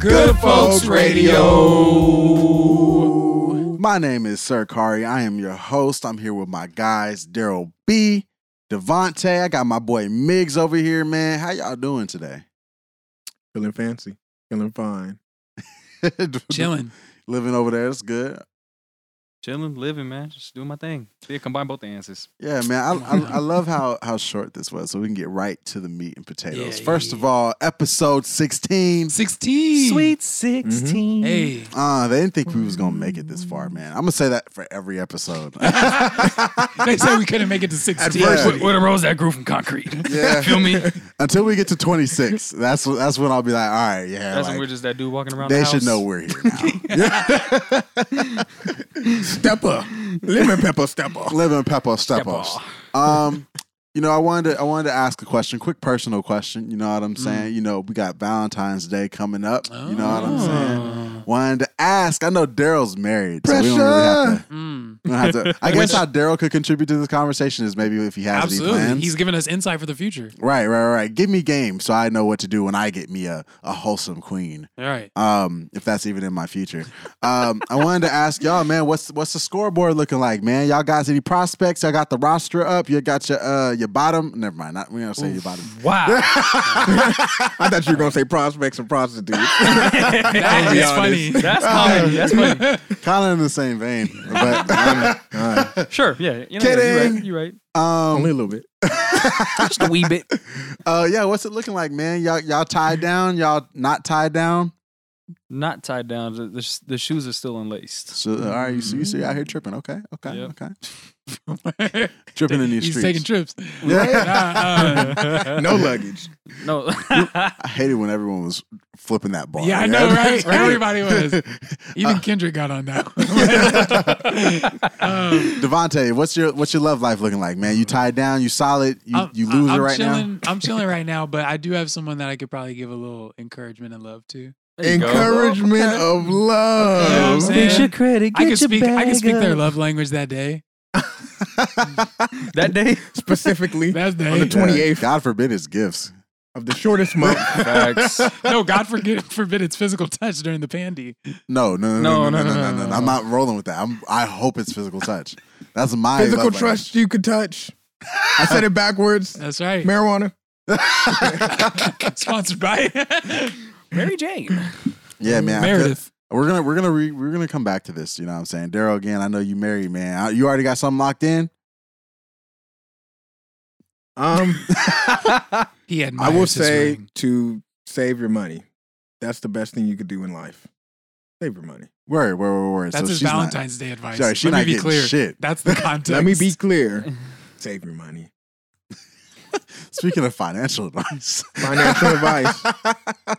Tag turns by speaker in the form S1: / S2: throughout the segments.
S1: Good Folks Radio.
S2: My name is Sir Kari. I am your host. I'm here with my guys, Daryl B, Devontae. I got my boy Miggs over here, man. How y'all doing today?
S1: Feeling fancy. Feeling fine.
S3: Chilling.
S2: Living over there. That's good.
S4: Chilling, living, man. Just doing my thing. Yeah, combine both the answers.
S2: Yeah, man. I, I, I love how, how short this was, so we can get right to the meat and potatoes.
S3: Yeah,
S2: First
S3: yeah,
S2: of all, episode 16.
S3: 16.
S4: Sweet 16.
S3: Hey.
S2: Uh, they didn't think we was gonna make it this far, man. I'm gonna say that for every episode.
S3: They said we couldn't make it to 16.
S2: Adversity.
S3: What, what a rose that grew from concrete.
S2: Yeah.
S3: Feel me?
S2: Until we get to 26, that's wh- that's when I'll be like, all right, yeah,
S4: That's
S2: like,
S4: when we're just that dude walking around.
S2: they
S4: the
S2: should
S4: house.
S2: know we're here. Now.
S1: Stepper. Lemon pepper stepper.
S2: Living Peppa step
S3: Step
S2: ups. Um, you know, I wanted to, I wanted to ask a question, quick personal question. You know what I'm saying? You know, we got Valentine's Day coming up. You know what I'm saying? Wanted to ask. I know Daryl's married, so we don't really have to.
S3: Mm,
S2: we don't have to- I guess how Daryl could contribute to this conversation is maybe if he has any
S3: absolutely.
S2: plans.
S3: He's giving us insight for the future.
S2: Right, right, right. Give me game so I know what to do when I get me a, a wholesome queen.
S3: All right.
S2: Um, if that's even in my future. Um, I wanted to ask y'all, man, what's what's the scoreboard looking like, man? Y'all guys any prospects? Y'all got the roster up? You got your uh your bottom? Never mind, not we don't say your bottom.
S3: Wow.
S1: I thought you were gonna say prospects and prostitutes.
S3: that
S1: be
S3: is
S1: honest.
S3: funny.
S4: That's comedy. That's funny.
S2: Kinda in the same vein. But
S4: Sure. Yeah. You know,
S2: Kidding.
S4: You're right.
S2: um
S1: Only a little bit.
S3: Just a wee bit.
S2: uh yeah, what's it looking like, man? Y'all y'all tied down, y'all not tied down?
S4: Not tied down. The, the, sh- the shoes are still unlaced.
S2: So all right, you see you see out here tripping. Okay, okay,
S4: Yep.
S2: okay. Tripping in these
S3: He's
S2: streets.
S3: taking trips.
S2: yeah.
S3: Nah, uh,
S1: No luggage.
S4: No.
S2: I hated when everyone was flipping that bar.
S3: yeah, I
S2: man.
S3: know, right?
S2: Right.
S3: Everybody was. Even Kendrick got on that. one. um,
S2: Devontae, what's your what's your love life looking like, man? You tied down, you solid, you,
S3: I'm-
S2: you loser
S3: I'm
S2: right now.
S3: chilling, I'm chilling right now, but I do have someone that I could probably give a little encouragement and love to.
S4: There you go.
S1: Encouragement of
S3: You know what I'm
S1: love.
S3: saying?
S5: credit.
S3: I could speak. I could speak their love language that day.
S4: That day.
S1: Specifically
S3: That day.
S1: on the 28th
S2: God forbid it's gifts.
S1: of the shortest month.
S4: Facts.
S3: no, God forbid, forbid it's physical touch during the pandy.
S2: No, no, no, no, no, no, no, no,
S4: no, no.
S2: I'm not rolling with that. I'm, I hope it's physical touch. That's my
S1: Physical
S2: love
S1: trust you could touch. I said it backwards.
S3: That's right.
S1: Marijuana.
S3: Sponsored by
S4: Mary Jane.
S2: language. Yeah, man. I feel-
S3: Meredith.
S2: we're gonna we're gonna re, we're gonna come back to this. You know what I'm saying, Daryl? Again, I know you married, man. I- You already got something locked in.
S1: Um
S3: He had.
S1: I will say to save your money. That's the best thing you could do in life. Save your money.
S2: Word, word, word, word.
S3: that's
S2: so
S3: his
S2: she's
S3: Valentine's Day advice.
S2: Sorry, she
S3: Let
S2: not
S3: me be
S2: getting
S3: clear.
S2: shit.
S3: That's the context.
S1: Let me be clear. Save your money.
S2: Not, speaking of financial advice,
S1: Financial advice.
S2: Uh,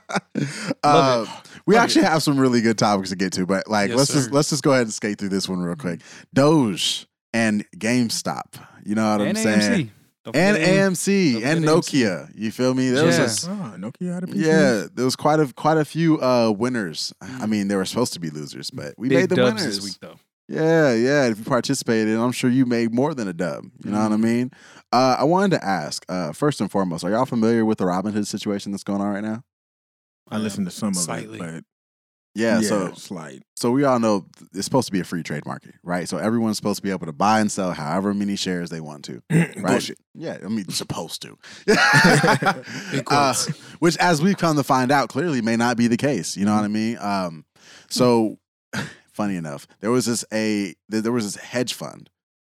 S4: Love
S2: Um, we actually have some really good topics to get to, but like
S3: Yes,
S2: let's just
S3: sir.
S2: let's just go ahead and skate through this one real quick. Doge and GameStop. You know what
S4: and
S2: I'm saying?
S4: AMC. Don't
S2: And
S4: forget
S2: AMC
S4: Don't
S2: and
S4: forget
S2: Nokia. You feel me? There
S4: Yeah. Mm-hmm.
S2: was a,
S1: Ah, Nokia had a piece of this?
S2: yeah, there was quite a quite a few uh, winners. I mean, they were supposed to be losers, but we
S4: Mm. Big
S2: made the
S4: dubs
S2: winners.
S4: this week, though.
S2: Yeah, yeah. If you participated, I'm sure you made more than a dub. You know what
S4: Mm-hmm.
S2: I mean? Uh, I wanted to ask uh, first and foremost, are y'all familiar with the Robin Hood situation that's going on right now?
S1: I listened to some of
S3: Slightly.
S1: it, but
S2: Yeah. So
S1: slight.
S2: so we all know th- it's supposed to be a free trade market, right? So everyone's supposed to be able to buy and sell however many shares they want to, right?
S1: Bullshit.
S2: Yeah, I mean, supposed to.
S3: Big
S2: Uh,
S3: quotes.
S2: which, as we've come to find out, clearly may not be the case. You know what I mean? Um, so, funny enough, there was this a th- there was this hedge fund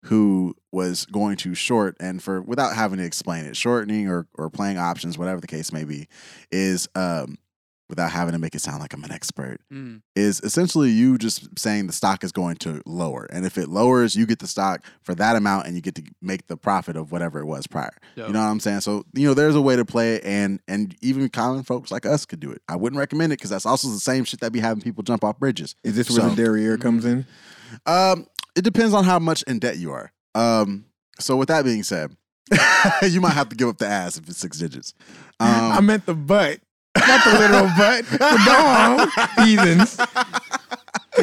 S2: who was going to short and for without having to explain it, shortening or or playing options, whatever the case may be, is um, without having to make it sound like I'm an expert
S3: Mm.
S2: is essentially you just saying the stock is going to lower. And if it lowers, you get the stock for that amount and you get to make the profit of whatever it was prior.
S3: Dope.
S2: You know what I'm saying? So, you know, there's a way to play it and and even common folks like us could do it. I wouldn't recommend it because that's also the same shit that be having people jump off bridges.
S1: Is this where
S2: So- Mm-hmm.
S1: the derriere comes in?
S2: Um, it depends on how much in debt you are. Um, so with that being said, you might have to give up the ass if it's six digits.
S1: I
S2: Um,
S1: meant the butt, not the literal butt. But go on, heathens.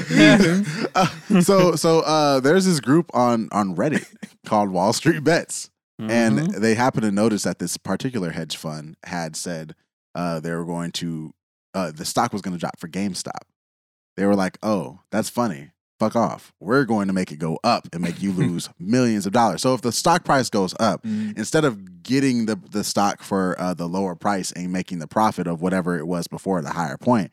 S1: heathens.
S2: Uh, so so uh, there's this group on on Reddit called Wall Street Bets,
S4: Mm-hmm.
S2: and they happened to notice that this particular hedge fund had said uh, they were going to uh, the stock was going to drop for GameStop. They were like, "Oh, that's funny. Fuck off. We're going to make it go up and make you lose millions of dollars." So if the stock price goes up, instead of getting the, the stock for uh, the lower price and making the profit of whatever it was before the higher point,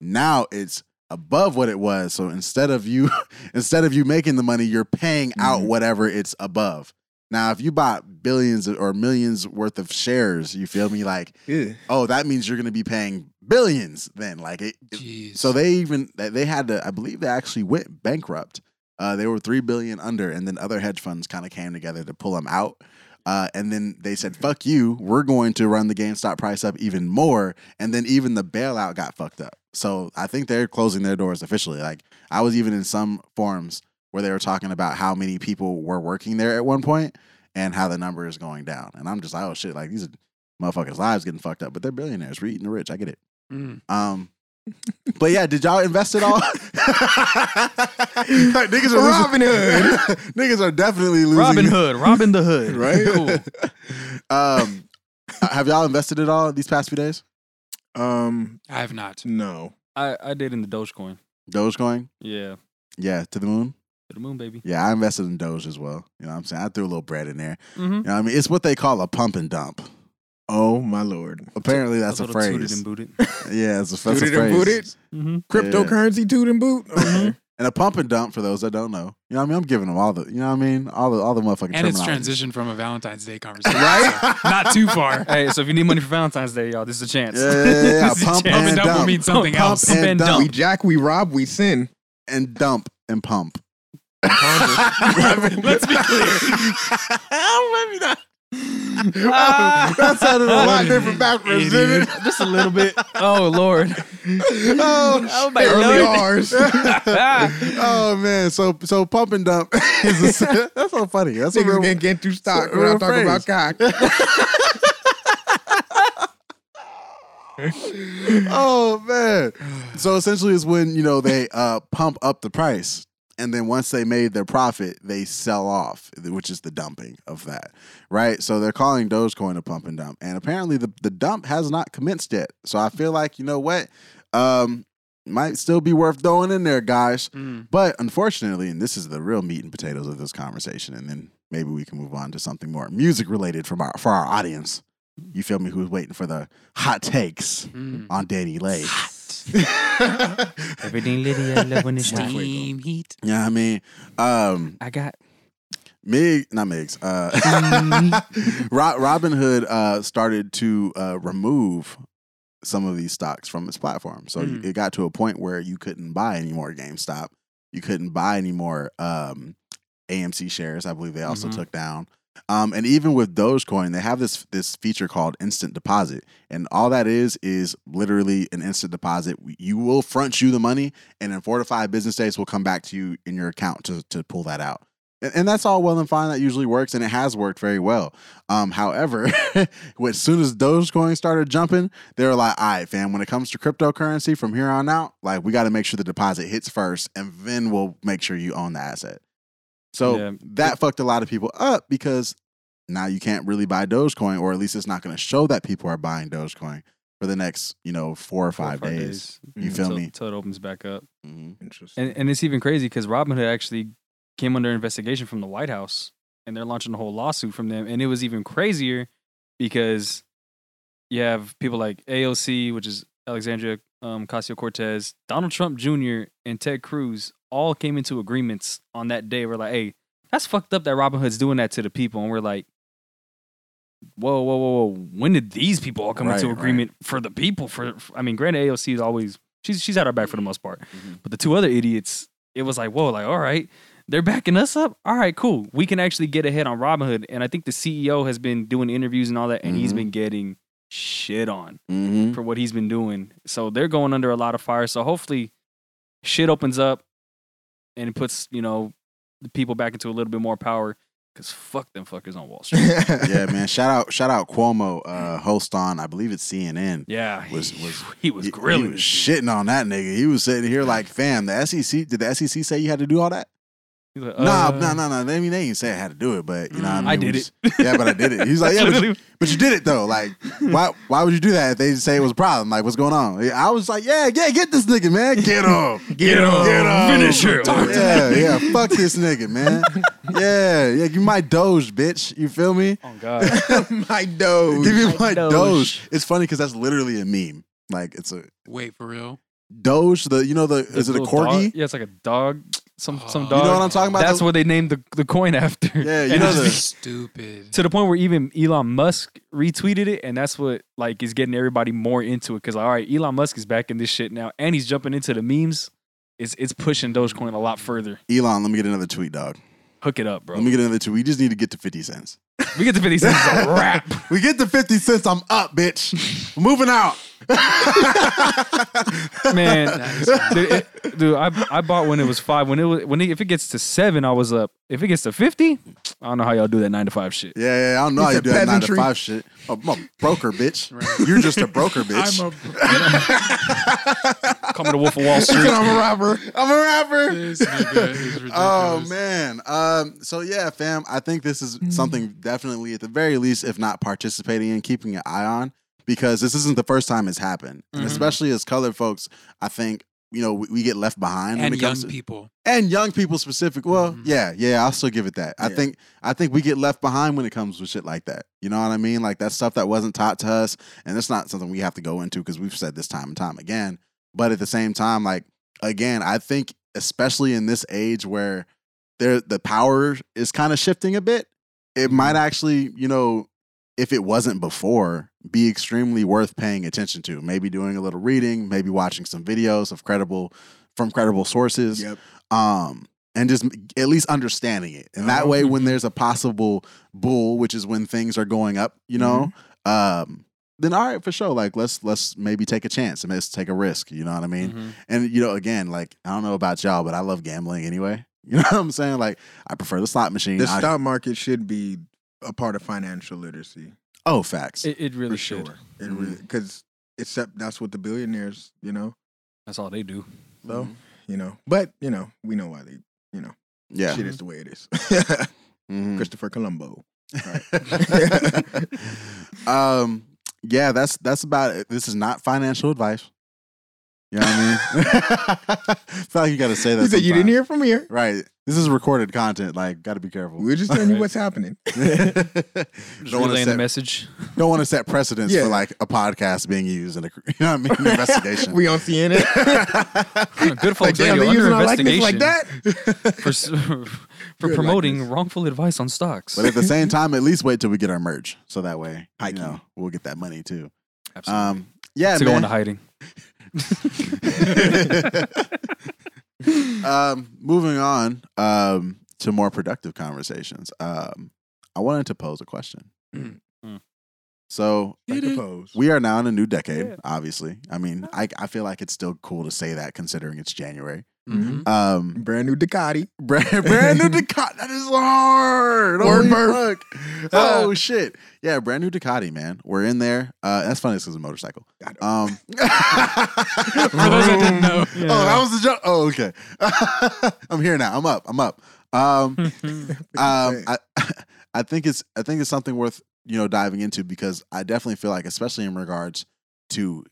S2: now it's above what it was. So instead of you instead of you making the money, you're paying out
S1: Mhm.
S2: whatever it's above. Now, if you bought billions or millions worth of shares, you feel me? Like,
S1: Yeah.
S2: oh, that means you're going to be paying billions then. Like, it,
S3: Jeez.
S2: so they even they- they had to. I believe they actually went bankrupt. Uh, they were three billion under, and then other hedge funds kind of came together to pull them out. Uh, and then they said, "Fuck you! We're going to run the GameStop price up even more." And then even the bailout got fucked up. So I think they're closing their doors officially. Like I was even in some forums where they were talking about how many people were working there at one point and how the number is going down. And I'm just like, "Oh shit! Like these motherfuckers' lives getting fucked up, but they're billionaires. We're eating the rich. I get it."
S4: Mm.
S2: Um, but yeah, did y'all invest at all? niggas are
S1: Robin Hood.
S2: niggas are definitely losing.
S4: Robin Hood, Robin the Hood,
S2: right?
S4: Cool.
S2: um, have y'all invested at all these past few days?
S1: Um,
S3: I have not.
S1: no.
S4: I, I did in the Dogecoin.
S2: Dogecoin,
S4: Yeah,
S2: yeah, to the moon.
S4: to the moon, baby.
S2: Yeah, I invested in Doge as well. You know what I'm saying? I threw a little bread in there.
S4: Mm-hmm.
S2: You know what I mean? It's what they call a pump and dump.
S1: Oh my lord.
S2: Apparently, that's a,
S4: Tooted
S2: phrase.
S4: and booted.
S2: Yeah, it's a, that's a
S1: Tooted and
S2: phrase.
S1: booted?
S4: hmm
S1: Cryptocurrency toot and boot. Okay.
S2: And a pump and dump for those that don't know. You know what I mean? I'm giving them all the. You know what I mean? All the all the motherfucking.
S3: And it's
S2: terminology.
S3: transitioned from a Valentine's Day conversation. right? not too far.
S4: Hey, so if you need money for Valentine's Day, y'all, this is a chance.
S2: Yeah, yeah, yeah, yeah.
S4: This is a chance.
S2: Pump and
S3: Pump and dump will
S2: dump.
S3: mean something
S4: Pump
S3: else.
S2: and
S4: and
S2: dump.
S1: we
S4: dump.
S1: jack, we rob, we sin.
S2: and dump and pump.
S3: Let's be clear.
S2: Maybe not.
S4: Ah.
S2: that sounded a lot different backwards, didn't it?
S4: Just a little bit. Oh Lord.
S2: Oh,
S4: Oh, my
S2: early
S4: Lord.
S2: R's. oh man, so so pump and dump is a, that's so funny. That's a
S1: Niggas
S2: real,
S1: can't get through stock
S2: real
S1: without talking
S2: phrase.
S1: about cock.
S2: oh man. So essentially, it's when you know they uh, pump up the price, and then once they made their profit, they sell off, which is the dumping of that, right? So they're calling Dogecoin a pump and dump, and apparently the the dump has not commenced yet. So I feel like you know what, um, might still be worth throwing in there, guys.
S3: Mm.
S2: But unfortunately, and this is the real meat and potatoes of this conversation, and then maybe we can move on to something more music related from our for our audience. You feel me? Who's waiting for the hot takes
S3: Mm.
S2: on Danny Lay?
S4: Everything Lydia love when it's
S3: Steam heat.
S2: Yeah, I mean, um,
S4: I got
S2: Mig, not Migs. Uh, Ro- Robin Hood uh, started to uh, remove some of these stocks from its platform, so
S3: Mm.
S2: it got to a point where you couldn't buy any more GameStop, you couldn't buy any more um, AMC shares. I believe they also
S4: Mhm.
S2: took down. Um, and even with Dogecoin, they have this this feature called instant deposit, and all that is is literally an instant deposit. You will front you the money, and in four to five business days, we'll come back to you in your account to to pull that out. And, and that's all well and fine. That usually works, and it has worked very well. Um, however, when- as soon as Dogecoin started jumping, they were like, "All right, fam. When it comes to cryptocurrency, from here on out, like we got to make sure the deposit hits first, and then we'll make sure you own the asset." So
S4: Yeah.
S2: that fucked a lot of people up because now you can't really buy Dogecoin, or at least it's not going to show that people are buying Dogecoin for the next, you know, four or five, days. You
S4: Mm-hmm.
S2: feel
S4: Till,
S2: me?
S4: till it opens back up.
S2: Mhm.
S1: Interesting.
S4: And and it's even crazy because Robin Hood actually came under investigation from the White House, and they're launching a whole lawsuit from them. And it was even crazier because you have people like AOC, which is Alexandria um, Ocasio Cortez, Donald Trump Jr., and Ted Cruz all came into agreements on that day. We're like, hey, that's fucked up that Robin Hood's doing that to the people, and we're like. Whoa, whoa, whoa, whoa! When did these people all come
S2: Right,
S4: into
S2: right.
S4: agreement for the people? For, for I mean, granted, AOC is always she's she's at our back for the most part,
S2: Mhm.
S4: but the two other idiots, it was like, whoa, like, all right, they're backing us up. All right, cool. We can actually get ahead on Robinhood. And I think the CEO has been doing interviews and all that, and he's
S2: Mhm.
S4: been getting shit on
S2: Mhm.
S4: for what he's been doing. So they're going under a lot of fire. So hopefully shit opens up and it puts, you know, the people back into a little bit more power. Cause fuck them fuckers on Wall Street.
S1: Mm-hmm.
S2: yeah, man. Shout out, shout out Cuomo, uh, host on, I believe it's CNN.
S4: yeah.
S2: Was-
S4: he
S2: was-
S4: he was
S2: He-
S4: grilling.
S2: He E was shitting on that nigga. He was sitting here like, fam, the SEC, did the SEC say you had to do all that?
S4: He's like,
S2: nah,
S4: uh, Mm,
S2: nah, nah, nah. They- I mean, they didn't say I had to do it, but you know, what I, mean,
S4: I did
S2: we just-
S4: it.
S2: Yeah, but I did it. He's like, yeah, but you,
S4: Literally.
S2: but you did it though. Like, why? Why would you do that if they didn't say it was a problem? Like, what's going on? I was like, yeah, yeah, get this nigga, man, get him,
S1: Get him.
S2: get him,
S3: Finish him. Talk to
S2: Yeah, yeah, fuck this nigga, man. Yeah, yeah, you my doge, bitch. You feel me?
S4: Oh god.
S2: my doge. Give me my
S4: doge.
S2: doge. It's funny because that's literally a meme. Like, it's a
S3: Wait for real.
S2: doge. The you know the is it a
S4: Little
S2: corgi?
S4: dog- Yeah, it's like a dog. Some some
S3: You
S4: dog.
S2: You know what I'm talking about?
S4: That's
S2: The-
S4: what they named the, the coin after.
S2: Yeah, you
S4: And
S2: know
S4: it's
S2: the-
S4: just-
S3: Stupid.
S4: to the point where even Elon Musk retweeted it, and that's what like is getting everybody more into it. Because all right, Elon Musk is back in this shit now, and he's jumping into the memes. It's it's pushing Dogecoin a lot further.
S2: Elon, let me get another tweet, dog.
S4: Hook it up, bro.
S2: Let me get another tweet. We just need to get to fifty cents.
S4: we get to fifty cents it's a wrap.
S2: We get to 50 cents, I'm up, bitch. Moving out.
S4: man.
S3: Nice.
S4: dude, it- dude, I I bought when it was five. When it was when it, if it gets to seven, I was up. If it gets to fifty, I don't know how y'all do that nine to five shit.
S2: Yeah, yeah, I don't know
S1: He
S2: how you
S1: said
S2: do that nine to
S1: peasantry.
S2: five shit. Oh, I'm a broker, bitch.
S3: Right.
S2: You're just a broker, bitch.
S1: I'm a
S4: Call me the Wolf of Wall
S2: He
S4: Street.
S2: said, I'm a robber. I'm a robber.
S3: This nigga is ridiculous.
S2: Oh man. Um, so yeah, fam, I think this is something definitely at the very least, if not participating in, keeping an eye on, because this isn't the first time it's happened. And
S3: Mhm.
S2: especially as colored folks, I think, you know, we, we get left behind when
S3: And
S2: it
S3: young
S2: comes to
S3: people.
S2: and young people specific. Well,
S3: Mhm.
S2: yeah, yeah, I'll still give it that. I
S1: Yeah.
S2: think I think we get left behind when it comes with shit like that. You know what I mean? Like that's stuff that wasn't taught to us, and it's not something we have to go into because we've said this time and time again. But at the same time, like again, I think especially in this age where there the power is kind of shifting a bit, it might actually, you know, if it wasn't before, be extremely worth paying attention to. Maybe doing a little reading, maybe watching some videos of credible from credible sources
S1: Yep.
S2: um, and just m- at least understanding it. And that
S1: Oh,
S2: way, when there's a possible bull, which is when things are going up, you know,
S1: Mm-hmm.
S2: um, then all right for sure. Like let's let's maybe take a chance and let's take a risk. You know what I mean?
S1: Mm-hmm.
S3: Mm-hmm.
S2: And you know, again, like I don't know about y'all, but I love gambling anyway. You know what I'm saying? Like I prefer the slot machine.
S1: The
S2: I-
S1: stock market should be a part of financial literacy
S2: oh, facts.
S4: It, it really
S1: for
S4: should.
S1: sure. It really
S2: Mm-hmm.
S1: because except that's what the billionaires, you know.
S4: That's all they do.
S1: So you know, but you know, we know why they
S2: yeah. Mm-hmm.
S1: shit is the way it is.
S2: Mhm.
S1: Christopher Columbo.
S2: um, yeah, that's that's about it. This is not financial advice. You know what I mean? I feel like you got to say that.
S1: He said you didn't
S2: sometimes."
S1: hear from here.
S2: Right. This is recorded content. Like, got to be careful.
S1: We're just telling you
S4: Right.
S1: what's happening.
S4: Just
S2: don't want to
S4: relaying the
S2: set,
S4: message.
S2: don't want to set precedence
S1: Yeah.
S2: for like a podcast being used in a you know what I mean an investigation.
S1: we on CNN.
S4: Good
S1: like
S4: folks
S1: damn, they
S4: radio under
S1: using our likeness
S4: investigation
S1: like that.
S4: for s- for
S1: Good
S4: promoting
S1: likeness.
S4: wrongful advice on stocks.
S2: but at the same time, at least wait till we get our merch, so that way you
S1: Hike you.
S2: know we'll get that money too.
S4: Absolutely.
S2: Um, yeah,
S4: to go
S2: man.
S4: into hiding.
S2: um, moving on um, to more productive conversations. Um, I wanted to pose a question.
S3: Mm.
S4: Mm.
S2: So
S1: Like the pose.
S2: we are now in a new decade.
S4: Yeah.
S2: Obviously, I mean, I, I feel like it's still cool to say that considering it's January.
S3: Mhm.
S2: Um,
S1: brand new Ducati.
S2: brand, brand new Ducati. That is hard.
S1: Word
S2: Holy
S1: burp. Uh,
S2: fuck. Oh shit! Yeah, brand new Ducati, man. We're in there. Uh, that's funny because it's a motorcycle.
S1: Got it.
S2: Um,
S3: For those that didn't know,
S2: Oh, that was the joke. Oh, okay. I'm here now. I'm up. I'm up. Um, um,
S3: Mm-hmm.
S2: I, Um, I think it's I think it's something worth you know diving into because I definitely feel like, especially in regards to,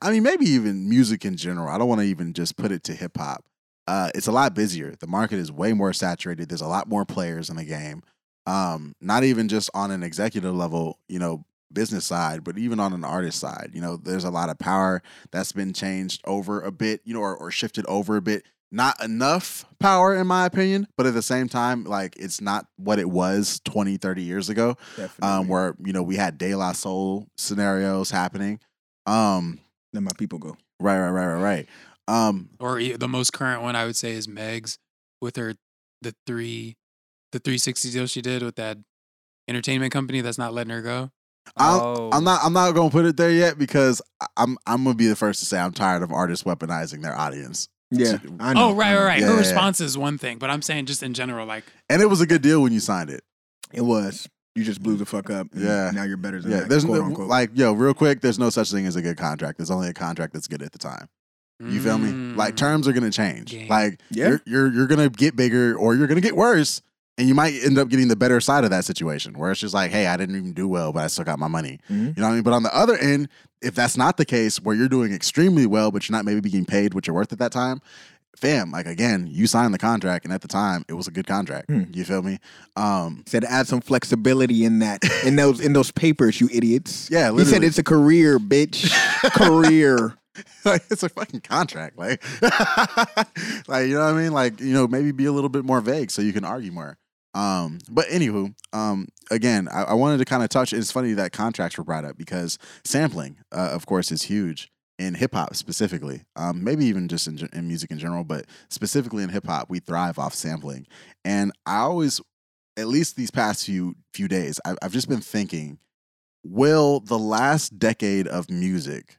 S2: I mean, maybe even music in general. I don't want to even just put it to hip hop. Uh, it's a lot busier. The market is way more saturated. There's a lot more players in the game. Um, not even just on an executive level, you know, business side, but even on an artist side. You know, there's a lot of power that's been changed over a bit, you know, or, or shifted over a bit. Not enough power, in my opinion, but at the same time, like it's not what it was 20, 30 years ago,
S1: Definitely.
S2: um, where, you know, we had De La Soul scenarios happening. Um,
S1: Let my people go.
S2: right, right, right, right, right. Um,
S3: or e- the most current one I would say is Meg's with her the three the 360 deal she did with that entertainment company that's not letting her go.
S4: oh,
S2: I'm not. I'm not gonna put it there yet because I- I'm. I'm gonna be the first to say I'm tired of artists weaponizing their audience.
S1: Yeah, I know.
S3: oh right, right, right.
S2: Yeah,
S3: her
S2: yeah, yeah.
S3: response is one thing, but I'm saying just in general, like
S2: And it was a good deal when you signed it.
S1: It was. You just blew the fuck up. and
S2: Yeah.
S1: Now you're better than
S2: Yeah,
S1: that.
S2: there's
S1: quote
S2: no,
S1: unquote.
S2: like yo, real quick. There's no such thing as a good contract. There's only a contract that's good at the time. You feel me?
S1: Mm.
S2: Like terms are gonna change.
S3: Game.
S2: Like
S1: Yeah.
S2: you're, you're you're gonna get bigger or you're gonna get worse, and you might end up getting the better side of that situation where it's just like, hey, I didn't even do well, but I still got my money.
S1: Mhm.
S2: You know what I mean? But on the other end, if that's not the case, where you're doing extremely well, but you're not maybe being paid what you're worth at that time, fam, like again, you signed the contract, and at the time, it was a good contract.
S1: Hmm.
S2: You feel me? Um,
S1: Said add some flexibility in that in those in those papers, you idiots.
S2: Yeah,
S1: he said
S2: literally.
S1: it's a career, bitch. career.
S2: like it's a fucking contract, like, like you know what I mean? Like you know, maybe be a little bit more vague so you can argue more. Um, but anywho, um, again, I, I wanted to kind of touch. It's funny that contracts were brought up because sampling, uh, of course, is huge in hip hop specifically. Um, maybe even just in, gen- in music in general, but specifically in hip hop, we thrive off sampling. And I always, at least these past few few days, I, I've just been thinking, will the last decade of music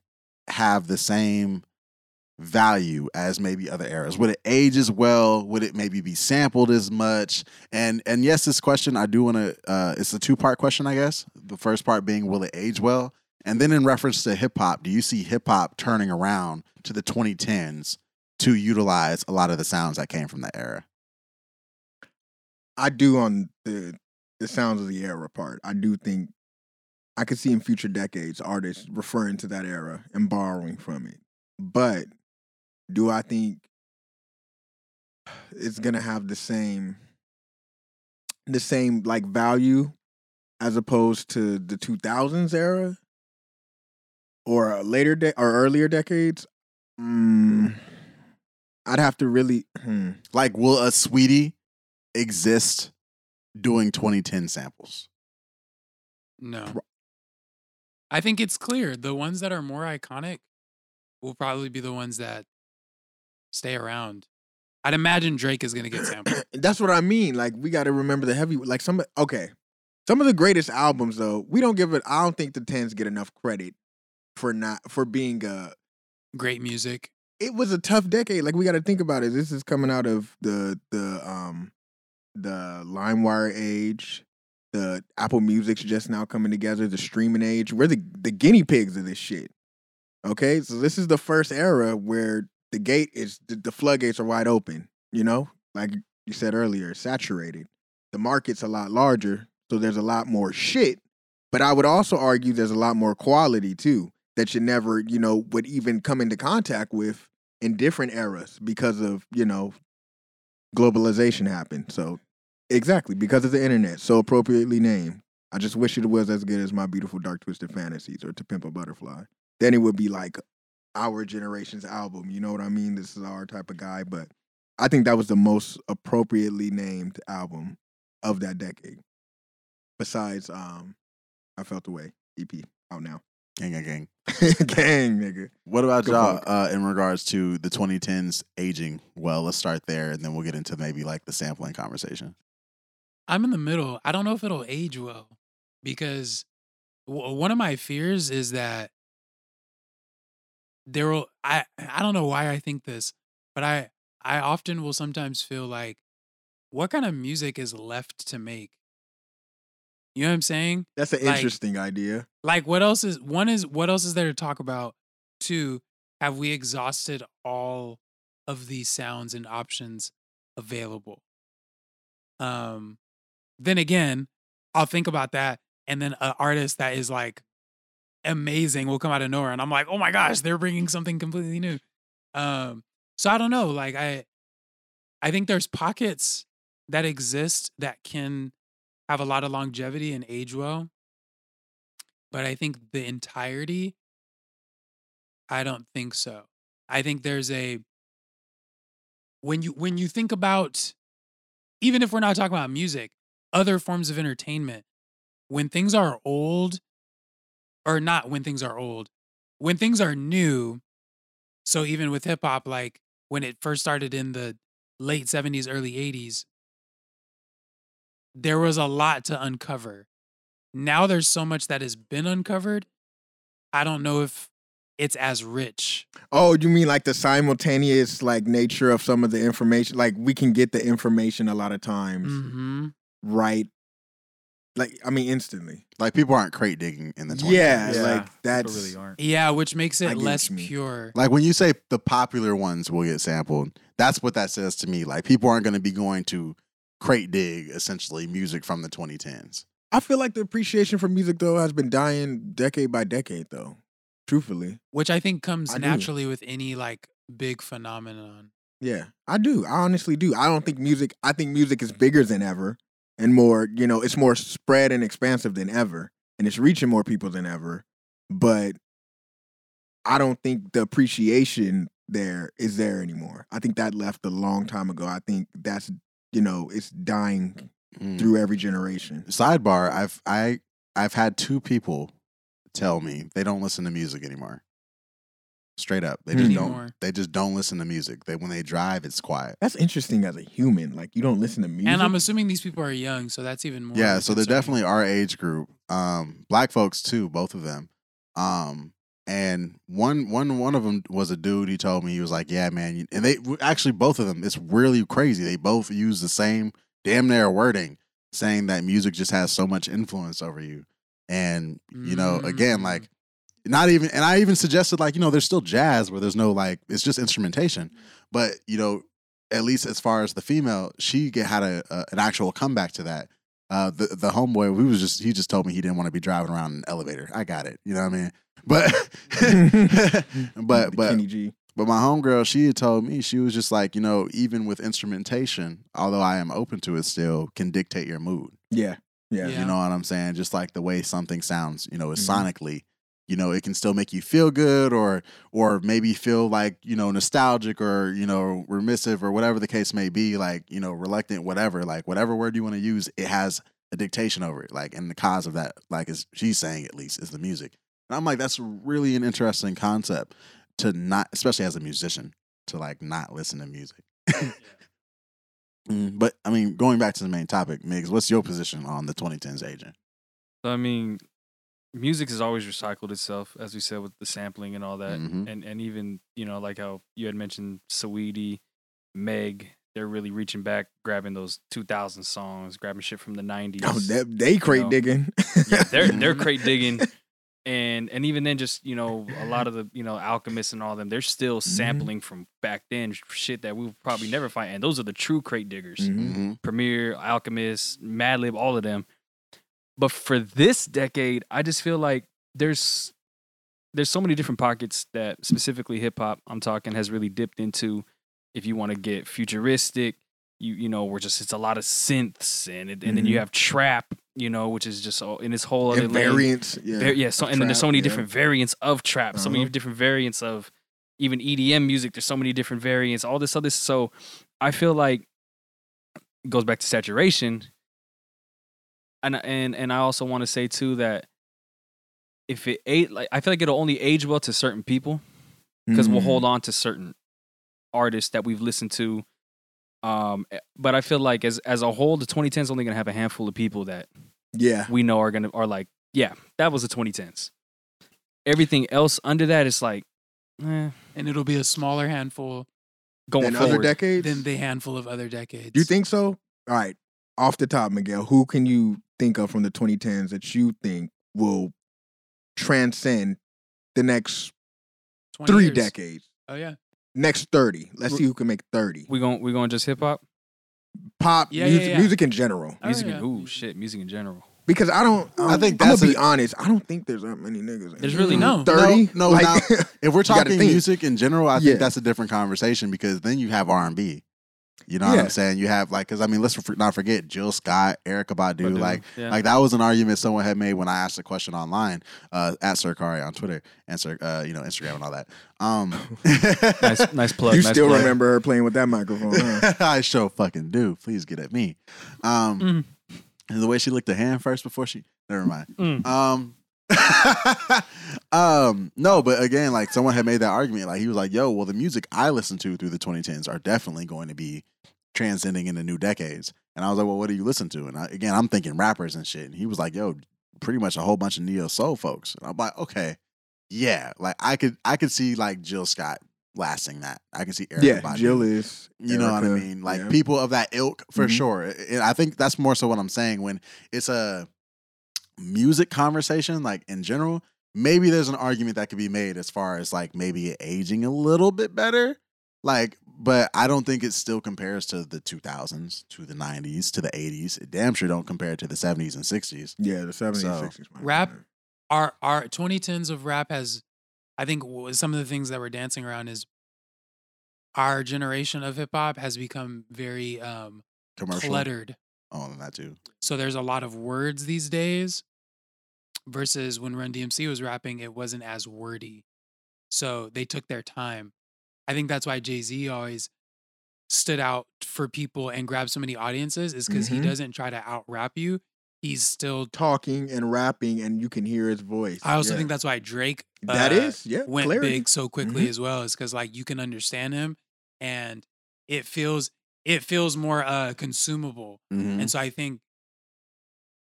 S2: have the same value as maybe other eras? Would it age as well? Would it maybe be sampled as much? And and yes, this question I do want to. Uh, it's a two part question, I guess. The first part being, will it age well? And then in reference to hip hop, do you see hip hop turning around to the 2010s to utilize a lot of the sounds that came from that era?
S1: I do on the the sounds of the era part. I do think I could see in future decades artists referring to that era and borrowing from it. But do I think it's gonna have the same the same like value as opposed to the two thousands era or a later de- or earlier decades? Mm, I'd have to really. Hmm.
S2: Like, will a sweetie exist doing 2010 samples?
S3: No. I think it's clear. The ones that are more iconic will probably be the ones that stay around. I'd imagine Drake is going to get sampled.
S1: That's what I mean. Like we got to remember the heavy. Like some okay, some of the greatest albums though. We don't give it. I don't think the tens get enough credit for not for being a.
S3: Great music.
S1: It was a tough decade. Like we got to think about it. This is coming out of the the um the LimeWire age. The Apple Music's just now coming together. The streaming age. We're the the guinea pigs of this shit. Okay, so this is the first era where the gate is the, the floodgates are wide open. You know, like you said earlier, it's saturated. The market's a lot larger, so there's a lot more shit. But I would also argue there's a lot more quality too that you never, you know, would even come into contact with in different eras because of, you know, globalization happened. So exactly, because of the internet, so appropriately named. I just wish it was as good as my beautiful dark twisted fantasies or to pimp a butterfly. Then it would be like our generation's album. You know what I mean? This is our type of guy, but I think that was the most appropriately named album of that decade. Besides, um, I felt the way EP out now.
S2: Gang, gang, gang.
S1: Gang, nigga.
S2: What about
S1: Go
S2: y'all
S1: for
S2: uh, in regards to the 2010s aging? Well, let's start there, and then we'll get into maybe like the sampling conversation.
S3: I'm in the middle. I don't know if it'll age well because w- one of my fears is that there will I I don't know why I think this, but I I often will sometimes feel like what kind of music is left to make? You know what I'm saying?
S1: That's an
S3: Like-
S1: interesting idea.
S3: Like what else is one is what else is there to talk about? Two, have we exhausted all of these sounds and options available? Um then again, I'll think about that and then an artist that is like amazing will come out of nowhere and I'm like, "Oh my gosh, they're bringing something completely new." Um so I don't know, like I I think there's pockets that exist that can have a lot of longevity and age well but I think the entirety, I don't think so. I think there's a when you when you think about even if we're not talking about music, other forms of entertainment, when things are old, or not when things are old, when things are new, so even with hip hop, like when it first started in the late 70s, early 80s, there was a lot to uncover now there's so much that has been uncovered. I don't know if it's as rich.
S1: Oh, you mean like the simultaneous like nature of some of the Mm-hmm. information? Like we can get the information a lot of times
S3: Mm-hmm.
S1: right Like I mean, instantly.
S2: Like people aren't crate digging in the 20s.
S1: Yeah,
S4: Yeah.
S1: like
S4: People
S1: that's
S4: really aren't.
S3: Yeah, which makes
S1: I
S3: it
S1: get what
S3: less
S1: you mean.
S3: pure.
S2: Like when you say the popular ones will get sampled, that's what that says to me. Like people aren't going to be going to crate dig essentially music from the 2010s.
S1: I feel like the appreciation for music though has been dying decade by decade though. Truthfully,
S3: which I think comes
S1: I do.
S3: naturally with any like big phenomenon.
S1: yeah, I do. I honestly do. I don't think music. I think music is bigger than ever and more. You know, it's more spread and expansive than ever, and it's reaching more people than ever. But I don't think the appreciation there is there anymore. I think that left a long time ago. I think that's you know it's dying
S4: Mm.
S1: through every generation.
S2: Sidebar, I've I I've had two people tell me they don't listen to music anymore. Straight up. They just
S1: Hmm.
S3: Anymore.
S2: don't they just don't listen to music. They when they drive it's quiet.
S1: That's interesting as a human. Like you don't listen to music.
S3: And I'm assuming these people are young, so that's even more.
S2: Yeah,
S3: of a
S2: so they're
S3: concern.
S2: definitely our age group. Um, black folks too, both of them. Um, and one one one of them was a dude. He told me he was like, "Yeah, man," you-" and they actually both of them. It's really crazy. They both use the same damn near wording, saying that music just has so much influence over you. And you know, again,
S3: Mm.
S2: like not even. And I even suggested like, you know, there's still jazz where there's no like, it's just instrumentation.
S3: Mm-hmm.
S2: But you know, at least as far as the female, she g- had a, a an actual comeback to that. Uh, the the homeboy, we was just he just told me he didn't want to be driving around in an elevator. I got it, you know what I mean. But but
S1: The
S2: but
S1: Kenny G.
S2: but my homegirl, she had told me she was just like you know even with instrumentation, although I am open to it still, can dictate your mood.
S1: Yeah, yeah,
S3: Yeah.
S2: You know what I'm saying? Just like the way something sounds, you know, is
S1: Mhm.
S2: sonically, you know, it can still make you feel good or or maybe feel like, you know, nostalgic or, you know, remissive or whatever the case may be, like, you know, reluctant, whatever, like whatever word you want to use, it has a dictation over it. Like and the cause of that, like is she's saying at least, is the music. And I'm like, that's really an interesting concept to not especially as a musician, to like not listen to music. Mm, But I mean, going back to the main topic, Migs, what's your position on the 2010s agent?
S4: So, I mean, music has always recycled itself, as we said, with the sampling and all that.
S2: Mhm.
S4: And and even, you know, like how you had mentioned Saweetie, Meg, they're really reaching back, grabbing those 2000 songs, grabbing shit from the 90s.
S1: Oh, they, they crate
S4: know.
S1: digging.
S4: yeah, they're they're crate digging, and and even then, just you know, a lot of the you know alchemists and all them, they're still sampling from back then shit that we'll probably never find. And those are the true crate diggers:
S1: Mhm.
S2: Mhm.
S4: Premier, Alchemist, Madlib, all of them. But for this decade, I just feel like there's there's so many different pockets that specifically hip hop I'm talking has really dipped into. If you want to get futuristic, you you know we're just it's a lot of synths and it, and then
S1: Mhm.
S4: you have trap, you know, which is just all in this whole other
S1: And
S4: lane.
S1: variants. Yeah,
S4: Var- yeah, so, and then there's so
S1: Trap,
S4: many
S1: yeah.
S4: different variants of trap, so many
S1: Uh-huh.
S4: different variants of even EDM music. There's so many different variants, all this other. So I feel like it goes back to saturation, and and and I also want to say too that if it ate, like I feel like it'll only age well to certain people because
S1: Mm-hmm.
S4: we'll hold on to certain artists that we've listened to. Um, eh, but I feel like as as a whole, the 2010s only gonna have a handful of people that
S1: Yeah,
S4: we know are gonna are like, yeah, that was the 2010s. Everything else under that is like eh,
S3: and it'll be a smaller handful
S4: going
S1: and other
S4: forward.
S1: decades.
S3: than the handful of other decades.
S1: you think so? All right, off the top, Miguel, who can you think of from the 2010s that you think will transcend the next
S3: 20
S1: three
S3: years.
S1: decades?
S3: Oh yeah,
S1: Next 30. Let's see who can make 30.
S4: we going we going just hip hop,
S1: Pop
S3: Yeah, yeah,
S1: music,
S3: yeah.
S1: music in general.
S3: Oh,
S4: music,
S3: yeah.
S4: and ooh shit, music in general.
S1: Because I don't, I,
S2: I think
S1: think I'm
S2: that's
S1: gonna be
S2: a-
S1: honest. I don't think there's that many niggas. in
S4: There's
S1: here.
S4: really
S3: no.
S4: no.
S1: thirty.
S2: No, no, not- If we're
S1: You gotta
S2: talking
S1: think.
S2: music in general, I
S1: Yeah.
S2: think that's a different conversation because then you have R and B. You know what
S1: Yeah.
S2: I'm saying? You have like, because I mean, let's for- not forget Jill Scott, Erica
S4: But,
S2: Badu.
S4: uh,
S2: Like,
S4: yeah.
S2: like that was an argument someone had made when I asked a question online uh, at Sirkari on Twitter and Sir, uh, you know Instagram and all that. Um,
S4: nice nice plug.
S1: you
S4: nice
S1: still
S4: plug.
S1: remember her playing with that microphone? huh?
S2: I sure fucking do. Please get at me.
S4: Mm.
S2: Um, and the way she licked her hand first before she. Never mind.
S4: Mm.
S2: Um, um, no, but again, like someone had made that argument. Like he was like, "Yo, well, the music I listen to through the 2010s are definitely going to be transcending into new decades." And I was like, "Well, what do you listen to?" And I, again, I'm thinking rappers and shit. And he was like, "Yo, pretty much a whole bunch of neo soul folks." And I'm like, "Okay, yeah, like I could, I could see like Jill Scott lasting that. I could see Eric
S1: yeah,
S2: Badu
S1: Jill is.
S2: you know what I
S1: Erica,
S2: mean? Like
S1: yeah.
S2: people of that ilk for
S1: Mhm.
S2: sure. And I think that's more so what I'm saying when it's a music conversation, like in general, maybe there's an argument that could be made as far as like maybe aging a little bit better. Like, but I don't think it still compares to the 2000s, to the 90s, to the 80s. It damn sure don't compare to the 70s and 60s.
S1: Yeah, the seventies,
S2: So,
S1: sixties.
S3: rap- our our 2010s of rap has i think w- some of the things that we're dancing around is our generation of hip hop has become very um
S2: Commercial.
S3: cluttered
S2: Oh, and that too.
S3: so there's a lot of words these days versus when Run DMC was rapping it wasn't as wordy so they took their time i think that's why Jay-Z always stood out for people and grabbed so many audiences is because
S1: Mhm.
S3: he doesn't try to out rap you he's still
S1: talking and rapping, and you can hear his voice.
S3: I also
S1: Yeah.
S3: think that's why Drake
S1: That
S3: uh,
S1: is, yeah,
S3: went
S1: clarity.
S3: big so quickly as well is because like you can understand him and it feels it feels more uh consumable
S2: Mhm.
S1: Mm-hmm.
S3: and so I think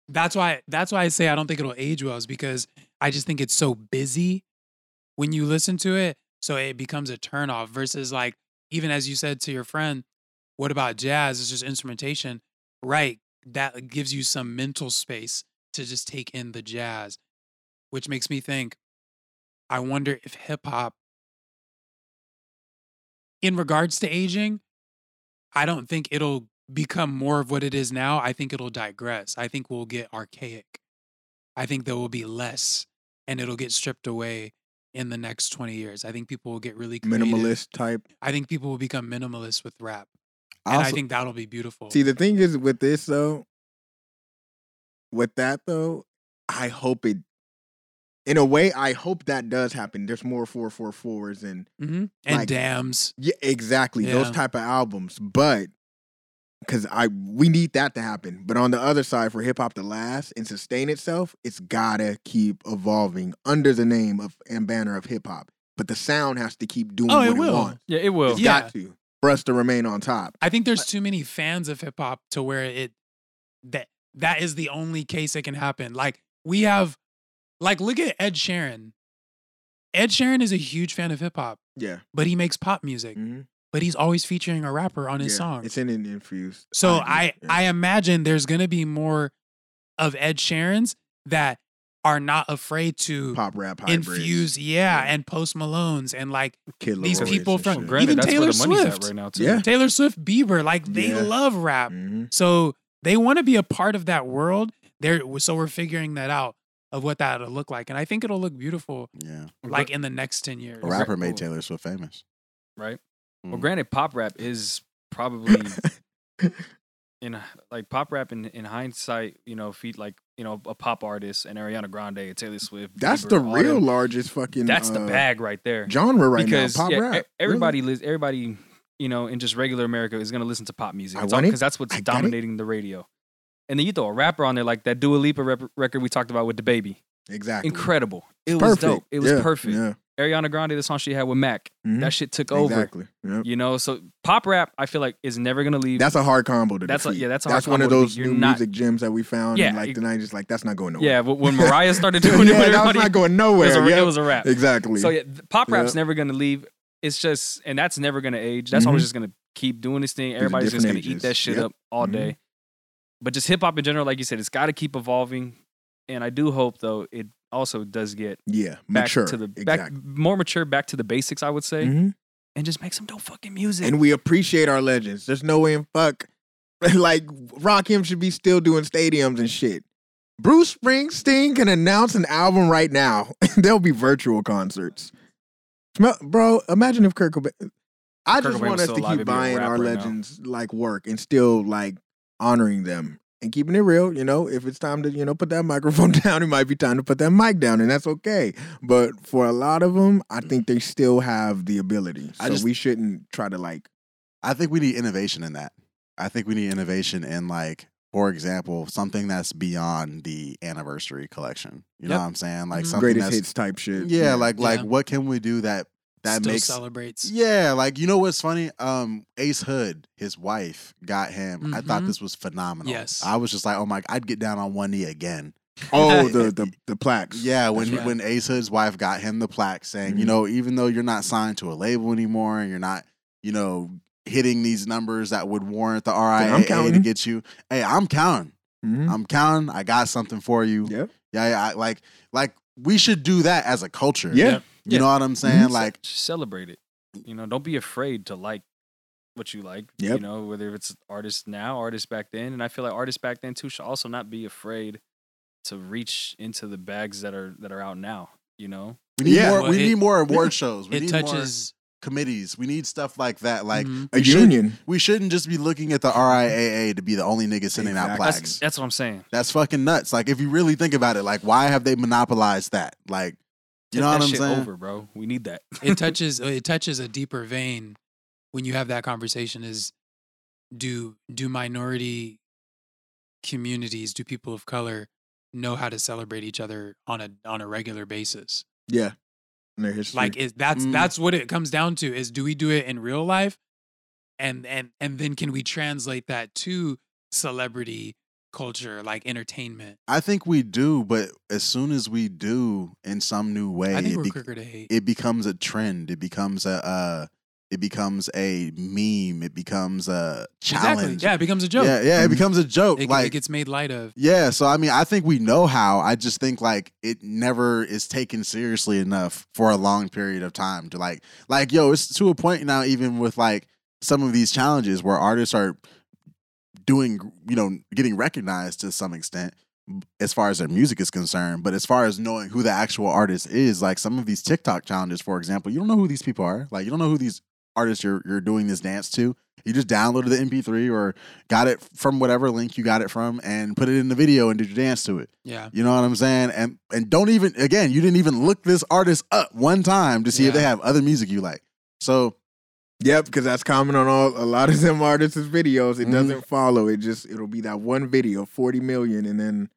S3: that's why that's why I say I don't think it'll age well is because I just think it's so busy when you listen to it, so it becomes a turnoff. Versus like even as you said to your friend, what about jazz? It's just instrumentation, right? That gives you some mental space to just take in the jazz, which makes me think. I wonder if hip hop, in regards to aging, I don't think it'll become more of what it is now. I think it'll digress. I think we'll get archaic. I think there will be less and it'll get stripped away in the next 20 years. I think people will get really creative.
S1: minimalist type.
S3: I think people will become minimalist with rap.
S2: I
S3: And I
S2: also-
S3: think that'll be beautiful.
S1: See, the thing is with this though, with that though, I hope it. In a way, I hope that does happen. There's more four four fours and
S3: hmm And
S1: like-
S3: dams.
S1: Yeah, exactly. Those
S3: Yeah.
S1: type of albums, but because I we need that to happen. But on the other side, for hip hop to last and sustain itself, it's gotta keep evolving under the name of and banner of hip hop. But the sound has to keep doing
S3: Oh,
S1: what
S3: it
S1: it,
S3: will.
S1: wants.
S4: Yeah, it will.
S1: It's
S3: Yeah.
S1: got to for us to remain on top.
S3: I think there's too many fans of hip hop to where it that that is the only case it can happen. Like we have like look at Ed Sheeran. Ed Sheeran is a huge fan of hip hop,
S1: Yeah,
S3: but he makes pop music,
S1: mm-hmm.
S3: but he's always featuring a rapper on his songs.
S1: It's in an infused.
S3: So
S1: agree.
S3: I
S1: Yeah.
S3: I imagine there's gonna be more of Ed Sheeran's that are not afraid to
S1: pop rap hybrids,
S3: infuse, yeah,
S1: Yeah.
S3: and Post Malones and like
S1: Kid
S3: these
S1: Leroy's
S3: people
S1: and
S3: from-
S1: shit.
S4: Granted,
S3: Even
S4: that's
S3: Taylor
S4: where the money's
S3: Swift.
S4: at right now too.
S1: Yeah.
S3: Taylor Swift, Bieber, like they
S1: Yeah.
S3: love rap.
S1: Mhm.
S3: So they want to be a part of that world. There, so we're figuring that out of what that'll look like, and I think it'll look beautiful,
S2: yeah.
S3: like in the next ten years.
S2: A rapper made
S4: Cool.
S2: Taylor Swift famous.
S4: right? Well,
S2: Mm.
S4: granted, pop rap is probably in like pop rap in, in hindsight, you know, feed like you know a pop artist and Ariana Grande, Taylor Swift.
S1: That's
S4: Bieber,
S1: the
S4: all
S1: real
S4: them-
S1: largest fucking.
S4: that's the
S1: uh,
S4: bag right there.
S1: genre right
S4: because
S1: now. Pop
S4: yeah, e-
S1: rap. really.
S4: everybody lives. Everybody, you know, in just regular America is gonna listen to pop music
S1: I
S4: because
S1: want it.
S4: that's what's
S1: I got it.
S4: dominating the radio. And then you throw a rapper on there like that Dua Lipa rep- record we talked about with the baby.
S1: exactly.
S4: Incredible. It was
S1: perfect.
S4: dope. It was
S1: Yeah,
S4: perfect.
S1: Yeah.
S4: Ariana Grande, the song she had with Mac,
S1: Mhm.
S4: that shit took over.
S1: Exactly. Yep.
S4: You know, so pop rap, I feel like is never gonna leave.
S1: That's a hard combo to
S4: That's a-
S1: defeat.
S4: yeah, that's a hard
S1: that's one of
S4: combo to
S1: those
S4: beat. You're
S1: new
S4: not-
S1: music gems that we found
S4: Yeah,
S1: in like
S4: it-
S1: the nineties. Like that's not going nowhere.
S4: yeah. But when Mariah started
S1: yeah,
S4: doing it, with
S1: that was
S4: everybody,
S1: not going
S4: it
S1: nowhere.
S4: was, a,
S1: yeah.
S4: it was a rap.
S1: exactly.
S4: So yeah, th- pop rap's
S1: Yep.
S4: never gonna leave. It's just, and that's never gonna age. That's always just gonna keep doing this thing.
S1: are
S4: Everybody's just gonna
S1: Mm-hmm. different
S4: eat that
S1: ages.
S4: shit
S1: Yep.
S4: up all
S1: Mhm.
S4: day. But just hip hop in general, like you said, it's got to keep evolving. And I do hope though it also does get
S1: yeah,
S4: back
S1: mature.
S4: to the back,
S1: exactly.
S4: more mature, back to the basics. I would say,
S1: Mhm.
S4: and just make some dope fucking music.
S1: And we appreciate our legends. There's no way in fuck like Rakim should be still doing stadiums and shit. Bruce Springsteen can announce an album right now. There'll be virtual concerts. Smell- Bro, imagine if Kirk Cobain. I
S4: Kurt
S1: just
S4: Cobain
S1: want
S4: was
S1: us
S4: still
S1: to
S4: alive,
S1: keep
S4: it'd be a
S1: buying
S4: rap
S1: our
S4: right now.
S1: legends like work and still like honoring them and keeping it real. You know, if it's time to you know put that microphone down, it might be time to put that mic down, and that's okay. But for a lot of them, I think they still have the ability. So
S2: I just-
S1: we shouldn't try to like
S2: I think we need innovation in that. I think we need innovation in like, for example, something that's beyond the anniversary collection. You know
S4: Yep.
S2: what I'm saying? Like
S3: Mhm.
S2: something
S1: Mm-hmm. greatest
S2: that's
S1: hits type shit.
S2: Yeah, like like
S3: Yeah.
S2: what can we do that that
S3: Still
S2: makes
S3: celebrates.
S2: Yeah, like you know what's funny? Um Ace Hood, his wife, got him. I thought
S3: Mhm.
S2: this was phenomenal.
S3: Yes.
S2: I was just like, oh my I'd get down on one knee again.
S1: oh the the the plaques.
S2: Yeah, when
S3: That's right. Mm-hmm.
S2: when Ace Hood's wife got him the plaque saying, you
S1: Mhm.
S2: know, even though you're not signed to a label anymore and you're not, you know, hitting these numbers that would warrant the RIAA to
S1: counting.
S2: get you, hey, I'm counting.
S1: Mhm.
S2: I'm counting. I got something for you.
S1: Yep.
S2: Um, Yeah, yeah. I, like, like we should do that as a culture.
S1: Yeah.
S4: Yeah.
S2: you know what I'm saying.
S3: Mm-hmm.
S1: Mhm.
S2: Like,
S4: Just celebrate it. You know, don't be afraid to like what you like. You
S1: Yep.
S4: know, whether it's artists now, artists back then, and I feel like artists back then too should also not be afraid to reach into the bags that are that are out now. You know,
S2: we need
S1: Yeah.
S2: more.
S3: Well,
S2: we
S3: it-
S2: need more award shows. We
S3: it
S2: need more
S3: touches
S2: committees. We need stuff like that. Like
S3: Mhm.
S1: A
S2: we should-
S1: union.
S2: We shouldn't just be looking at the RIAA to be the only nigga sending out
S1: Exactly.
S2: plaques.
S4: that's
S2: That's,
S4: that's what I'm saying.
S2: fucking nuts. Like, if you really think about it, like, why have they monopolized that? Like, you
S4: Take
S2: know
S4: that
S2: what I'm
S4: shit
S2: saying?
S4: Over, bro. We need that.
S3: it touches it touches a deeper vein when you have that conversation is do do minority communities do people of color know how to celebrate each other on a on a regular basis
S1: Yeah. In their history.
S3: like is that's
S2: Mm.
S3: that's what it comes down to is do we do it in real life and and and then can we translate that to celebrity culture like entertainment
S2: I think we do, but as soon as we do in some new way,
S3: i think
S2: it,
S3: we're
S2: be-
S3: quicker to hate
S2: it becomes a trend. It becomes a, uh, it becomes a meme. It becomes a challenge.
S3: exactly yeah it becomes a joke Mm-hmm.
S2: yeah, yeah, It
S1: Mhm.
S2: becomes a joke.
S3: it,
S2: like,
S3: it gets made light of
S2: Yeah, so I mean, I think we know how. I just think like it never is taken seriously enough for a long period of time to like, like, yo, it's to a point now, even with like some of these challenges where artists are doing, you know, getting recognized to some extent as far as their music is concerned. But as far as knowing who the actual artist is, like some of these TikTok challenges, for example, you don't know who these people are. Like, you don't know who these artists you're, you're doing this dance to. You just downloaded the MP3 or got it from whatever link you got it from and put it in the video and did your dance to it.
S3: yeah
S2: You know what I'm saying? And and don't even again, you didn't even look this artist up one time to see if
S3: Yeah.
S2: they have other music you like. So
S1: Yep, because that's common on all a lot of them artists' videos. It
S2: Mhm.
S1: doesn't follow. It just it'll be that one video, forty million, and then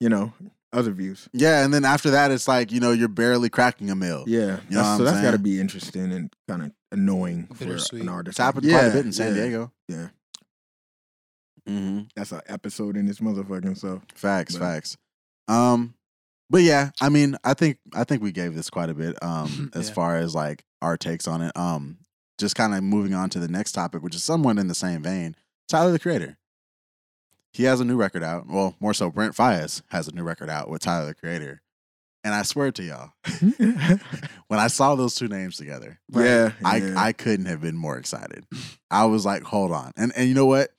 S1: you know other views.
S2: yeah, and then after that it's like, you know, you're barely cracking a mill.
S1: Yeah,
S2: You know what
S1: that's,
S2: I'm
S1: so that's
S2: saying?
S1: got to be interesting and kind of annoying for
S3: Bittersweet.
S1: an artist.
S2: It's happened
S1: Yeah,
S2: quite a bit in San
S1: yeah.
S2: Diego.
S1: yeah.
S2: Mm-hmm.
S1: That's an episode in this motherfucking. So
S2: Facts,
S1: But-
S2: facts. Um, but yeah, I mean, I think I think we gave this quite a bit. Um, as
S3: Yeah.
S2: far as like our takes on it. Um, just kind of moving on to the next topic, which is somewhat in the same vein. Tyler the Creator. He has a new record out. Well, more so, Brent Fias has a new record out with Tyler the Creator. And I swear to y'all, when I saw those two names together,
S1: yeah,
S2: I,
S1: yeah.
S2: I couldn't have been more excited. I was like, hold on. And and you know what?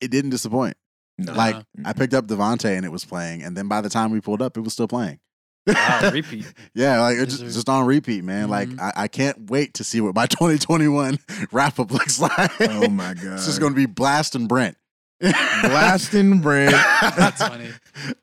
S2: It didn't disappoint.
S1: No.
S2: Like
S3: Uh-huh.
S2: I picked up Devontae and it was playing, and then by the time we pulled up, it was still playing.
S4: Wow, repeat.
S2: Yeah, like it's just,
S3: Is there-
S2: just on repeat, man.
S3: Mhm.
S2: Like I, I can't wait to see what my 2021 wrap up looks like.
S1: oh my god,
S2: it's just gonna be blast and Brent. blast.
S1: blasting brand.
S3: that's funny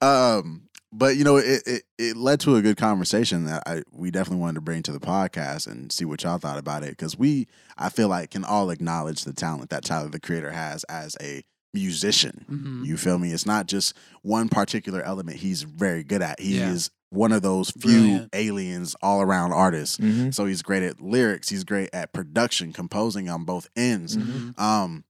S2: Um, but you know, it, it it led to a good conversation that I we definitely wanted to bring to the podcast and see what y'all thought about it because we I feel like can all acknowledge the talent that Tyler the Creator has as a musician.
S3: Mhm.
S2: You feel me? It's not just one particular element he's very good at. He
S3: Yeah.
S2: is one of those few
S3: Brilliant. Mm-hmm.
S2: aliens all around artists.
S1: Mhm.
S2: So he's great at lyrics, he's great at production, composing on both ends.
S3: Mhm.
S2: Um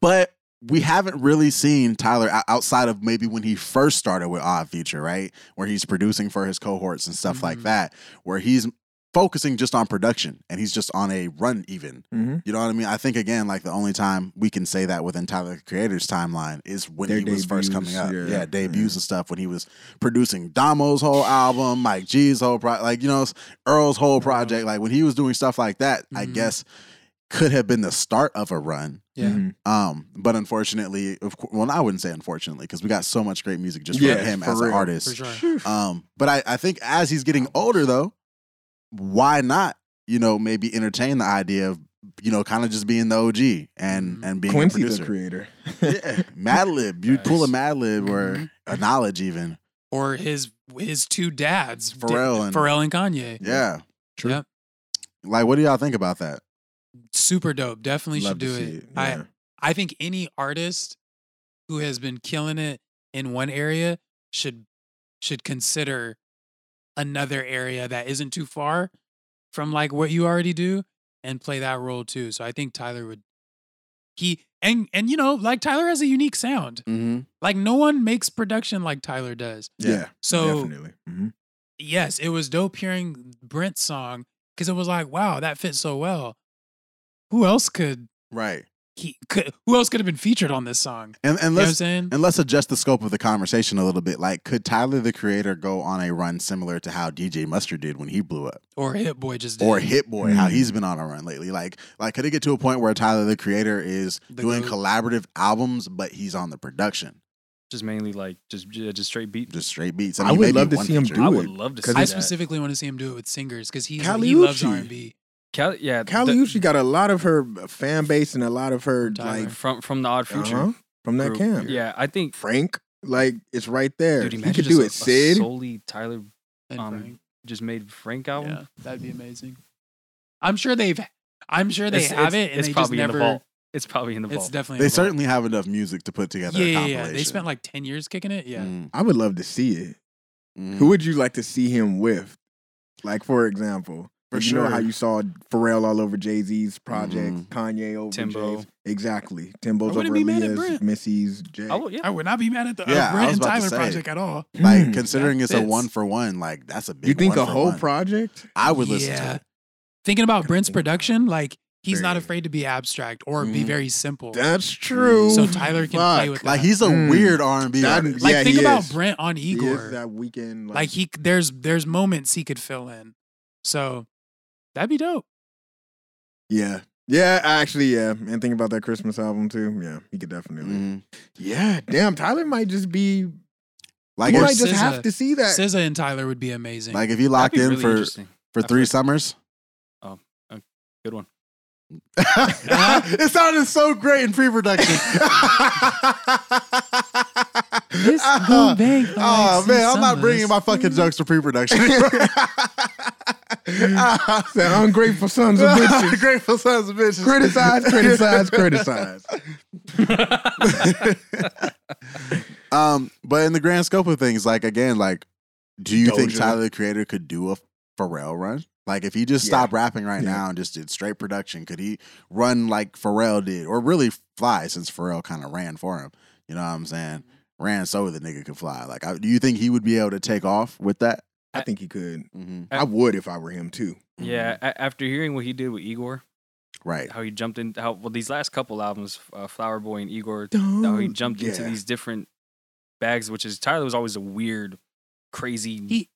S2: but we haven't really seen Tyler o- outside of maybe when he first started with Odd Future, right? Where he's producing for his cohorts and stuff like
S3: Mhm.
S2: that, where he's focusing just on production and he's just on a run even.
S1: Mhm.
S2: You know what I mean? I think again, like the only time we can say that within Tyler the Creator's timeline is when
S1: Their
S2: he was first coming up.
S1: debuts,
S2: Yeah,
S1: yeah.
S2: debuts and stuff when he was producing Damo's whole album, Mike G's whole project, like you know Earl's
S1: Uh-huh.
S2: whole project. Like when he was doing stuff like that, I
S1: Mm-hmm.
S3: Mhm.
S2: guess could have been the start of a run.
S3: yeah
S1: Mhm.
S2: Um, but unfortunately, of course, well, I wouldn't say unfortunately because we got so much great music just
S1: Yeah,
S2: from him
S1: for
S2: as an
S1: real,
S2: artist.
S3: for sure
S1: Uh,
S2: Um, but I, I think as he's getting older, though, why not, you know, maybe entertain the idea of, you know, kind of just being the OG and
S3: Mhm.
S2: and being
S1: Mm-hmm. Quincy
S2: a
S1: the
S2: producer.
S1: creator.
S2: yeah, Madlib, you pull a Madlib or
S1: Mm-hmm.
S3: Mhm.
S2: a knowledge even.
S3: or his his two dads, Di-
S2: Pharrell and-
S3: Pharrell and Kanye.
S2: Yeah,
S1: True.
S3: Yep.
S2: like what do y'all think about that?
S3: Super dope. Definitely
S1: Love
S3: should
S1: to
S3: do
S1: see
S3: it.
S1: it,
S3: I
S1: yeah.
S3: I think any artist who has been killing it in one area should should consider another area that isn't too far from like what you already do and play that role too. So I think Tyler would he and and you know like Tyler has a unique sound.
S2: Mm-hmm.
S3: Like no one makes production like Tyler does.
S2: Yeah,
S1: Yeah,
S3: So
S1: definitely. Mhm.
S3: yes, it was dope hearing Brent's song because it was like, wow, that fits so well. Who else could
S2: Right.
S3: he could, who else could have been featured on this song?
S2: And, and
S3: You know what I'm
S2: let's
S3: saying?
S2: and let's adjust the scope of the conversation a little bit. Like, could Tyler the Creator go on a run similar to how DJ Mustard did when he blew up,
S3: Or Hit Boy just did.
S2: or Hit Boy, how
S1: Mm.
S2: he's been on a run lately? Like, like could it get to a point where Tyler the Creator is
S3: The
S2: doing
S3: goat.
S2: collaborative albums, but he's on the production,
S4: Just mainly like just yeah, just straight beat.
S2: just straight beats?
S1: I
S2: mean,
S1: would
S2: maybe
S1: love to
S2: one
S1: see him
S2: feature.
S1: do
S4: I
S1: it,
S4: would love to see
S1: because
S3: I
S4: that.
S3: specifically want to see him do it with singers because he's
S1: Kali
S3: he loves
S1: Uchis.
S3: R and B.
S4: Cal- yeah, the-
S1: Kaliushi got a lot of her fan base and a lot of her
S3: Tyler.
S1: like
S4: from from the Odd Future
S1: uh-huh, from that
S4: group.
S1: camp.
S4: Yeah, I think.
S1: Frank, like it's right there.
S4: Dude,
S1: he
S4: imagine
S1: could
S4: just
S1: do
S4: a,
S1: it. Sid,
S4: A solely Tyler
S3: And
S4: Um,
S3: Frank.
S4: just made Frank album.
S3: Yeah, that'd be amazing. I'm sure they've. I'm sure they
S4: It's- it's-
S3: have it, and
S4: it's
S3: they just
S4: probably
S3: never.
S4: in the vault. It's probably in the
S3: It's
S4: vault.
S3: definitely.
S2: They
S3: in the vault.
S2: certainly have enough music to put together
S3: Yeah,
S2: a
S3: yeah,
S2: compilation.
S3: yeah. They spent like ten years kicking it. Yeah.
S2: Mm,
S1: I would love to see
S2: mm.
S1: it. Who
S3: Mm-hmm.
S1: would you like to see him with? Like for example,
S2: For
S1: you know how
S2: sure.
S1: you saw Pharrell all over Jay Z's projects,
S2: Mhm.
S1: Kanye over
S4: Timbo.
S1: Jay's. Exactly, Timbo's
S3: Mm-hmm. I wouldn't
S1: over
S3: be mad at
S1: Aaliyah's,
S3: Brent.
S1: Missy's, Jay.
S4: I would- Oh, yeah.
S3: I would not be mad at the
S2: Yeah,
S3: uh,
S2: I
S3: Brent
S2: was
S3: and
S2: about to
S3: Tyler
S2: say.
S3: project at all.
S2: Like
S1: Hmm.
S2: considering it's a
S3: fits.
S2: one for one, like that's a big.
S1: you think
S2: one
S1: a
S2: for
S1: whole
S2: one.
S1: project?
S2: I would listen to it.
S3: Thinking about Brent's
S1: think about it.
S3: production, like he's not
S1: Very-
S3: afraid to be abstract or be
S2: Mm.
S1: Mhm.
S3: very simple.
S1: That's true.
S3: So Tyler can play
S1: Fuck.
S3: with
S2: Like
S3: that.
S2: he's a
S1: Mm.
S2: weird R and B
S1: That-
S2: artist.
S3: like
S1: yeah,
S3: think
S1: he
S3: about
S1: is.
S3: Brent on
S1: He is
S3: Igor.
S1: that weekend.
S3: like he there's there's moments he could fill in. So that'd be dope.
S1: yeah, yeah. Actually, yeah. And think about that Christmas album too. Yeah, he could definitely.
S3: Mm.
S2: Mhm.
S1: Yeah, damn. Tyler might just be.
S2: Like
S1: you
S2: if,
S1: might just
S3: SZA-
S1: have to see that.
S3: SZA and Tyler would be amazing.
S2: like if you locked in for for
S4: I've
S2: three
S4: heard- Oh,
S2: summers.
S4: good one.
S2: it sounded so great in pre production.
S3: This boom bang for
S2: Oh man,
S3: like six
S2: I'm not bringing
S3: summers.
S2: my fucking jokes to pre production.
S1: Said, ungrateful sons of bitches.
S2: Grateful sons of bitches.
S1: criticize, criticize, criticize.
S2: Um, but in the grand scope of things, like again, like, do you think
S1: Doja.
S2: Tyler the Creator could do a Pharrell run? Like, if he just
S1: Yeah.
S2: stopped rapping right
S1: Yeah.
S2: now and just did straight production, could he run like Pharrell did, or really fly? Since Pharrell kind of ran for him, you know what I'm saying? Ran so the nigga could fly. Like, I, do you think he would be able to take off with that?
S1: I think he could.
S2: Mm-hmm.
S1: I would if I were him too.
S4: Yeah, a- after hearing what he did with Igor,
S2: right.
S4: how he jumped in, how well these last couple albums, uh, Flower Boy and Igor, how
S1: No,
S4: he jumped into
S1: yeah.
S4: these different bags, which is Tyler was always a weird, crazy,
S3: He-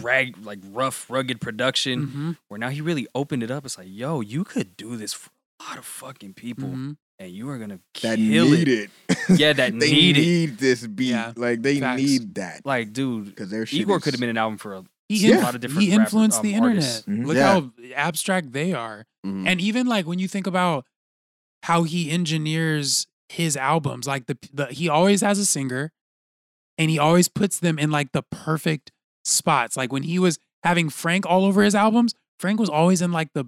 S4: rag like rough, rugged production.
S3: Mhm,
S2: mm-hmm.
S4: Where now he really opened it up. It's like, yo, you could do this for a lot of fucking people,
S3: mhm.
S4: and you are gonna kill
S1: that
S4: it.
S1: need it.
S4: Yeah, that
S1: they
S4: need it.
S1: this beat.
S3: Yeah.
S1: Like they
S3: Facts.
S1: need that
S4: Like, dude,
S1: because their shit
S4: Igor
S1: is-
S4: could have been an album for a
S3: He,
S1: Yeah.
S3: inf-
S4: A lot of different
S3: he
S4: rapper-
S3: influenced the
S4: um,
S3: internet.
S4: artists.
S1: Mhm.
S3: Look
S2: Mm-hmm. Yeah.
S3: how abstract they are.
S2: Mhm.
S3: And even like when you think about how he engineers his albums, like the, the he always has a singer and he always puts them in like the perfect spots. Like when he was having Frank all over his albums, Frank was always in like the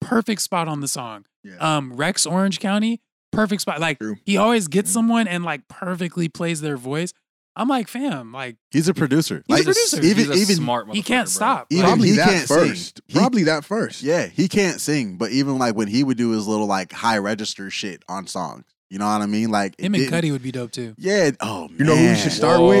S3: perfect spot on the song.
S1: Yeah.
S3: Um Rex Orange County, perfect spot. Like
S1: True.
S3: he always gets
S2: Mm-hmm.
S1: Mhm.
S3: someone and like perfectly plays their voice. I'm like, fam, like
S2: He's a producer.
S3: He's
S2: Like,
S3: a producer.
S4: He's
S2: Even
S4: a
S2: even
S4: smart.
S3: he
S4: motherfucker,
S3: can't
S4: bro.
S3: stop.
S2: Even-
S3: Like,
S1: probably
S2: he
S1: that
S2: can't sing.
S1: first.
S2: He-
S1: probably that first.
S2: Yeah, he can't sing, but even like when he would do his little like high register shit on songs, you know what I mean? Like it
S3: him and
S2: didn't-
S3: Cuddy would be dope too.
S2: Yeah. Oh,
S1: You know who you
S2: man.
S1: should start
S4: Whoa. Oh,
S1: with?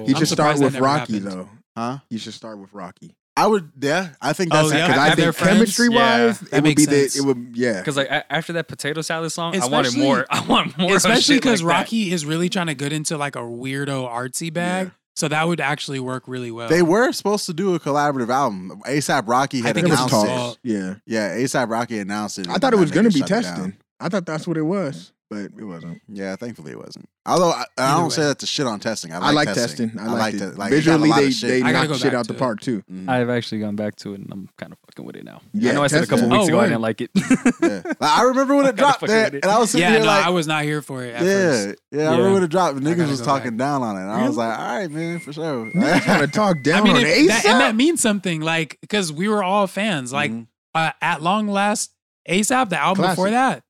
S2: Yeah.
S1: He
S3: I'm
S1: should start
S3: surprised that
S1: with
S3: never
S1: Rocky
S3: happened.
S1: though.
S2: Huh?
S1: You should start with Rocky.
S2: I would. Yeah, I think that's
S3: Oh, yeah,
S2: because
S4: I-
S2: I
S4: I
S2: think
S4: prefer- Friends?
S1: Chemistry wise,
S3: That
S1: it would
S3: makes
S1: be the
S3: sense.
S1: it would yeah.
S4: Because like a- after that potato salad song, I wanted
S3: Especially-
S4: more. I want more.
S3: especially
S4: because
S3: because Rocky is really trying to get into like a weirdo artsy bag.
S1: Yeah.
S3: So that would actually work really well.
S2: they were supposed to do a collaborative album. ASAP Rocky
S3: I
S2: had
S3: think
S1: it was
S2: announced
S3: Tall.
S2: it.
S1: tossed. Yeah,
S2: Yeah, ASAP Rocky announced it.
S1: I
S2: and
S1: thought it
S2: then
S1: was
S2: that
S1: gonna
S2: nigga
S1: be
S2: shut it down.
S1: testing. I thought that's what it was, but it wasn't.
S2: Yeah, thankfully it wasn't. Although I, I
S3: Either
S2: don't say
S3: way.
S2: that to shit on testing. I
S1: I
S2: like,
S1: like testing. I like
S2: to-
S1: it.
S2: like, it got a
S1: Visually,
S2: lot of
S1: they
S2: shit.
S1: they
S3: I gotta
S1: knocked
S3: go
S1: shit
S3: back
S1: out the
S3: to it.
S1: park too.
S2: Mhm.
S4: I've actually gone back to it, and I'm kind of fucking with it now.
S1: Yeah,
S4: I know I said a couple
S1: testing.
S4: weeks
S3: Oh,
S4: ago,
S3: word.
S4: I didn't like it.
S2: Yeah. Like, I remember when
S4: I
S2: it
S4: kinda
S2: dropped
S4: fucking
S2: that,
S4: with it.
S2: and I was sitting
S3: yeah,
S2: there
S3: no,
S2: like,
S3: I was not here for it. At
S2: yeah,
S3: first.
S2: yeah, I
S4: Yeah.
S2: remember when it dropped.
S3: gotta
S2: Niggas was
S3: go
S2: talking
S3: back.
S2: down on it. And I was
S1: Really?
S2: like, all right, man, for sure.
S1: Niggas trying to talk down
S3: I mean,
S1: on
S3: it, that, and that
S1: ASAP.
S3: means something, like because we were all fans. Like
S2: Mhm.
S3: uh, at long last, ASAP, the album before
S1: Classic.
S3: that,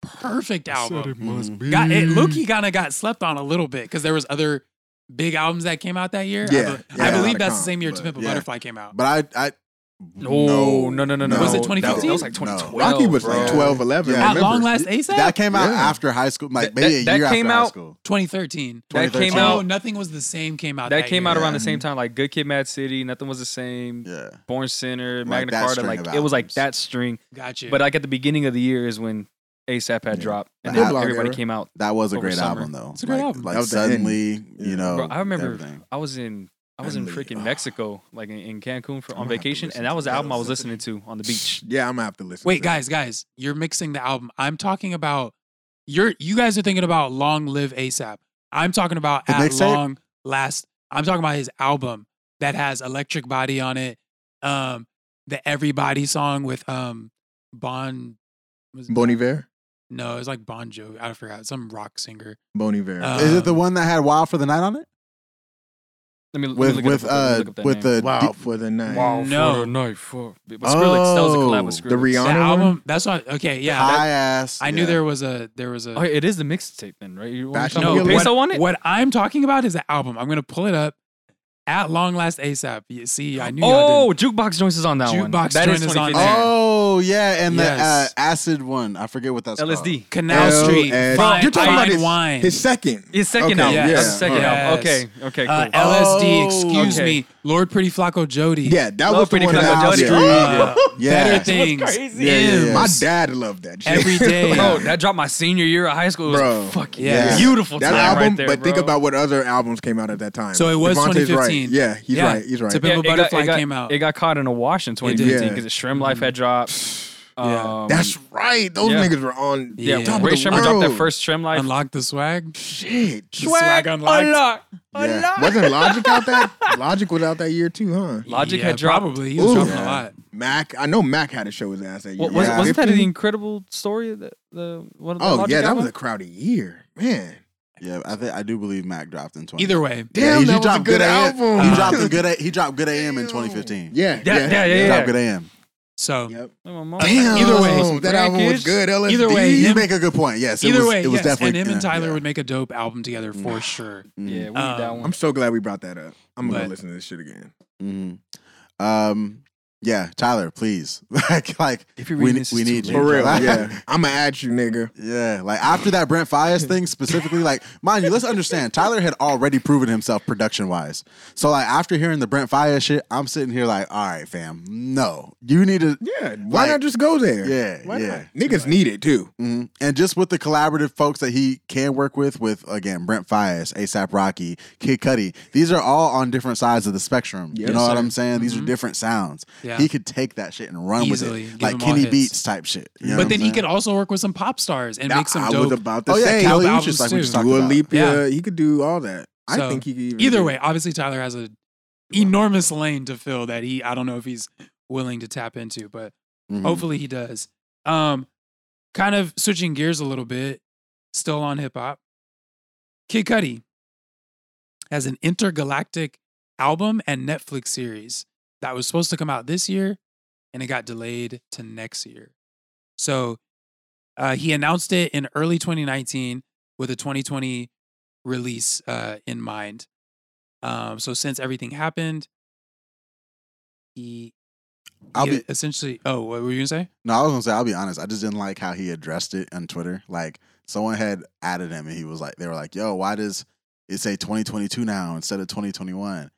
S3: perfect album.
S2: must
S3: Got it. Loki kind of got slept on a little bit because there was other big albums that came out that year. I,
S1: Yeah,
S3: be-
S1: yeah.
S3: I
S2: Yeah.
S3: believe
S1: Not a
S3: that's the
S1: comp,
S3: same year
S1: but-
S3: To Pimp a
S2: yeah.
S3: Butterfly came out.
S2: But I, I
S4: No, no, no, no, no.
S3: Was it
S4: That-
S3: 2015?
S4: That was like
S2: No.
S4: 2012.
S1: Rocky was
S4: bro.
S1: like 12, 11.
S2: Yeah.
S1: I
S3: at
S1: remember.
S3: long last, ASAP,
S2: that came out
S1: Yeah.
S2: after high school, like
S4: That-
S2: maybe
S4: that-
S2: a year
S4: that came
S2: after high
S4: out-
S2: school.
S3: 2013.
S4: That came
S2: 2013.
S3: Oh,
S4: out.
S3: nothing was the same. Came out. That,
S4: That came
S3: year.
S4: out around
S1: Yeah.
S4: the same time, like Good Kid, Mad City. Nothing was the same.
S2: Yeah,
S4: Born Center,
S2: Like
S4: Magna
S2: that
S4: Carta.
S2: string
S4: Like
S2: of
S4: it was like
S2: albums.
S4: that string.
S3: Gotcha.
S4: But like at the beginning of the year is when ASAP had
S2: Yeah.
S4: dropped, and
S2: The
S4: then
S1: Blog
S4: everybody
S1: era.
S4: came out.
S2: That was a
S4: Over
S2: great
S4: summer.
S2: album though.
S3: It's a great
S2: like,
S3: album.
S2: Like
S1: That was the
S2: suddenly,
S1: end.
S2: you
S1: Yeah.
S2: know.
S4: Bro, I remember
S2: everything.
S4: I was in I was in
S2: Family.
S4: freaking
S2: Ah.
S4: Mexico, like in, in Cancun for on
S2: I'm gonna have to
S4: vacation,
S2: listen
S4: and that
S2: to
S4: was the
S2: that.
S4: album I was listening to on the beach.
S1: Yeah, I'm gonna have to listen.
S3: Wait,
S1: to that.
S3: guys, guys, you're mixing the album. I'm talking about you're you guys are thinking about Long Live ASAP. I'm talking about
S2: The
S3: At
S2: mixtape?
S3: Long Last. I'm talking about his album that has Electric Body on it. Um, the Everybody song with um Bon was it-
S1: Bon Iver,
S3: No, it's like Bon Jovi. I forgot some rock singer.
S1: Bon Iver.
S3: Uh,
S2: Is it the one that had "Wild for the Night" on it?
S4: Let me, let me
S2: With
S4: look it
S2: with
S4: up, let me
S2: uh
S4: look up that
S2: with
S4: name.
S2: the
S1: wow
S2: D-
S1: for the night.
S3: Wow. No.
S4: for the knife for with Skrillex. That was a collab with
S2: Oh,
S4: Skrillex.
S1: the Rihanna
S3: The
S1: one?
S3: album. That's not okay. Yeah, that-
S2: high ass.
S3: I knew
S2: yeah.
S3: there was a there was a.
S4: Oh, it is the mixtape then, right? You want
S1: Bash
S4: to
S1: on the
S4: no,
S1: Hill.
S4: peso on it?
S3: What I'm talking about is the album. I'm gonna pull it up. At long last, ASAP. You see, I knew. y'all
S4: Oh,
S3: didn't.
S4: jukebox joints is on that one.
S3: Jukebox
S4: That
S3: joint is on
S4: 2015.
S3: there.
S2: Oh yeah, and
S3: Yes.
S2: the uh, acid one. I forget what that's
S4: LSD.
S3: Canal
S1: Oh,
S3: Street.
S1: and-
S3: fine,
S1: You're talking about
S3: Fine
S1: his-
S3: wine.
S1: His second.
S4: His second
S1: Okay,
S4: album.
S3: yeah.
S4: Yeah,
S3: Yes.
S4: His second
S3: Yes.
S4: album. Okay, okay, cool.
S3: uh, LSD.
S2: Oh,
S3: Excuse
S4: okay.
S3: me, Lord Pretty Flaco Jody.
S1: Yeah, that
S4: Love
S1: was the
S4: Pretty
S1: one.
S4: Fly
S1: that
S4: by
S1: I was
S4: Jody.
S1: screaming.
S3: Uh,
S2: called. Oh, Yeah.
S3: Better things.
S4: crazy.
S2: Yeah, yeah, yeah.
S1: My
S2: Yes.
S1: dad loved that shit.
S2: Oh,
S3: Every day.
S4: Bro, that dropped my senior year of high school. It was
S1: Bro,
S4: fucking
S1: yeah.
S4: beautiful
S1: that
S4: time
S1: album,
S4: right there,
S1: but think
S4: bro.
S1: about what other albums came out at that time.
S3: So it was
S1: Devontae's Right.
S3: 2015.
S1: Yeah, he's
S3: Yeah.
S1: right. He's right.
S3: To be- Pimp a
S4: it got-
S3: Butterfly
S4: it got-
S3: came out.
S4: It got caught in a wash in
S3: did.
S4: 2015
S1: Yeah.
S4: because the Shrimp Life had dropped.
S3: Yeah.
S4: Um,
S1: That's right. Those
S4: Yeah.
S1: niggas were on
S4: yeah.
S3: Yeah.
S1: top of
S4: Ray
S1: the
S4: Shrimp dropped that
S1: world.
S4: first Shrimp Life.
S3: Unlock the swag.
S1: shit.
S3: Swag unlocked.
S1: Yeah. Wasn't Logic out that? Logic was out that year too, huh?
S4: Logic
S3: Yeah,
S4: had dropped.
S3: Probably he was
S1: Ooh.
S3: dropping a
S2: Yeah.
S3: lot.
S1: Mac, I know Mac had to show his ass that year.
S4: What, was,
S2: Yeah.
S4: Wasn't that the
S1: 15?
S4: incredible story? That the one of the
S1: Oh
S4: Logic
S1: yeah, that
S4: album?
S1: was a crowded year, man.
S2: Yeah, I think I do believe Mac dropped in twenty.
S3: Either way,
S1: Damn,
S2: he
S1: that was a
S2: dropped
S1: good
S2: AM.
S1: album.
S2: He dropped a good. A- he dropped good AM in
S1: Damn.
S2: 2015.
S1: Yeah,
S4: Yeah, yeah, yeah,
S2: He
S4: yeah.
S2: dropped good AM.
S3: so
S1: Yep.
S4: Damn.
S1: Damn,
S3: Either way,
S2: Oh,
S1: that album was
S4: Grandkids.
S1: good. LSD.
S3: Either way,
S2: You
S3: him-
S2: make a good point. Yes.
S3: either
S2: it was,
S3: way,
S2: it was
S3: yes, and
S2: definitely
S3: him and
S2: yeah,
S3: Tyler
S2: yeah.
S3: would make a dope album together for sure.
S4: Yeah, we need
S2: Mhm,
S4: that
S3: Um,
S4: one.
S1: I'm so glad we brought that up. I'm gonna
S3: But-
S1: go listen to this shit again.
S2: mhm. Um. Yeah, Tyler, please. like, like
S4: If you're
S2: we
S4: reading
S2: ne-
S4: this,
S2: we
S4: it's
S2: need
S4: too
S2: you.
S4: late.
S1: For real,
S2: Right.
S1: yeah. I'ma add you, nigga.
S2: Yeah, like after that Brent Fias thing specifically, like mind you, let's understand Tyler had already proven himself production wise. So like after hearing the Brent Fias shit, I'm sitting here like, all right, fam, no, you need to,
S1: Yeah, why
S2: Like-
S1: not just go there?
S2: yeah,
S1: why
S2: yeah,
S1: not? Niggas need it too.
S2: Mhm. and just with the collaborative folks that he can work with, with again Brent Fias, ASAP Rocky, Kid Cudi, these are all on different sides of the spectrum.
S1: Yes,
S2: you know what
S1: sir.
S2: I'm saying? These are
S3: Mhm.
S2: different sounds.
S3: Yeah.
S2: He could take that shit and run
S3: Easily.
S2: with
S3: Give
S2: it, like
S3: him all
S2: Kenny
S3: hits.
S2: Beats type shit. You know what
S3: but
S2: I'm
S3: then he
S2: saying?
S3: could also work with some pop stars and
S1: Now,
S3: make some
S1: I was
S3: dope.
S1: about to
S2: Oh yeah,
S1: say,
S3: Cal-
S2: Kelly, you
S3: albums
S2: just like we
S3: too.
S2: just talked
S1: Dua
S2: about.
S1: Lipa,
S3: Yeah.
S1: he could do all that. I
S3: So,
S1: think he could even
S3: Either
S1: do-
S3: way, obviously Tyler has a enormous lane to fill that he I don't know if he's willing to tap into, but
S2: Mhm.
S3: Hopefully he does. Um, kind of switching gears a little bit, still on hip hop. Kid Cudi has an intergalactic album and Netflix series that was supposed to come out this year, and it got delayed to next year. So uh, he announced it in early 2019 with a 2020 release uh, in mind. Um, so since everything happened, he,
S2: I'll
S3: he
S2: be
S3: essentially. Oh, what were you gonna say?
S2: No, I was gonna say I'll be honest. I just didn't like how he addressed it on Twitter. Like someone had added him, and he was like, "They were like, yo, why does it say 2022 now instead of 2021?"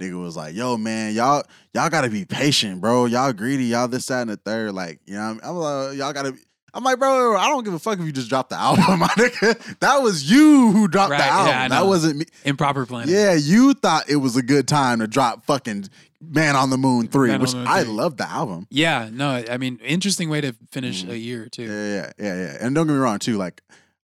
S2: Nigga was like, "Yo, man, y'all y'all gotta be patient, bro. Y'all greedy, y'all this that and the third. Like, you know, what I mean? I'm like, "Oh, y'all gotta." Be, I'm like, bro, I don't give a fuck if you just dropped the album, my nigga. That was you who dropped
S3: Right,
S2: the
S3: yeah,
S2: album.
S3: I
S2: that
S3: know.
S2: wasn't me.
S3: Improper planning.
S2: Yeah, you thought it was a good time to drop fucking Man on the Moon 3,
S3: Man on
S2: which
S3: the Moon
S2: I
S3: 3.
S2: love the album.
S3: Yeah. No, I mean, interesting way to finish a year too.
S2: Mm-hmm. Yeah, yeah, yeah, yeah. And don't get me wrong, too. Like,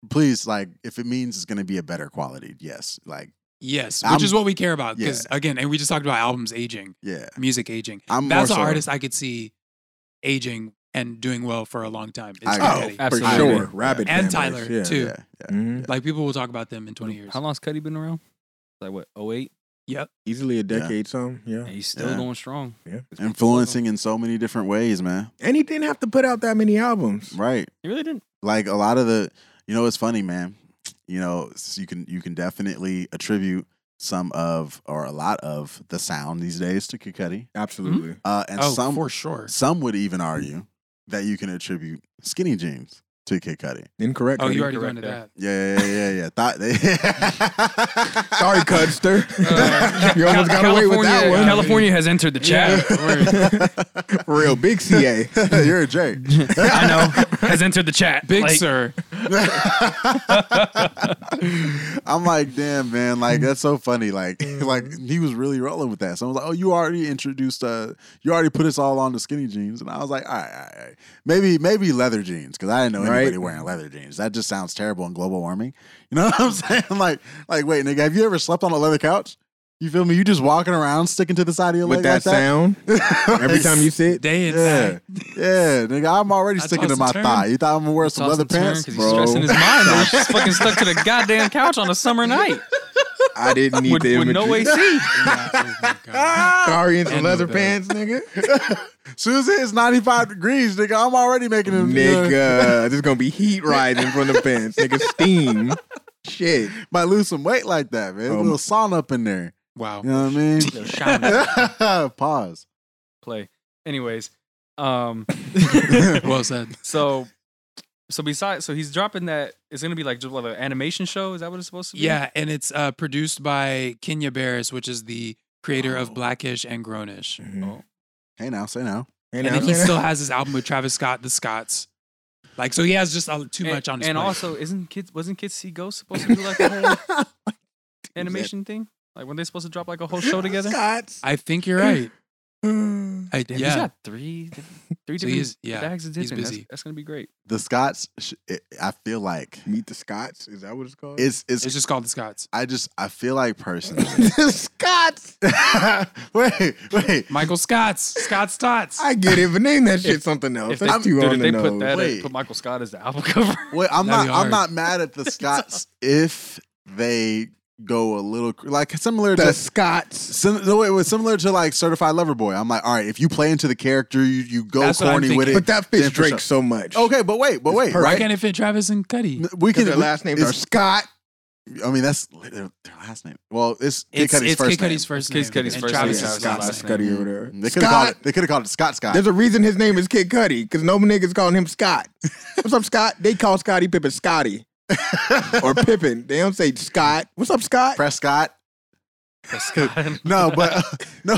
S2: please, like, if it means it's going to be a better quality, yes. Like,
S3: Yes, which
S2: I'm-
S3: is what we care about. Because again, and we just talked about albums aging,
S2: yeah,
S3: music aging.
S2: I'm
S3: That's
S2: more
S3: an
S2: so-
S3: artist I could see aging and doing well for a long time. It's
S2: I
S3: Kid
S2: agree.
S3: Cudi.
S1: Oh, for
S4: Absolutely.
S1: sure. Rabbit
S3: And
S1: fanboys,
S3: Tyler,
S1: yeah.
S3: too.
S2: Yeah, yeah.
S1: Mhm.
S3: Like people will talk about them in 20 years.
S4: How long's Cuddy been around? Like what? 08?
S3: Yep.
S1: Easily a decade, some yeah.
S4: And he's still
S2: Yeah.
S4: going strong.
S1: Yeah.
S2: Influencing in so many different ways, man.
S1: And he didn't have to put out that many albums.
S2: Right.
S4: He really didn't.
S2: Like, a lot of the, you know, it's funny, man. You know, s- you can you can definitely attribute some of or a lot of the sound these days to Kikuti.
S1: Absolutely.
S2: Uh, and
S3: oh,
S2: some
S3: for sure.
S2: some would even argue that you can attribute skinny jeans to Kid Cudi.
S1: Incorrect.
S3: Oh,
S1: Cuddy.
S3: you already
S4: correct
S3: went to
S4: there.
S2: Yeah,
S3: that.
S2: yeah, yeah, yeah. Thought they-
S1: Sorry, Cudster.
S4: Uh,
S1: you almost got away with that
S4: California-
S1: one.
S4: California has entered the
S3: Yeah.
S4: chat.
S1: For real, big CA.
S2: You're a J.
S4: I know has entered the chat.
S3: Big
S4: Like,
S3: Sir.
S2: I'm like, damn, man, like that's so funny. Like, like
S4: Mm-hmm.
S2: he was really rolling with that. So I was like, oh, you already introduced, uh, you already put us all on to skinny jeans, and I was like, all right, all right, all right. maybe, maybe leather jeans, because I didn't know anybody
S1: Right.
S2: wearing leather jeans. That just sounds terrible in global warming. You know what I'm saying? Like, like wait, nigga, have you ever slept on a leather couch? You feel me? You just walking around sticking to the side of your
S1: With
S2: leg
S1: that
S2: like that.
S1: sound, every time you sit,
S3: Day and
S2: Yeah,
S3: night.
S2: yeah, nigga, I'm already
S3: That's
S2: sticking to
S3: awesome
S2: my
S3: term.
S2: thigh. You thought I'm gonna wear some
S4: toss
S2: leather
S4: and turn
S2: pants?
S4: 'cause he's
S1: bro.
S4: stressing his mind out. He's fucking stuck to the goddamn couch on a summer night
S1: I didn't need
S4: with,
S1: the
S4: with
S1: imagery.
S4: no AC.
S3: Yeah, oh my God.
S1: Sorry, in some
S3: End
S1: leather
S3: of it.
S1: pants, nigga.
S2: Susan, it's 95 degrees, nigga. I'm already making it.
S1: nigga, there's gonna be heat rising from the pants, nigga. Steam, shit.
S2: might lose some weight like that, man.
S1: Um,
S2: a little sauna up in there.
S3: Wow.
S2: You know what I
S4: Little shaman
S2: mean? Pause.
S4: play. Anyways, um,
S3: Well said.
S4: so so besides, so he's dropping that. It's gonna be like just like an animation show. Is that what it's supposed to be?
S3: Yeah, and it's uh, produced by Kenya Barris, which is the creator
S4: Oh.
S3: of Blackish and Grownish.
S2: Hey now, say now.
S1: And,
S3: And then he still has his album with Travis Scott, The Scots. Like, so he has just uh, too
S4: and,
S3: much on his
S4: And
S3: plate.
S4: also, isn't kids wasn't Kids See Ghosts supposed to do like a whole animation thing? Like, weren't they supposed to drop like a whole show together?
S1: Scots.
S3: I think you're right. I,
S4: Damn,
S3: yeah.
S4: he's got three, different- three
S3: So
S4: different
S3: he's- yeah,
S4: bags of
S3: he's
S4: dipping. That's-
S3: busy.
S4: That's, gonna be great.
S2: The Scots, sh- it, I feel like
S1: Meet the Scots. Is that what it's called?
S2: it's, it's,
S3: It's just called The Scots.
S2: I just, I feel like personally.
S1: the Scots.
S2: wait, wait.
S3: Michael Scott's. Scott Stotts.
S1: I get it, but name that shit something else.
S4: If they,
S1: That's too
S4: dude,
S1: on
S4: if
S1: the
S4: they
S1: nose.
S4: put that,
S2: Wait.
S4: as, put Michael Scott as the album cover.
S2: Wait, I'm
S3: That'd
S2: not,
S3: be
S2: I'm
S3: hard.
S2: not mad at the Scots if they go a little, cr- like similar
S1: the
S2: to
S1: Scots.
S2: Sim- no, it was similar to like Certified Lover Boy. I'm like, all right, if you play into the character, you, you go
S3: That's what I'm
S2: corny with it.
S3: thinking.
S1: But that fits
S2: Then for sure.
S1: Drake so much.
S2: okay, but wait, but
S1: It's
S2: wait,
S1: perfect.
S3: Why
S2: right?
S3: can't it fit Travis and Cuddy?
S2: We
S1: Because
S2: can.
S1: their last names are
S2: it's-
S1: Scott.
S2: I mean, that's li- their, their last name. Well, it's Kid
S3: It's,
S2: Cudi's
S3: it's
S2: first
S3: Kid Cudi's
S2: name.
S3: first
S4: Kid
S3: name.
S4: Cudi's
S3: and
S4: first
S3: Travis
S4: name.
S3: is
S4: Scott's
S1: Scott,
S4: last
S3: Scott's
S4: name.
S3: name.
S1: Scotty or whatever.
S2: They could have called
S1: Scott.
S2: it. They could have called it Scott Scott.
S1: There's a reason his name is Kid Cuddy, because no niggas calling him Scott. What's up, Scott? They call Scotty Pippen Scotty or Pippin. They don't say Scott. What's up, Scott?
S2: Prescott.
S4: Scott.
S2: No, but no,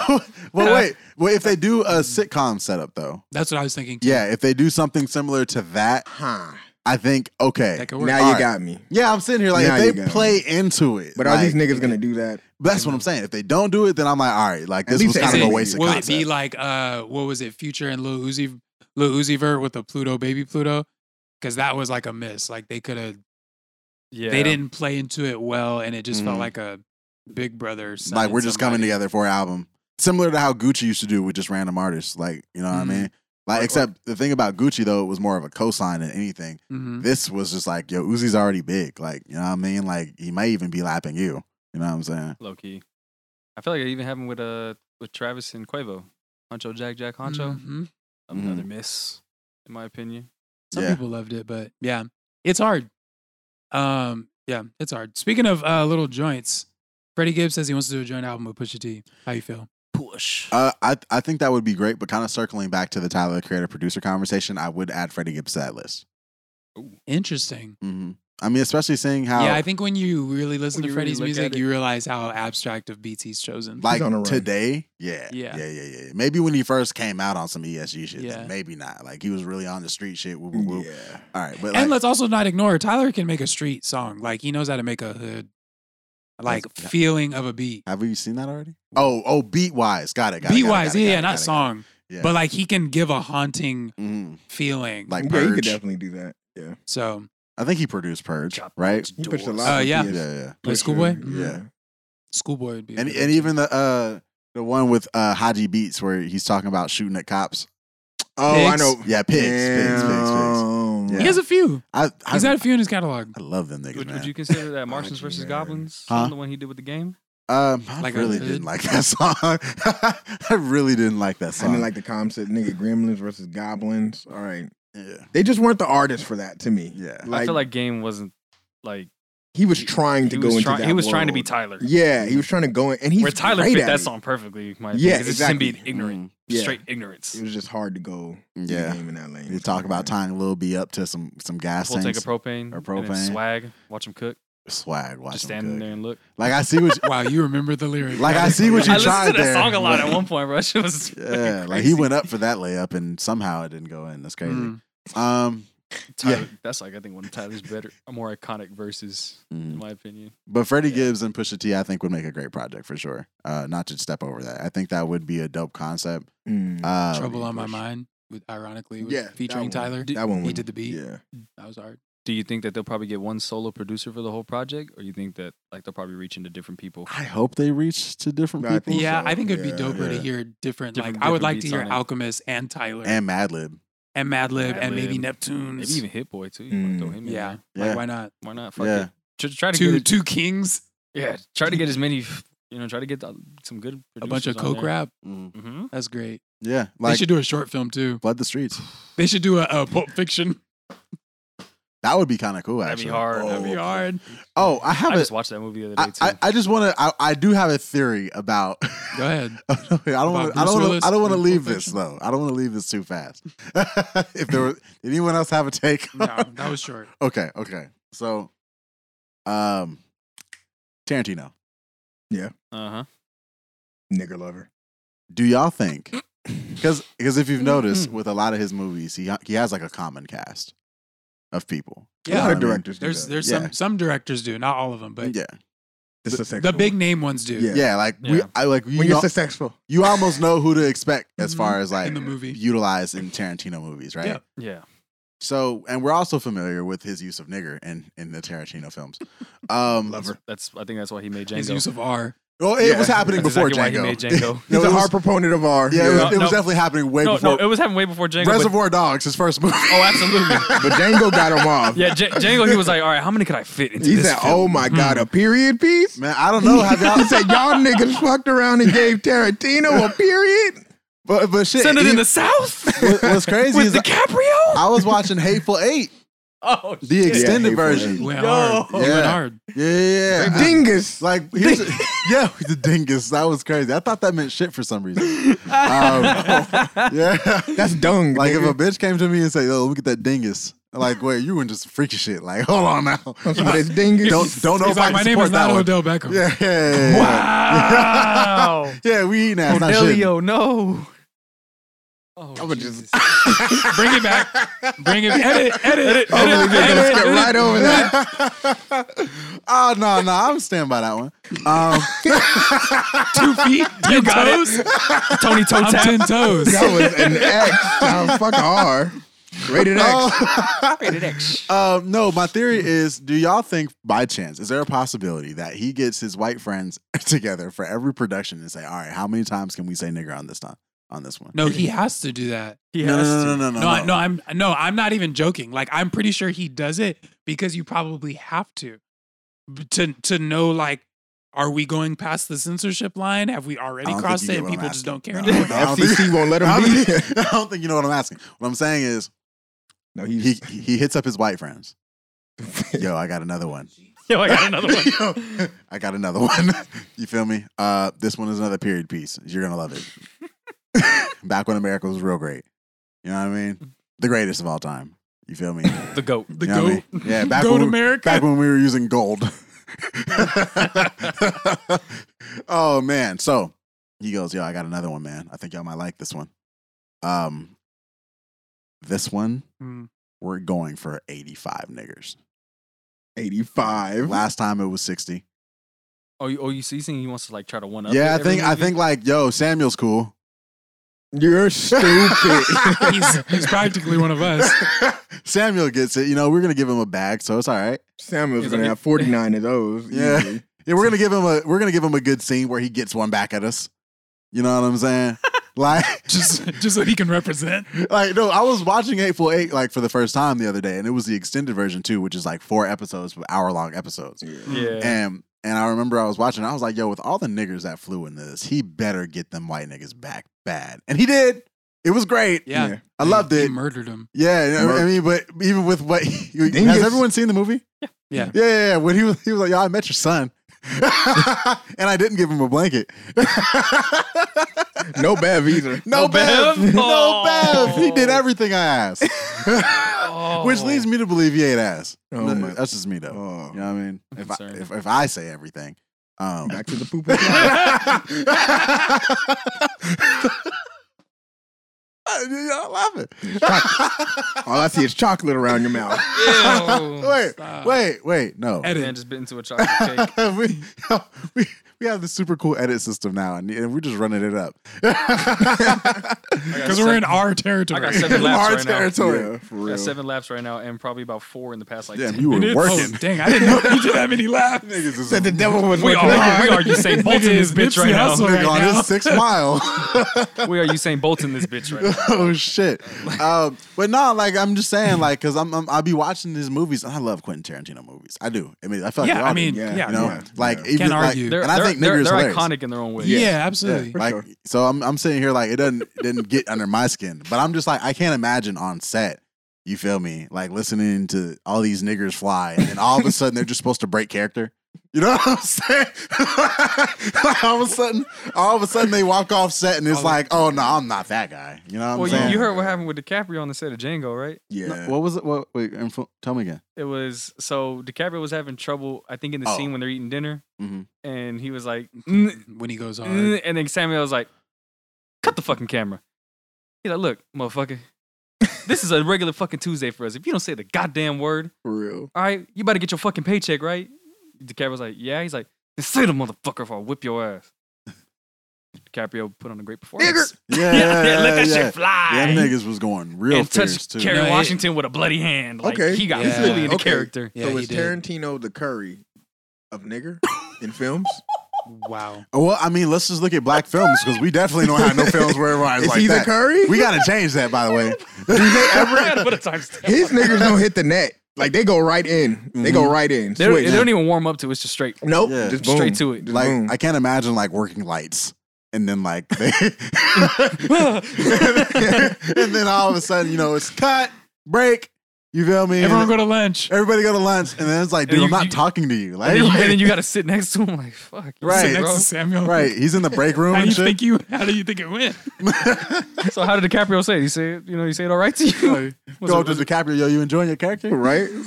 S2: but wait. Well, if they do a sitcom setup though,
S3: That's what I was thinking. Too.
S2: yeah, if they do something similar to that,
S1: Huh.
S2: I think okay.
S3: That could work.
S1: Now
S2: All
S1: you
S2: right.
S1: got me.
S2: Yeah, I'm sitting here like
S1: Now you
S2: if they
S1: got it.
S2: play into it,
S1: But are these
S2: like,
S1: niggas gonna do that?
S2: That's what I'm saying. If they don't do it, then I'm like, all right, like
S1: At
S2: this
S1: least
S2: was
S1: they
S2: kind
S1: say
S2: of a
S1: it.
S2: waste of
S3: Will
S2: concept.
S3: it be like uh what was it, Future and Lil Uzi Lil Uzi Vert with the Pluto baby Pluto? Because that was like a miss. Like they could have
S4: yeah,
S3: they didn't play into it well and it just felt
S2: Mhm.
S3: like a big brother.
S2: like
S3: signing
S2: we're just coming
S3: somebody.
S2: together for an album, similar to how Gucci used to do with just random artists. Like you know what I
S3: Mhm.
S2: mean? Like
S4: Or- or-
S2: except the thing about Gucci though, it was more of a cosign than anything.
S3: Mhm.
S2: This was just like, yo, Uzi's already big. Like you know what I mean? Like he might even be lapping you. You know what I'm saying?
S4: low key. I feel like it even happened with uh with Travis and Quavo, Honcho Jack Jack Honcho.
S3: Mhm.
S4: Another miss, in my opinion.
S3: Some
S2: Yeah.
S3: people loved it, but yeah. It's hard. Um yeah, it's hard. Speaking of uh little joints, Freddie Gibbs says he wants to do a joint album with Pusha T. How you feel?
S4: Push.
S2: Uh, I I think that would be great, but kind of circling back to the Tyler the Creator producer conversation, I would add Freddie Gibbs to that list.
S3: Interesting.
S2: Mm-hmm. I mean, especially seeing how
S3: Yeah, I think when you really
S4: When
S3: listen to
S4: you really
S3: Freddie's
S4: look at
S3: music,
S4: it.
S3: you realize how abstract of beats he's chosen.
S2: like
S1: on a run.
S2: today, yeah,
S3: Yeah.
S2: yeah, yeah, yeah. Maybe when he first came out on some ESG shit,
S3: Yeah.
S2: maybe not. Like he was really on the street shit. Whoop, whoop, whoop.
S1: Yeah.
S2: All right, but
S3: and
S2: like,
S3: let's also not ignore Tyler can make a street song. Like he knows how to make a hood, like
S2: That's-
S3: feeling of a beat.
S2: have we seen that already? Oh, oh, beat wise, got it, got it,
S3: Beat
S2: got it,
S3: wise,
S2: got it,
S3: yeah,
S2: got
S3: yeah,
S2: it,
S3: not
S2: got it,
S3: song,
S2: got it.
S3: but like he can give a haunting
S2: Yeah. Mhm.
S3: feeling.
S2: like
S1: yeah, you could
S2: purge.
S1: definitely do that. Yeah.
S3: so,
S2: I think he produced purge,
S4: Chop
S2: right?
S1: He pushed a
S4: Doors.
S1: lot.
S3: Uh,
S1: with
S3: yeah.
S2: Yeah,
S1: his-
S2: yeah.
S3: Like
S1: push
S3: Schoolboy?
S1: it. Yeah.
S3: Schoolboy would be. a
S2: And
S3: good
S2: and
S3: one,
S2: even the uh the one with uh Haji Beats where he's talking about shooting at cops.
S1: Oh, I
S3: Pigs.
S1: know.
S2: Yeah, pigs, pigs, pigs, pigs.
S1: Damn.
S3: too.
S2: Yeah.
S3: He has a few.
S2: I I,
S3: He's had a few in his catalog.
S2: I love them niggas,
S4: Would,
S2: man.
S4: would you consider that Martians
S1: Haji
S4: versus
S1: Bear.
S4: Goblins?
S2: Huh?
S4: The one he did with the game.
S2: um, I
S3: Like a
S2: really
S3: hood?
S2: didn't like that song. I really didn't like that
S1: I
S2: song.
S1: mean, like the com said, nigga, Gremlins versus Goblins. All right,
S2: yeah.
S1: they just weren't the artists for that to me.
S2: Yeah.
S4: I feel like game wasn't like
S1: he was trying to
S4: he
S1: go
S4: was
S1: into
S4: try-
S1: that.
S4: he was trying to be
S1: world.
S4: Tyler.
S1: Yeah, he was trying to go in, and he's
S4: Where Tyler
S1: great
S4: fit
S1: at
S4: that
S1: it.
S4: song perfectly, my
S1: Yeah,
S4: it's just him being
S1: exactly.
S2: Mm,
S4: ignorant,
S1: Yeah.
S4: straight
S1: It
S4: ignorance.
S1: was just hard to go. in
S2: Mm-hmm.
S1: the
S2: Yeah.
S1: game in that lane.
S2: You talk about tying Lil B up to some some gas
S4: Whole tank
S2: tanks.
S4: of propane
S2: or
S4: and then
S2: propane.
S4: swag, watch him cook,
S2: swag. Watch
S4: just
S2: them
S4: standing
S2: cook.
S4: there and look.
S2: Like I see what. You,
S3: Wow, you remember the lyrics.
S2: like I see
S4: I
S2: what you
S4: listened
S2: tried
S4: to that
S2: there.
S4: song a lot at one point, bro. It was
S2: Yeah, like he went up for that layup and somehow it didn't go in. That's crazy.
S3: Mm-hmm.
S4: Mm.
S2: Um,
S4: Tyler, That's like I think one of Tyler's better, more iconic verses, in my opinion.
S2: mm, but Freddie Gibbs and Pusha T, I think would make a great project for sure. Uh, not to step over that, I think that would be a dope concept.
S1: Mm,
S2: Uh,
S3: Trouble on My
S1: push.
S3: Mind, with, ironically, with
S1: Yeah, that
S3: featuring
S1: one.
S3: Tyler.
S1: that one
S3: he
S1: was-
S3: did the beat.
S1: Yeah,
S3: That was hard.
S4: Do you think that they'll probably get one solo producer for the whole project, or you think that like they'll probably reach into different people?
S2: I hope they reach to different
S1: I
S2: people
S1: think
S3: Yeah,
S1: so.
S3: I think it'd be
S1: Yeah,
S3: doper to
S2: yeah.
S3: hear different. like,
S4: Different-
S3: I would
S4: different
S3: like to
S4: beats
S3: hear
S4: on it.
S3: Alchemist and Tyler and,
S2: and Madlib.
S3: Madlib and maybe
S4: Madlib.
S3: Neptunes.
S4: Maybe even Hit Boy too. You wanna throw
S1: Mm.
S4: him in
S3: yeah,
S4: there.
S2: Yeah,
S3: Like, why not?
S4: Why not? Fuck
S2: yeah.
S4: it. Try, try to
S3: Two
S4: get
S3: two kings,
S4: yeah. Try to get as many. You know, try to get the- some good.
S3: a bunch of coke rap.
S4: Mm-hmm.
S3: That's great.
S2: yeah.
S3: they
S2: Like
S3: should do a short film too.
S2: flood the streets.
S3: They should do a, a Pulp Fiction.
S2: That would be kind of cool.
S4: That'd be
S2: Actually,
S4: hard.
S3: That'd be
S4: Oh.
S3: hard.
S2: Oh, I have
S4: I
S2: a
S4: just watched that movie the other
S2: I,
S4: day too.
S2: I, I just want to. I, I do have a theory about.
S3: Go ahead.
S2: I don't want.
S3: About
S2: I
S3: Bruce
S2: don't want.
S3: Willis
S2: I don't want to
S3: and
S2: leave
S3: Pulp
S2: this
S3: Fiction?
S2: though. I don't want to leave this too fast. if there were, did anyone else have a take?
S3: No, that was short.
S2: okay. Okay. So, um, Tarantino,
S4: uh huh.
S1: nigger lover.
S2: do y'all think? Because because
S3: Mm,
S2: if you've noticed, with a lot of his movies, he he has like a common cast of people. You know
S1: a
S3: Yeah.
S1: lot
S2: what I
S1: of
S2: mean?
S1: directors. do
S3: There's
S1: that.
S3: there's
S2: Yeah.
S3: some some directors do, not all of them, but
S2: yeah.
S1: It's a sexual
S3: the big
S1: one.
S3: name ones do.
S1: Yeah.
S2: yeah, Like we,
S4: Yeah.
S2: I like you,
S1: When you're
S2: al-
S1: successful,
S2: you almost know who to expect as far as like
S3: Mm-hmm. in the movie.
S2: utilized in Tarantino movies, right?
S3: Yeah.
S4: Yeah.
S2: So, and we're also familiar with his use of nigger in, in the Tarantino films. Um,
S1: lover.
S4: That's. I think that's why he made Django.
S3: His use of R.
S2: Well, it was
S1: Yeah.
S2: happening
S4: That's
S2: before
S4: exactly
S2: Django.
S4: why he made Django.
S1: He's
S2: it
S1: a
S2: was-
S1: hard proponent of R.
S2: Yeah, it was,
S4: No,
S2: it was
S4: no.
S2: definitely happening way
S4: no,
S2: before
S4: no, it was happening way before Django. but-
S2: Reservoir Dogs, his first movie.
S4: oh, absolutely.
S1: but Django got him off.
S4: yeah, J- Django. He was like, all right, how many could I fit into
S1: He
S4: this?
S1: said,
S4: film?
S1: "Oh my god, a period piece."
S2: Man, I don't know. Have
S1: he
S2: y'all
S1: said, "Y'all
S2: Mm.
S1: niggas fucked around and gave Tarantino a period."
S2: But, but shit.
S4: Send it in
S2: even-
S4: the South
S2: what- What's crazy
S4: with
S2: is I,
S4: DiCaprio.
S2: I was watching Hateful Eight,
S4: Oh,
S2: the extended
S1: Hateful
S2: version.
S1: Eight.
S3: Went
S4: Yo.
S3: hard. He went
S2: Yeah.
S3: hard.
S2: Yeah, yeah, yeah. I-
S1: Dingus.
S2: like, here's a- yeah, the dingus. That was crazy. I thought that meant shit for some reason. Um, yeah.
S1: That's dung.
S2: Like if
S1: nigga.
S2: a bitch came to me and said, "Yo, look at that dingus," like, wait, you went just freaky shit. Like, hold on now,
S1: I'm sorry, but it's dingus.
S2: don't don't know
S3: He's
S2: if I
S3: like,
S2: can
S3: my name
S2: support
S3: is
S2: that
S3: not
S2: one."
S3: Odell Beckham.
S2: Yeah, yeah, yeah, yeah.
S4: wow.
S2: yeah, we eating ass. Not shit.
S4: Odelio, no. Oh,
S1: I would just-
S4: Jesus.
S3: Bring it back. Bring it. Edit. Edit. Edit.
S1: I believe
S3: edit,
S1: you're gonna
S3: edit,
S1: skip
S3: edit.
S1: right over that.
S2: oh no, no, I'm standing by that one. Um,
S3: Two feet. Ten toes.
S4: Tony Toe
S3: I'm ten toes.
S1: That was an X. Nah, fuck R. Rated X.
S2: um, no, my theory is: Do y'all think, by chance, is there a possibility that he gets his white friends together for every production and say, "All right, how many times can we say nigger on this time on this one?"
S3: No, he has to do that.
S4: He
S2: no,
S4: has
S2: no,
S4: to.
S2: no, no, no,
S3: No, I, no, I'm no, I'm not even joking. Like I'm pretty sure he does it because you probably have to B- to to know like. Are we going past the censorship line? Have we
S2: I
S3: already
S2: don't think
S3: crossed
S2: you
S3: it
S2: get
S3: and
S2: what I'm
S3: people just
S2: asking.
S3: don't care
S2: No,
S3: anymore?
S2: no, I don't think-
S1: FCC won't let
S2: I
S1: him
S2: don't,
S1: be.
S2: think, I don't think you know what I'm asking. What I'm saying is
S1: No,
S2: he
S1: he's
S2: he hits up his white friends. Yo, I got another one.
S4: Yo, I got another one.
S2: Yo, I got another one. you feel me? Uh, this one is another period piece. You're gonna love it. Back when America was real great. You know what I mean? The greatest of all time. You feel me?
S4: The goat.
S3: The
S2: You know what I
S3: goat,
S2: mean? Yeah, back
S3: goat
S2: when we-
S3: America.
S2: back when we were using gold. oh man. So he goes, Yo, I got another one, man. I think y'all might like this one. Um this one,
S3: Mm.
S2: we're going for 85 niggers.
S1: 85.
S2: Last time it was 60.
S4: Oh, you, oh, you see, he wants to like try to one up.
S2: yeah, I think I think like, yo, Samuel's cool.
S1: You're stupid.
S3: he's, he's practically one of us.
S2: Samuel gets it. You know, we're gonna give him a bag, so it's all right.
S1: Samuel's
S4: He's
S1: gonna
S4: like-
S1: have 49 of those.
S2: Yeah.
S1: easily.
S2: Yeah, we're gonna give him a we're gonna give him a good scene where he gets one back at us. You know what I'm saying? like
S3: Just just so he can represent.
S2: like no, I was watching Hateful Eight like for the first time the other day, and it was the extended version too, which is like four episodes, but hour long episodes.
S4: Yeah.
S2: And and I remember I was watching, I was like, yo, with all the niggers that flew in this, he better get them white niggas back bad, and he did. It was great.
S3: Yeah.
S1: Yeah.
S2: I loved
S3: He
S2: it.
S3: murdered him.
S2: Yeah, I- I
S1: Murk.
S2: mean, but even with what you,
S1: Dingus.
S2: has everyone seen the movie?
S3: Yeah.
S2: yeah, yeah. When he was, he was like, "Y'all, I met your son," and I didn't give him a blanket.
S1: No Bev either.
S2: no
S4: No
S2: Bev,
S4: Bev?
S2: no Bev. He did
S4: Oh.
S2: everything I asked, which leads me to believe he ate ass.
S1: Oh
S2: No,
S1: my-
S2: That's just me though.
S1: Oh.
S2: You know what I mean?
S4: I'm
S2: If I,
S4: concerned.
S2: if, if I say everything, um,
S1: Back to the poop. and fly.
S2: I love it.
S1: All I see is chocolate around your mouth.
S4: Ew,
S2: wait,
S4: Oh, stop.
S2: wait, wait. No.
S4: Man
S3: Oh, Edit.
S4: just bit into a chocolate cake.
S2: we, we, we have the super cool edit system now, and, and we're just running it up.
S3: Because we're in our territory.
S4: I got seven laps
S2: Our
S4: right now.
S2: territory.
S1: for
S4: I
S1: real.
S4: got seven laps right now, and probably about four in the past like
S2: Damn,
S4: 10
S2: you were
S3: Dude,
S2: working.
S3: Oh, dang, I didn't know you did that many laps.
S2: Niggas is
S1: Said the devil was
S4: We
S1: working
S4: are,
S1: hard.
S4: we are Usain Bolt in
S3: Nigga
S4: this
S3: is
S4: bitch
S3: Nipsey
S4: right now.
S3: Hussle right
S2: on
S3: now.
S2: his six mile.
S4: We are Usain Bolt in this bitch right now.
S2: oh shit! Um, but no, like I'm just saying, like, cause I'm, I'm I'll be watching these movies. and I love Quentin Tarantino movies. I do. I mean, I feel like
S3: Yeah,
S2: we all
S3: I
S2: do,
S3: mean,
S1: yeah,
S3: yeah,
S2: you know,
S1: yeah.
S2: like
S1: Can't
S2: even, like,
S3: argue.
S4: They're,
S2: and I
S4: they're,
S2: think
S4: they're,
S2: niggas
S4: they're
S2: hilarious.
S4: iconic in their own way.
S3: yeah,
S1: Yeah,
S3: absolutely.
S1: for
S2: like
S1: sure.
S2: so I'm I'm sitting here like it doesn't didn't get under my skin, but I'm just like I can't imagine on set. You feel me? Like listening to all these niggers fly, and then all of a sudden they're just supposed to break character. You know what I'm saying? like all of a sudden, all of a sudden they walk off set, and it's
S3: All-
S2: like, oh no, I'm not that guy. You know what I'm
S4: Well,
S2: saying?
S4: you, you heard what happened with DiCaprio on the set of Django, right?
S1: Yeah.
S2: No, what was it? What, wait, info, tell me again.
S4: It was so DiCaprio was having trouble. I think in the
S2: Oh.
S4: scene when they're eating dinner,
S2: Mhm.
S4: and he was like, "Mm,
S3: when he goes hard.
S4: mm," and then Samuel was like, "Cut the fucking camera." He's like, "Look, motherfucker, this is a regular fucking Tuesday for us. If you don't say the goddamn word,
S1: For real.
S4: all right, you better get your fucking paycheck, right?" DiCaprio's like, "Yeah." He's like, "Then "Say the motherfucker, if I whip your ass." DiCaprio put on a great performance.
S2: Yeah,
S4: Yeah, yeah, let that
S2: yeah.
S4: shit fly.
S2: Them niggas was going real
S4: and
S2: fierce
S4: touched
S2: too.
S4: Kerry
S3: No, it-
S4: Washington with a bloody hand. Like,
S1: Okay.
S4: he got
S3: Yeah.
S4: really into
S1: Okay.
S4: character.
S3: Yeah,
S1: so
S3: he
S1: is
S3: did.
S1: Tarantino the curry of nigger in films?
S3: Wow.
S2: Oh, Well, I mean, let's just look at black films because we definitely don't have no films where everybody's
S1: Is
S2: like
S1: he
S2: that.
S1: the curry?
S2: We gotta change that, by the way.
S4: Gotta put a timestamp
S1: His
S4: on it.
S1: niggers don't hit the net. Like they go right in. They go right in.
S4: They don't,
S1: Switch.
S4: they don't even warm up to it. It's Mm-hmm. just straight.
S1: nope.
S2: Yeah.
S1: Just boom.
S4: Straight to it. Mm-hmm.
S1: Just
S2: like,
S1: boom.
S2: I can't imagine like working lights, and then like, they and then all of a sudden, you know, it's cut, break. You feel me?
S3: Everyone go to lunch.
S2: Everybody go to lunch, and then it's like,
S4: And
S2: dude,
S4: you-
S2: I'm not
S4: you-
S2: talking to you. Like,
S4: And then, you, and then you gotta sit next to him like, fuck. you
S2: Right.
S3: Sit
S4: sick,
S3: next
S4: bro.
S3: to Samuel.
S2: right? He's in the break room
S3: How do
S2: and
S3: you
S2: shit.
S3: think you? How do you think it went?
S4: So how did DiCaprio say it? He said, you know, he said all right to you. Was
S2: go
S4: it-
S2: up to
S4: was it,
S2: DiCaprio, yo, you enjoying your character?
S1: right?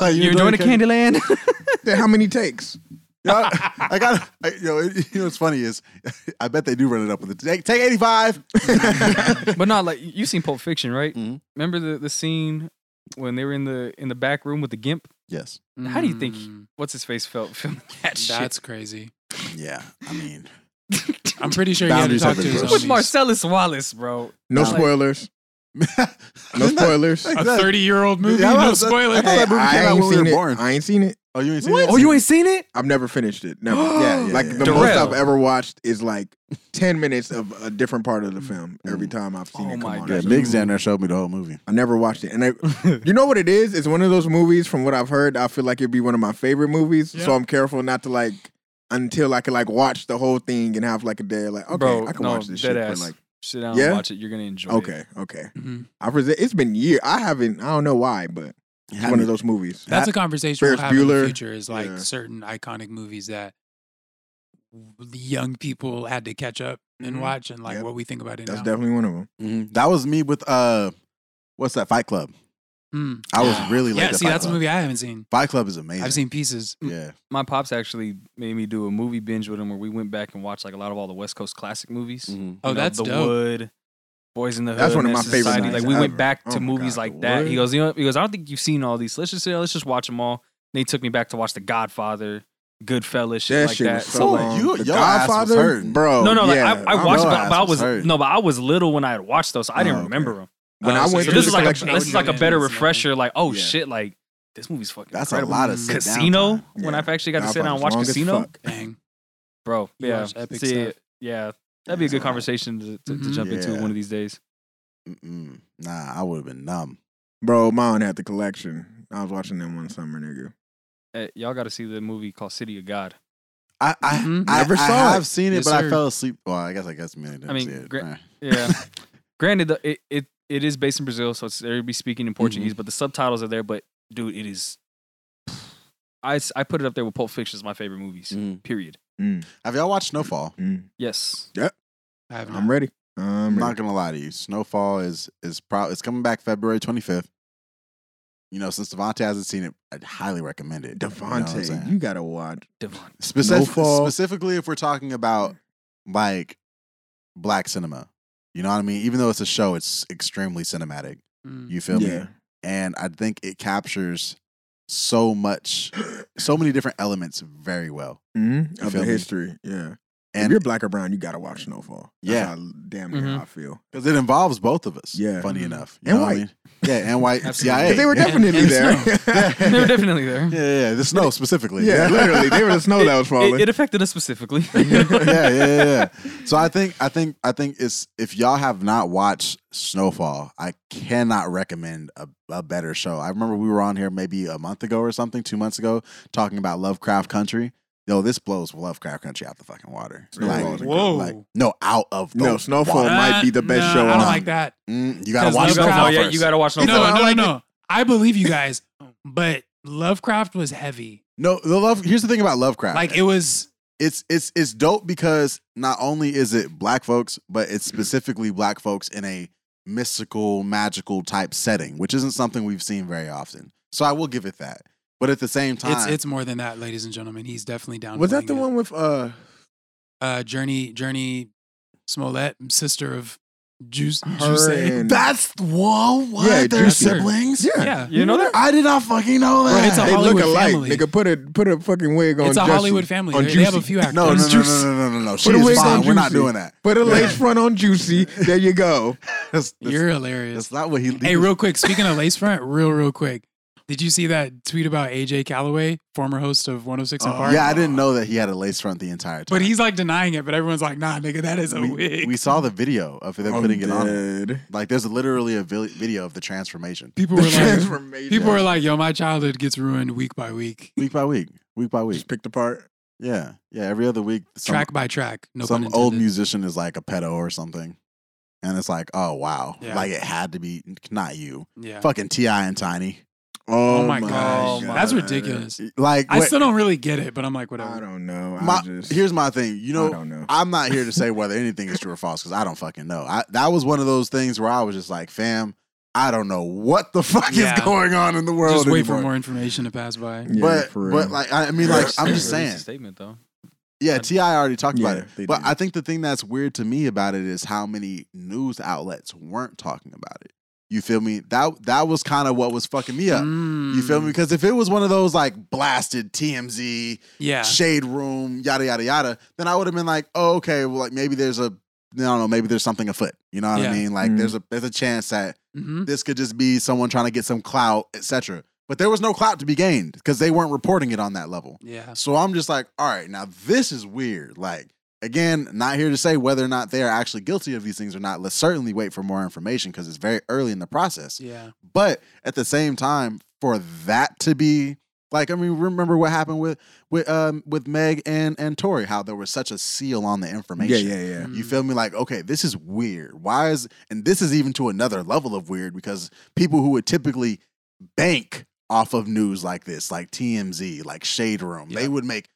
S2: Like,
S4: you enjoying the
S2: character?
S4: Candyland?
S1: Then How many takes?
S2: Yo, I, I got. I, you, know, it- you know what's funny is, I bet they do run it up with it. Take, take eighty five.
S4: but not like you seen Pulp Fiction, right?
S2: Mhm.
S4: Remember the, the scene when they were in the in the back room with the gimp?
S2: yes.
S4: How do you think
S3: Mm,
S4: what's his face felt filming that shit?
S3: That's crazy.
S2: Yeah. I mean,
S3: I'm pretty sure he had to
S2: Boundaries
S3: talk
S2: have
S3: to
S2: been
S3: his
S2: crossed.
S4: With
S3: homies.
S4: Marcellus Wallace, bro.
S1: No
S4: Nah, like-
S1: spoilers. No spoilers.
S3: a 30 year old movie.
S2: Yeah, I
S3: no
S2: was- I-
S3: spoiler.
S2: I thought that movie
S1: I
S2: came out
S1: ain't
S2: when we
S1: seen
S2: were
S1: it.
S2: born.
S1: I ain't seen it.
S2: Oh, you ain't seen
S1: What?
S2: it?
S4: Oh, you ain't seen it?
S1: I've never finished it. Never.
S2: Yeah, yeah,
S1: like
S2: yeah.
S1: the most
S4: Darrell.
S1: I've ever watched is like ten minutes of a different part of the film every time I've seen
S4: Oh
S1: it.
S4: my
S1: come on.
S2: Mm. Yeah,
S4: gosh.
S2: Migs down there showed me the whole movie.
S1: I never watched it, and I, you know what it is? It's one of those movies. From what I've heard, I feel like it'd be one of my favorite movies.
S3: Yeah.
S1: So I'm careful not to like until I can like watch the whole thing and have like a day like okay,
S4: bro,
S1: I can
S4: no,
S1: watch this
S4: dead
S1: shit.
S4: ass.
S1: But like
S4: Sit down
S1: Yeah?
S4: and watch it. You're gonna enjoy it.
S1: okay, okay.
S3: Mhm.
S1: I present. It's been year. I haven't. I don't know why, but it's one of those movies.
S3: That's a conversation we'll
S1: Ferris
S3: have in the
S1: Bueller.
S3: future is like
S1: Yeah.
S3: certain iconic movies that w- the young people had to catch up and
S1: Mhm.
S3: watch and like
S1: Yep.
S3: what we think about it
S1: That's
S3: now.
S1: definitely one of them.
S2: Mhm. That was me with uh, what's that? Fight Club.
S3: Mm.
S2: I was
S3: Yeah.
S2: really late
S3: Yeah,
S2: to
S3: see,
S2: Fight
S3: that's a
S2: Club.
S3: movie I haven't seen.
S2: Fight Club is amazing.
S3: I've seen pieces.
S2: Yeah.
S4: My pops actually made me do a movie binge with him where we went back and watched like a lot of all the West Coast classic movies. You
S2: Mhm.
S3: Oh,
S4: know,
S3: that's
S4: The
S3: dope.
S4: Wood, Boys in the Hood.
S1: That's one of my
S4: Menace to
S1: favorite
S4: Society.
S1: movies
S4: Like we
S1: ever.
S4: went back to
S1: Oh my
S4: movies
S1: God,
S4: like
S1: The
S4: that. He
S1: Wood.
S4: goes, you know, he goes, I don't think you've seen all these. Let's just yeah, let's just watch them all. And they took me back to watch The Godfather, Goodfellas, shit
S1: That
S4: like
S1: shit
S4: that.
S1: was so,
S2: So, like,
S1: long.
S2: you-
S1: the
S2: your ass was
S1: Godfather,
S2: hurting.
S1: bro.
S4: no, no, like
S1: yeah.
S4: I, I watched,
S2: know
S4: it,
S2: I
S4: but, but I
S2: was
S4: was
S2: hurt.
S4: no, but I was little when I had watched those. So I didn't
S1: Oh, okay.
S4: remember them.
S1: when
S3: Oh,
S1: I
S3: so
S1: went.
S4: So this
S3: You're just
S4: is like a,
S3: collecting all
S4: this
S3: the
S4: is like a
S3: good
S4: better
S3: movies, man.
S4: refresher. Like, oh
S2: Yeah.
S4: shit, like this movie's fucking.
S2: That's
S4: incredible.
S2: a lot of sit down
S4: Casino.
S2: time.
S4: When
S1: Yeah.
S4: I've actually got to sit
S1: Godfather's
S4: down and watch
S1: long as
S4: Casino,
S1: fuck.
S3: Dang.
S4: bro.
S3: You
S4: Yeah,
S3: watch epic
S4: see,
S3: stuff.
S4: yeah, that'd be a
S2: That's a
S4: good
S2: lot.
S4: conversation to, to, to
S3: Mhm.
S4: jump into
S2: Yeah.
S4: one of these days.
S2: Mm-mm. Nah, I would have been numb.
S1: Bro, mine had the collection. I was watching them one summer, nigga.
S4: Uh, y'all got to see the movie called City of God.
S2: I I,
S3: Mhm.
S2: I,
S1: Never
S2: I
S1: saw
S2: have
S1: it.
S2: seen it,
S3: Yes,
S2: but I
S3: sir.
S2: fell asleep. Well, I guess I guess me. I didn't
S4: mean,
S2: see it.
S4: gra-
S2: Alright.
S4: Yeah, Granted, the, it, it it is based in Brazil, so it's they'll be speaking
S2: Mm-hmm.
S4: in Portuguese, but the subtitles are there. But dude, it is. I, s- I put it up there with Pulp Fiction as my favorite movies.
S2: Mm.
S4: Period.
S1: Mm,
S2: Have y'all watched Snowfall?
S1: mm.
S4: Yes.
S3: I have
S1: I'm
S3: not.
S1: ready. I'm
S2: I'm
S1: ready.
S2: not gonna lie to you. Snowfall is is pro- it's coming back February 25th. You know, since Devontae hasn't seen it, I'd highly recommend it. You know what I'm
S1: Devontae, you,
S2: saying?
S1: gotta watch.
S4: Devon.
S2: Specif-
S1: Snowfall.
S2: specifically if we're talking about like black cinema. You know what I mean? Even though it's a show, it's extremely cinematic.
S3: Mm.
S2: You feel me? And I think it captures so much, so many different elements very well.
S1: Mhm,
S2: You
S1: Of
S2: feel
S1: the
S2: me?
S1: history. Yeah. if
S2: And
S1: you're black or brown, you gotta watch Snowfall. That's
S2: Yeah.
S1: how damn near
S4: Mhm.
S1: how I feel.
S2: because it involves both of us.
S1: Yeah.
S2: Funny
S3: Mhm.
S2: enough. You
S1: And
S2: know what I
S1: white.
S2: mean? Yeah. And white.
S4: Absolutely.
S2: CIA.
S1: 'Cause they were
S2: yeah.
S1: definitely
S4: and
S1: there.
S4: They were definitely there.
S2: Yeah, yeah, yeah. The snow specifically.
S1: yeah, literally, they were the snow that was falling.
S4: It, it affected us specifically.
S2: yeah, yeah, yeah, yeah. So I think I think I think it's if y'all have not watched Snowfall, I cannot recommend a, a better show. I remember we were on here maybe a month ago or something, two months ago, talking about Lovecraft Country. Yo, this blows Lovecraft Country out the fucking water.
S1: Snowfall is a good
S3: Whoa.
S2: like no, out of the
S1: No, Snowfall
S2: water.
S1: might be the best
S3: no,
S1: show
S3: Uh, I don't
S1: on.
S3: like that.
S2: Mm, you gotta
S3: 'Cause
S2: watch
S4: you gotta,
S2: Snowfall
S4: oh, yeah,
S2: first.
S4: you gotta watch no.
S3: No,
S1: It's
S3: no,
S1: not
S3: no,
S1: like
S3: no. I believe you guys, but Lovecraft was heavy.
S2: No, the love. Here's the thing about Lovecraft.
S3: Like it was.
S2: it's it's it's dope because not only is it black folks, but it's
S3: Mm-hmm.
S2: specifically black folks in a mystical, magical type setting, which isn't something we've seen very often. So I will give it that. But at the same time,
S3: It's it's more than that, ladies and gentlemen. He's definitely down.
S1: Was that the one with uh?
S3: Uh, Journey Journey Smollett, sister of Juice.
S1: Her
S3: Juice
S1: and-
S2: that's whoa, what?
S1: Yeah,
S2: They're
S1: Juicy.
S2: siblings.
S1: Yeah,
S3: Yeah,
S4: You know that?
S2: I did not fucking know
S3: Bro,
S2: that.
S3: it's a
S1: they
S3: Hollywood
S1: look alike.
S3: family.
S1: Nigga, put a put a fucking wig on.
S3: it's a
S1: Jussie.
S3: Hollywood family.
S1: on
S3: They, they have a
S1: Juicy.
S3: few actors.
S2: no, no, no, no, no, no, no, no. She
S1: a
S2: is
S1: wig on
S2: fine. We're not
S1: Juicy.
S2: doing that.
S1: Put a lace front on Juicy. There you go.
S2: That's, that's-
S3: You're hilarious.
S2: that's not what he.
S3: Hey, real quick. Speaking of lace front, real real quick. Did you see that tweet about AJ Calloway, former host of 106 and Park?
S2: Oh, Uh-huh. Yeah, I didn't know that he had a lace front the entire time.
S3: But he's like denying it. But everyone's like, Nah, nigga, that is a
S2: we,
S3: wig.
S2: we saw the video of them
S1: I'm
S2: putting it on. him.
S1: dead.
S2: Like there's literally a vil- video of the transformation
S3: people
S1: The
S3: were like,
S1: transformation.
S3: people were like, Yo, my childhood gets ruined week by week,
S2: week by week, week by week.
S1: just picked apart.
S2: Yeah, yeah. Every other week, some,
S3: track by track. No
S2: some
S3: pun
S2: old
S3: intended.
S2: musician is like a pedo or something, and it's like, oh wow,
S3: Yeah.
S2: like it had to be not you,
S3: Yeah.
S2: fucking Ti and Tiny.
S1: Oh,
S3: Oh my
S1: my
S3: gosh,
S1: God.
S3: that's ridiculous.
S2: Like
S3: I
S2: wait,
S3: still don't really get it, but I'm like,
S1: I
S3: whatever.
S1: don't know. I
S2: my,
S1: just,
S2: here's my thing. You
S1: I
S2: know,
S1: don't know.
S2: I'm not here to say whether anything is true or false because I don't fucking know. I, that was one of those things where I was just like, fam, I don't know what the fuck
S3: Yeah.
S2: is going on in the world.
S3: Just wait
S2: anymore.
S3: for more information to pass by.
S1: Yeah,
S2: but
S1: for
S2: but
S1: real.
S2: like I I mean like I'm just
S4: Released a
S2: saying
S4: Statement though.
S2: Yeah, Ti already talked about
S1: Yeah,
S2: it.
S1: they
S2: But
S1: did.
S2: I think the thing that's weird to me about it is how many news outlets weren't talking about it. You feel me? That that was kind of what was fucking me up. You feel me?
S3: Mm,
S2: Because if it was one of those like blasted TMZ
S3: Yeah.
S2: shade room yada yada yada, then I would have been like, oh, okay, well like maybe there's a I don't know, maybe there's something afoot. You know what
S3: Yeah.
S2: I mean? Like
S1: Mhm.
S2: there's a there's a chance that
S3: Mhm.
S2: this could just be someone trying to get some clout, etc. But there was no clout to be gained because they weren't reporting it on that level.
S3: Yeah.
S2: So I'm just like, all right, now this is weird. Like, again, not here to say whether or not they are actually guilty of these things or not. Let's certainly wait for more information because it's very early in the process.
S3: Yeah.
S2: But at the same time, for that to be like, I mean, remember what happened with with um with Meg and and Tori, how there was such a seal on the
S1: yeah,
S2: information.
S1: yeah, yeah.
S2: You
S3: mm,
S2: feel me? Like, okay, this is weird. Why is and this is even to another level of weird because people who would typically bank off of news like this, like TMZ, like Shade Room,
S3: Yeah.
S2: they would make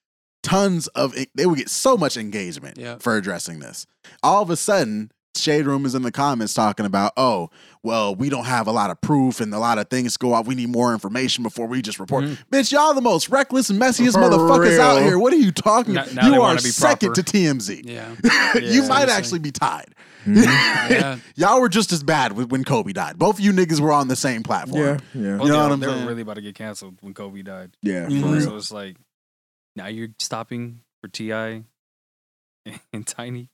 S2: tons of they would get so much engagement
S3: Yeah.
S2: for addressing this. All of a sudden, Shade Room is in the comments talking about, oh, well, we don't have a lot of proof and a lot of things go out. We need more information before we just report.
S4: Mhm.
S2: Bitch, y'all the most reckless, messiest
S1: For
S2: motherfuckers out
S1: real.
S2: here. What are you talking
S4: Now-
S2: about?
S4: now they
S2: you are
S4: wanna be
S2: second
S4: proper.
S2: to TMZ
S3: Yeah.
S2: you
S4: Yeah.
S2: might
S3: Seriously.
S2: actually be tied.
S1: Mhm.
S3: Yeah.
S2: Y'all were just as bad with when Kobe died. Both of you niggas were on the same
S1: yeah,
S2: platform.
S1: yeah, Mm-hmm.
S4: Oh,
S2: You know
S4: they,
S2: what
S4: were-
S2: I'm
S4: they were
S2: saying?
S4: really about to get canceled when Kobe died.
S1: yeah. For
S3: Mhm.
S1: real.
S4: So it's like now you're stopping for Ti and Tiny.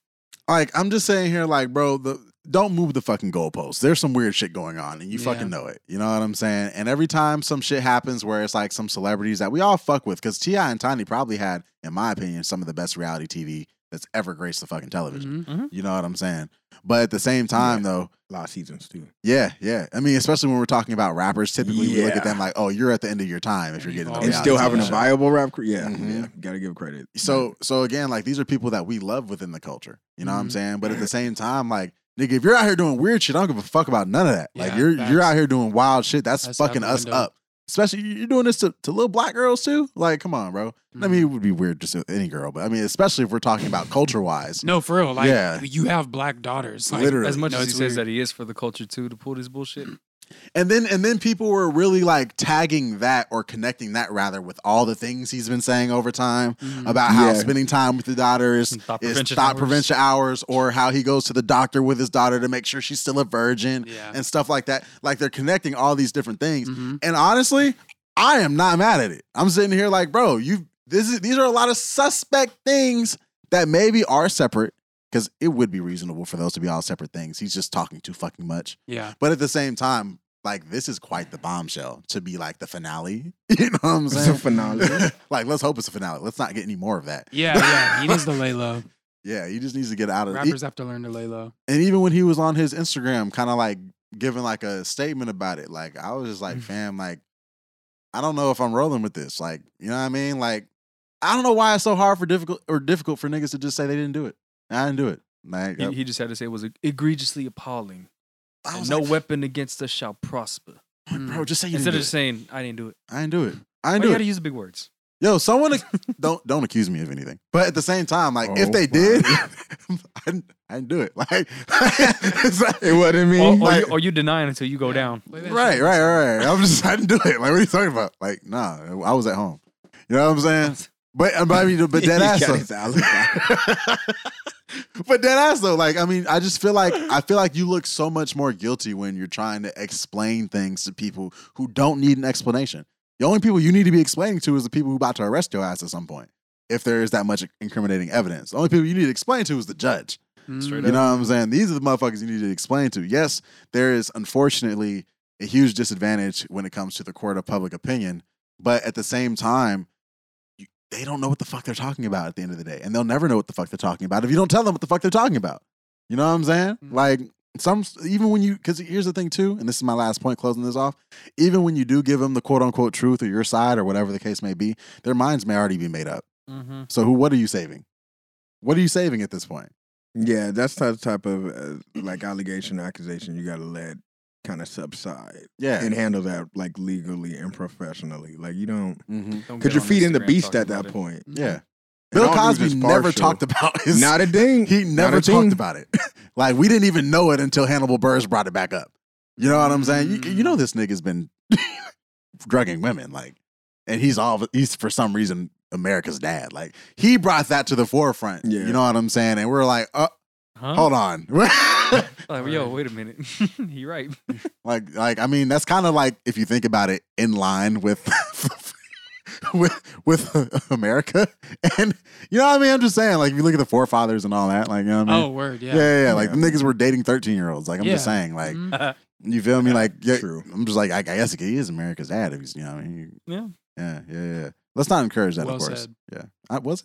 S2: Like I'm just saying here, like, bro, the don't move the fucking goalposts. There's some weird shit going on, and you
S3: Yeah.
S2: fucking know it. You know what I'm saying? And every time some shit happens where it's like some celebrities that we all fuck with, because Ti and Tiny probably had, in my opinion, some of the best reality TV that's ever graced the fucking television.
S3: Mhm.
S2: You know what I'm saying? But at the same time,
S1: Yeah.
S2: though,
S1: A lot of seasons too.
S2: yeah, yeah. I mean, especially when we're talking about rappers, typically we look
S1: Yeah.
S2: at them like, oh, you're at the end of your time if you're getting
S3: Oh,
S2: on
S1: and
S3: yeah,
S1: still
S2: reality
S1: having a
S2: show.
S1: viable rap career. Yeah,
S2: Mhm.
S1: yeah. Gotta give credit.
S2: so so again like these are people that we love within the culture you know what i'm
S3: Mhm.
S2: saying but at the same time like Nigga, if you're out here doing weird shit, I don't give a fuck about none of that. like
S3: Yeah,
S2: you're you're
S3: facts.
S2: out here doing wild shit. That's,
S3: That's out
S2: fucking
S3: the
S2: us
S3: window.
S2: up. Especially you- you're doing this to, to little black girls too. Like, come on, bro. I
S3: Mm-hmm.
S2: mean, it would be weird just to any girl, but I mean, especially if we're talking about culture wise.
S3: No, for real. Like
S2: Yeah.
S3: you have black daughters. Like,
S2: Literally.
S4: As much
S3: No,
S4: as he
S3: it's
S4: says
S3: weird.
S4: that he is for the culture too to pull this bullshit.
S2: And then and then people were really like tagging that or connecting that rather with all the things he's been saying over time
S3: Mhm.
S2: about how
S1: Yeah.
S2: spending time with the daughter is
S4: And thought
S2: is
S4: prevention
S2: thought
S4: hours.
S2: prevention hours or how he goes to the doctor with his daughter to make sure she's still a virgin
S3: Yeah.
S2: and stuff like that. Like they're connecting all these different things.
S3: Mhm.
S4: Mm-hmm.
S2: And honestly, I am not mad at it. I'm sitting here like, bro, you this is these are a lot of suspect things that maybe are separate because it would be reasonable for those to be all separate things. He's just talking too fucking much.
S3: Yeah.
S2: But at the same time, like this is quite the bombshell to be like the finale. You know what I'm
S1: It's a
S2: saying?
S1: phenomenon.
S2: like let's hope it's a finale. Let's not get any more of that.
S3: Yeah. Yeah. He needs to lay low.
S2: Yeah, he just needs to get out of it.
S3: Rappers have to learn to lay low.
S2: And even when he was on his Instagram, kind of like giving like a statement about it, like I was just like,
S3: Mhm.
S2: fam, like I don't know if I'm rolling with this. Like, you know what I mean? Like, I don't know why it's so hard for difficult or difficult for niggas to just say they didn't do it. I didn't do it. Like, uh,
S4: He, he just had to say it was egregiously appalling.
S2: I
S4: and
S2: was
S4: no
S2: like,
S4: weapon against us shall prosper.
S2: Oh,
S3: Mm.
S2: bro, just say you
S4: Instead
S2: didn't
S4: of
S2: do
S4: just
S2: it.
S4: saying I didn't do it.
S2: I didn't do it. I
S4: Why
S2: didn't
S4: you
S2: do it.
S4: gotta use the big words.
S2: Yo, someone ac- don't don't accuse me of anything. But at the same time, like if
S1: Oh
S2: they
S1: my.
S2: did, I, didn't, I didn't do it. Like, it's like-
S1: It wasn't me.
S4: Or, or
S2: Like-
S4: you, or you deny it until you go
S3: Yeah.
S4: down.
S3: Lay that shit
S2: right, right,
S3: down.
S2: right, right. I'm just I didn't do it. Like, what are you talking about? Like, nah, I was at home. You know what I'm saying? But uh, but I mean, but
S1: He
S2: dead ass.
S1: got
S2: though.
S1: his alibi.
S2: but dead ass though, like I mean, I just feel like I feel like you look so much more guilty when you're trying to explain things to people who don't need an explanation. The only people you need to be explaining to is the people who about to arrest your ass at some point. If there is that much incriminating evidence, the only people you need to explain to is the judge.
S3: Mm.
S4: Straight
S2: You
S4: up.
S2: know what I'm saying? These are the motherfuckers you need to explain to. Yes, there is unfortunately a huge disadvantage when it comes to the court of public opinion, but at the same time, you, they don't know what the fuck they're talking about at the end of the day, and they'll never know what the fuck they're talking about if you don't tell them what the fuck they're talking about. You know what I'm saying?
S3: Mhm.
S2: Like some even when you because here's the thing too, and this is my last point closing this off. Even when you do give them the quote unquote truth or your side or whatever the case may be, their minds may already be made up.
S4: Mm-hmm.
S2: So who? What are you saving? What are you saving at this point?
S1: Yeah, that's the type of uh, like allegation, accusation you got to let kind of subside
S2: Yeah.
S1: and handle that like legally and professionally. Like you don't
S2: mm-hmm.
S1: because you're feeding the beast at that point.
S2: Yeah.
S1: And
S2: Mm-hmm. Bill
S1: all due
S2: Cosby
S1: just
S2: never
S1: partial.
S2: talked about his.
S1: Not a ding.
S2: he never
S1: a
S2: talked
S1: thing.
S2: about it. like we didn't even know it until Hannibal Burrs brought it back up. You know what I'm saying? You, you
S1: Mm.
S2: know this nigga's been drugging women, like, and he's all he's for some reason America's dad. Like he brought that to the forefront.
S1: Yeah.
S2: You know what I'm saying? And we're like, uh, hold on.
S4: Like, yo, wait a minute. you're right.
S2: like, like I mean, that's kind of like if you think about it, in line with. With with America and you know what I mean I'm just saying like if you look at the forefathers and all that like you know what I mean
S3: Oh, word.
S2: Yeah,
S3: Yeah.
S2: yeah, yeah. Like the
S1: Yeah.
S2: niggas were dating 13 year olds. Like I'm just
S3: Yeah.
S2: saying, like
S3: Mhm.
S2: you feel me? Like yeah,
S1: True.
S2: I'm just like I, I guess he is America's dad. If he's, you know, what I mean,
S4: Yeah.
S2: yeah, yeah, yeah. Let's not encourage that,
S3: Well
S2: of course.
S3: said.
S2: Yeah, I, was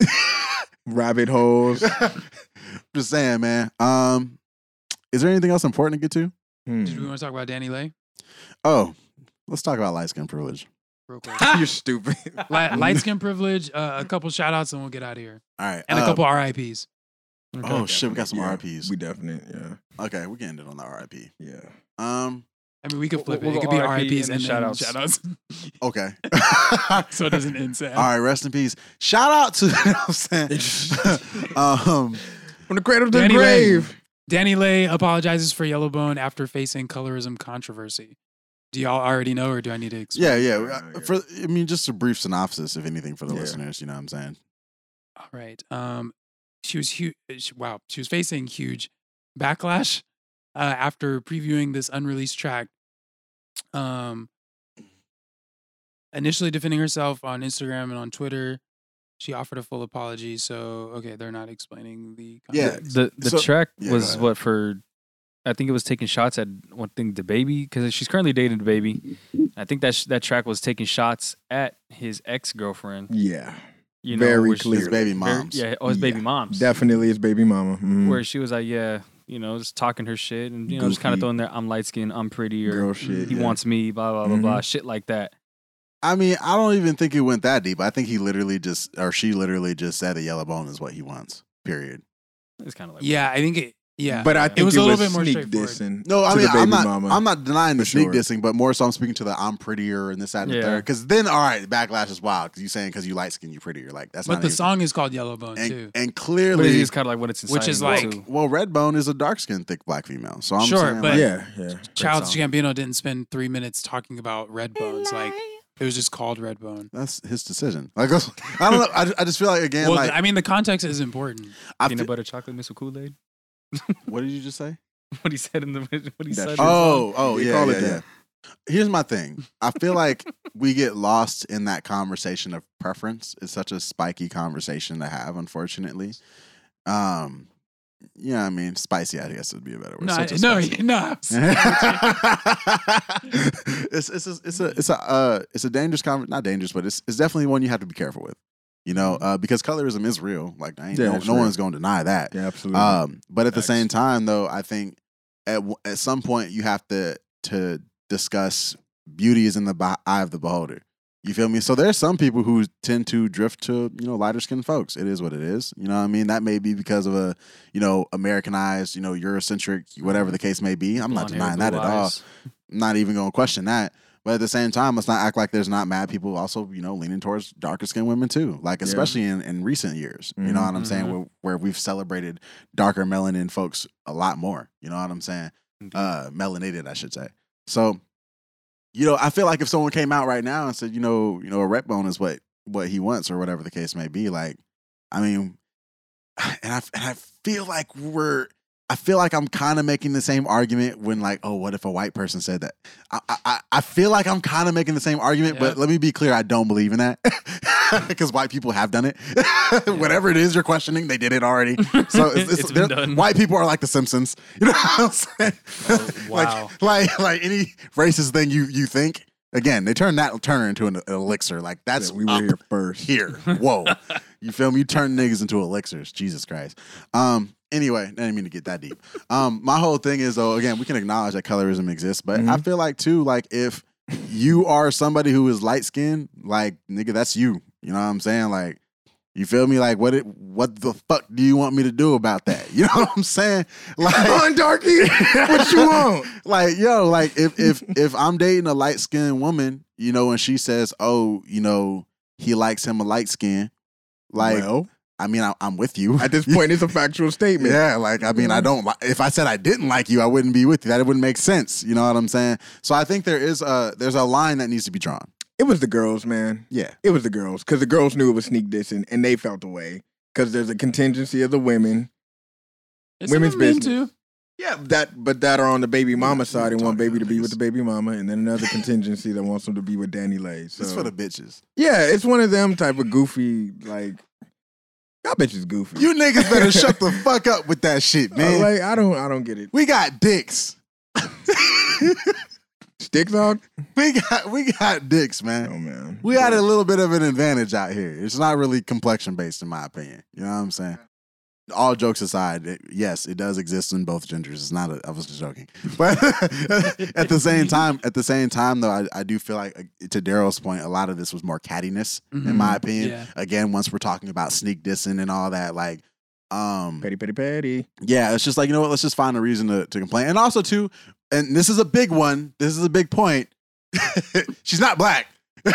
S2: it?
S1: Rabbit holes.
S2: just saying, man. Um, is there anything else important to get to?
S3: Did we
S1: Hmm.
S3: want to talk about Danny Lay?
S2: Oh, let's talk about light skin privilege.
S3: Real quick.
S1: You're stupid.
S3: Light, light skin privilege, uh, a couple shout outs, and we'll get out of here.
S2: All right,
S3: And a
S2: uh,
S3: couple RIPs.
S2: Oh shit, we got some
S1: Yeah,
S2: RIPs.
S1: We definitely, yeah,
S2: okay, we getting it on the RIP.
S1: yeah.
S2: Um,
S3: I mean, we could
S4: We'll-
S3: flip
S4: we'll
S3: it. It could
S4: go
S3: be
S4: RIP
S3: RIPs and,
S4: and
S3: shout
S4: then
S3: outs. Shout outs.
S2: okay.
S3: so it doesn't end sad.
S2: All right, rest in peace. Shout out to you know what I'm saying. um,
S1: From the cradle to the
S3: Danny Lay.
S1: grave.
S3: Danny Lay apologizes for Yellowbone after facing colorism controversy. Do y'all already know, or do I need to explain?
S2: yeah,
S1: right
S2: yeah.
S1: now,
S2: uh, For I mean, just a brief synopsis, if anything, for the
S1: Yeah.
S2: listeners. You know what I'm saying?
S3: All right. Um, she was huge. Wow, she was facing huge backlash uh, after previewing this unreleased track. Um, initially defending herself on Instagram and on Twitter, she offered a full apology. So okay, they're not explaining the
S2: Yeah,
S3: context.
S4: The the
S2: So-
S4: track
S2: Yeah, go
S4: was
S2: ahead.
S4: what for. I think it was taking shots at one thing, the baby, because she's currently dating the baby. I think that sh- that track was taking shots at his ex girlfriend.
S1: Yeah,
S4: You know,
S1: Very
S4: where she-
S1: clear.
S2: His baby
S4: very-
S2: moms. mm.
S4: yeah, oh, his baby
S1: Yeah,
S4: moms.
S1: definitely it's baby mama. Mhm.
S4: Where she was like, yeah, you know, just talking her shit and you know, just kind
S1: Goofy.
S4: of throwing there, I'm light skinned, I'm pretty, or
S1: Girl shit.
S4: he
S1: yeah.
S4: wants me, blah blah blah
S2: Mm-hmm.
S4: blah, shit like that.
S2: I mean, I don't even think it went that deep. I think he literally just, or she literally just said the yellow bone is what he wants. Period.
S4: It's kind of like
S3: yeah, I think it. Yeah.
S1: But I think it was,
S3: was a little bit more
S1: sneak
S3: straightforward.
S1: dissing.
S2: No, I
S1: to
S2: mean
S1: the baby
S2: I'm not.
S1: mama,
S2: I'm not denying the
S1: for
S2: sneak
S1: sure.
S2: dissing, but more so I'm speaking to the I'm prettier and this that and the
S4: Yeah.
S2: third. Because then, all right, backlash is wild. Because you saying because you light skin, you prettier. Like that's
S3: but
S2: not
S3: the
S2: even-
S3: song is called Yellowbone too.
S2: And, and
S4: But
S2: clearly,
S4: it's kind of like what it's inciting
S3: Which is
S4: to.
S3: like-
S2: well, Redbone is a dark skinned thick black female. So I'm
S3: Sure,
S2: saying,
S3: but-
S2: like,
S1: yeah, yeah.
S3: Childish
S2: song.
S3: Gambino didn't spend three minutes talking about Redbones. Like it was just called Redbone.
S2: that's his decision. Like that's- I don't know. I, I just feel like again,
S3: Well,
S2: like
S3: I mean, the context is important.
S2: I
S4: peanut
S2: feel-
S4: butter chocolate mixed with Kool Aid.
S2: what did you just say?
S4: What he said in the what he
S1: That's
S4: said. in the
S1: true.
S4: song.
S2: Oh, oh,
S1: They
S2: yeah,
S1: call
S2: yeah,
S1: it
S2: yeah.
S1: that.
S2: Here's my thing. I feel like we get lost in that conversation of preference. It's such a spiky conversation to have, unfortunately. Um, yeah, I mean, spicy. I guess would be a better word.
S3: No, I,
S2: Such a
S3: no,
S2: spicy-
S3: no.
S2: Uh-huh. it's it's a, it's a it's a uh, it's a dangerous conver- not dangerous, but it's it's definitely one you have to be careful with. You know, uh, because colorism is real. Like, I ain't,
S1: Mm-hmm. Yeah,
S2: no,
S1: it's
S2: no
S1: real.
S2: one's going to deny that.
S1: Yeah, absolutely.
S2: Um, but at the
S4: Facts.
S2: same time, though, I think at w- at some point you have to to discuss beauty is in the bi- eye of the beholder. You feel me? So there's some people who tend to drift to you know lighter skinned folks. It is what it is. You know what I mean? That may be because of a you know Americanized, you know Eurocentric, whatever the case may be. I'm not
S4: Blonde hair,
S2: denying that
S4: blue
S2: at all.
S4: eyes.
S2: I'm not even going to question that. But at the same time, let's not act like there's not mad people also, you know, leaning towards darker skinned women too. Like
S1: Yeah.
S2: especially in, in recent years. You know
S1: Mhm.
S2: what I'm saying?
S4: Mhm.
S2: Where, where we've celebrated darker melanin folks a lot more. You know what I'm saying?
S4: Indeed.
S2: Uh melanated, I should say. So, you know, I feel like if someone came out right now and said, you know, you know, a red bone is what what he wants or whatever the case may be, like, I mean, and I and I feel like we're I feel like I'm kind of making the same argument when like, oh, what if a white person said that? I I- I, I feel like I'm kind of making the same argument, but
S3: Yeah.
S2: let me be clear, I don't believe in that because white people have done it. Whatever it is you're questioning, they did it already. So it's, it's,
S4: It's been
S2: they're-
S4: done.
S2: white people are like the Simpsons. You know what I'm saying?
S4: Oh, wow.
S2: like, like like any racist thing you you think. Again, they turn that Turner into an elixir. Like that's
S1: That we were
S2: up
S1: here first.
S2: here. Whoa. you feel me? You turn niggas into elixirs. Jesus Christ. Um, anyway, I didn't mean to get that deep. Um, my whole thing is though, again, we can acknowledge that colorism exists, but I
S1: Mhm.
S2: feel like too, like if you are somebody who is light skinned, like nigga, that's you. You know what I'm saying? Like, you feel me? Like what it what the fuck do you want me to do about that? You know what I'm saying?
S1: Come
S2: Like
S1: on, Darky. what you want?
S2: like yo like if if if i'm dating a light-skinned woman you know and she says oh you know he likes him a light skin like
S1: well,
S2: i mean I, i'm with you
S1: at this point, it's a factual statement.
S2: yeah like i mean i don't li- if i said i didn't like you i wouldn't be with you that wouldn't make sense you know what i'm saying so i think there is a there's a line that needs to be drawn
S1: It was the girls, man.
S2: yeah
S1: It was the girls because the girls knew it was sneak dissing and they felt the way because there's a contingency of the women.
S3: It's
S1: Women's
S3: about men,
S1: business.
S3: too.
S1: Yeah, that but that are on the baby mama
S2: not-
S1: side
S2: we're
S1: and want
S2: talking
S1: baby to
S2: about
S1: be
S2: niggas.
S1: with the baby mama, and then another contingency that wants them to be with Danny Lay. So
S2: it's for the bitches
S1: yeah, it's one of them type of goofy like y'all bitches goofy.
S2: you niggas better shut the fuck up with that shit man
S1: like I don't I don't get it.
S2: we got dicks
S1: Sticks out?
S2: we got we got dicks man
S1: Oh man,
S2: We had a little bit of an advantage out here. It's not really complexion based, in my opinion. You know what I'm saying? All jokes aside, it- yes, it does exist in both genders. It's not. A, I was just joking, but at the same time, at the same time, though, I, I do feel like, uh, to Daryl's point, a lot of this was more cattiness, in my opinion.
S3: Mm-hmm. Yeah.
S2: Again, once we're talking about sneak dissing and all that, like, um,
S1: petty petty petty.
S2: yeah, it's just like, you know what, let's just find a reason to, to complain. And also, too, and this is a big one, this is a big point. She's not black.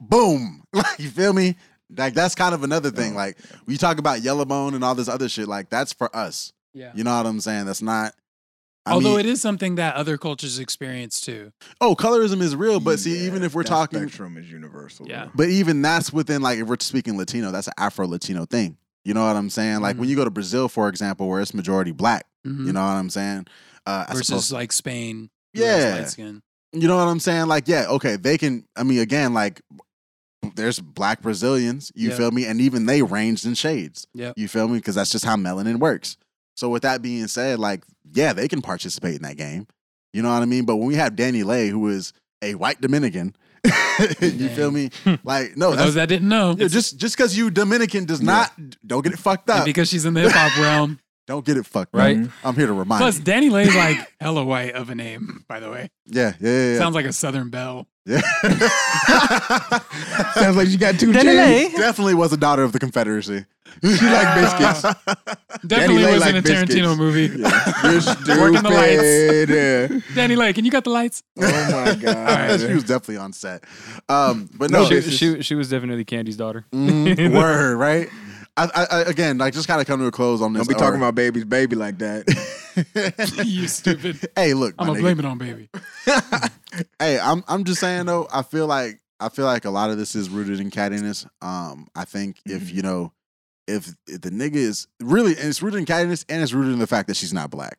S2: Boom. Like, you feel me? Like, that's kind of another thing.
S1: No.
S2: Like, we talk about Yellowbone and all this other shit. Like, that's for us.
S3: Yeah.
S2: You know what I'm saying? That's not. I
S3: Although
S2: mean-
S3: it is something that other cultures experience too.
S2: oh, colorism is real, but see,
S1: Yeah,
S2: even if we're
S1: that
S2: talking,
S1: spectrum is universal.
S3: Yeah.
S2: But even that's within like if we're speaking Latino, that's an Afro Latino thing. You know what I'm saying? Like when you go to Brazil, for example, where it's majority black. Mm-hmm. You know what I'm saying? Uh, I
S3: Mm-hmm. Versus
S2: suppose,
S3: like Spain. who has
S2: Yeah.
S3: Light skin.
S2: you know what I'm saying? Like yeah, okay, they can. I mean, again, like there's black Brazilians. You
S3: Yeah.
S2: feel me? And even they ranged in shades.
S3: Yep.
S2: You feel me? Because that's just how melanin works. So with that being said, like yeah, they can participate in that game. You know what I mean? But when we have Danny Lay, who is a white Dominican, you feel me? Like no,
S3: For
S2: that's
S3: those that didn't know,
S2: Yeah, just just because you Dominican does not don't get it fucked up.
S3: and because she's in the hip hop realm,
S2: Don't get it fucked.
S4: Right.
S1: Mhm.
S2: I'm here to remind
S3: Plus,
S2: you.
S3: Danny Lay's like hella white of a name, by the way.
S2: Yeah, yeah, yeah.
S3: Sounds like a Southern Belle.
S2: yeah. yeah.
S1: Sounds like you got two
S4: Danny
S1: chins.
S4: Lay.
S2: Definitely was a daughter of the Confederacy. Oh
S1: She like biscuits.
S3: Definitely
S1: Lay
S3: was
S1: like
S3: in a Tarantino
S1: biscuits.
S3: movie.
S1: You're
S3: Working the lights.
S1: stupid.
S3: Danny Lay, can you got the lights?
S1: Oh my
S3: right.
S2: she
S1: god.
S2: was definitely on set. Um, but
S1: No,
S2: no,
S4: she,
S1: this is-
S4: she, she was definitely Candy's daughter.
S2: mm, word, right? I, I, I, again, like, just kind of come to a close on this.
S1: Don't be talking about baby's baby like that.
S2: about.
S3: you stupid.
S2: hey, look,
S3: I'm
S2: my
S3: gonna
S2: nigga.
S3: blame it on baby.
S2: hey, I'm I'm just saying though, I feel like I feel like a lot of this is rooted in cattiness. Um, I think if
S1: Mhm.
S2: you know, if, if the nigga is really and it's rooted in cattiness and it's rooted in the fact that she's not black.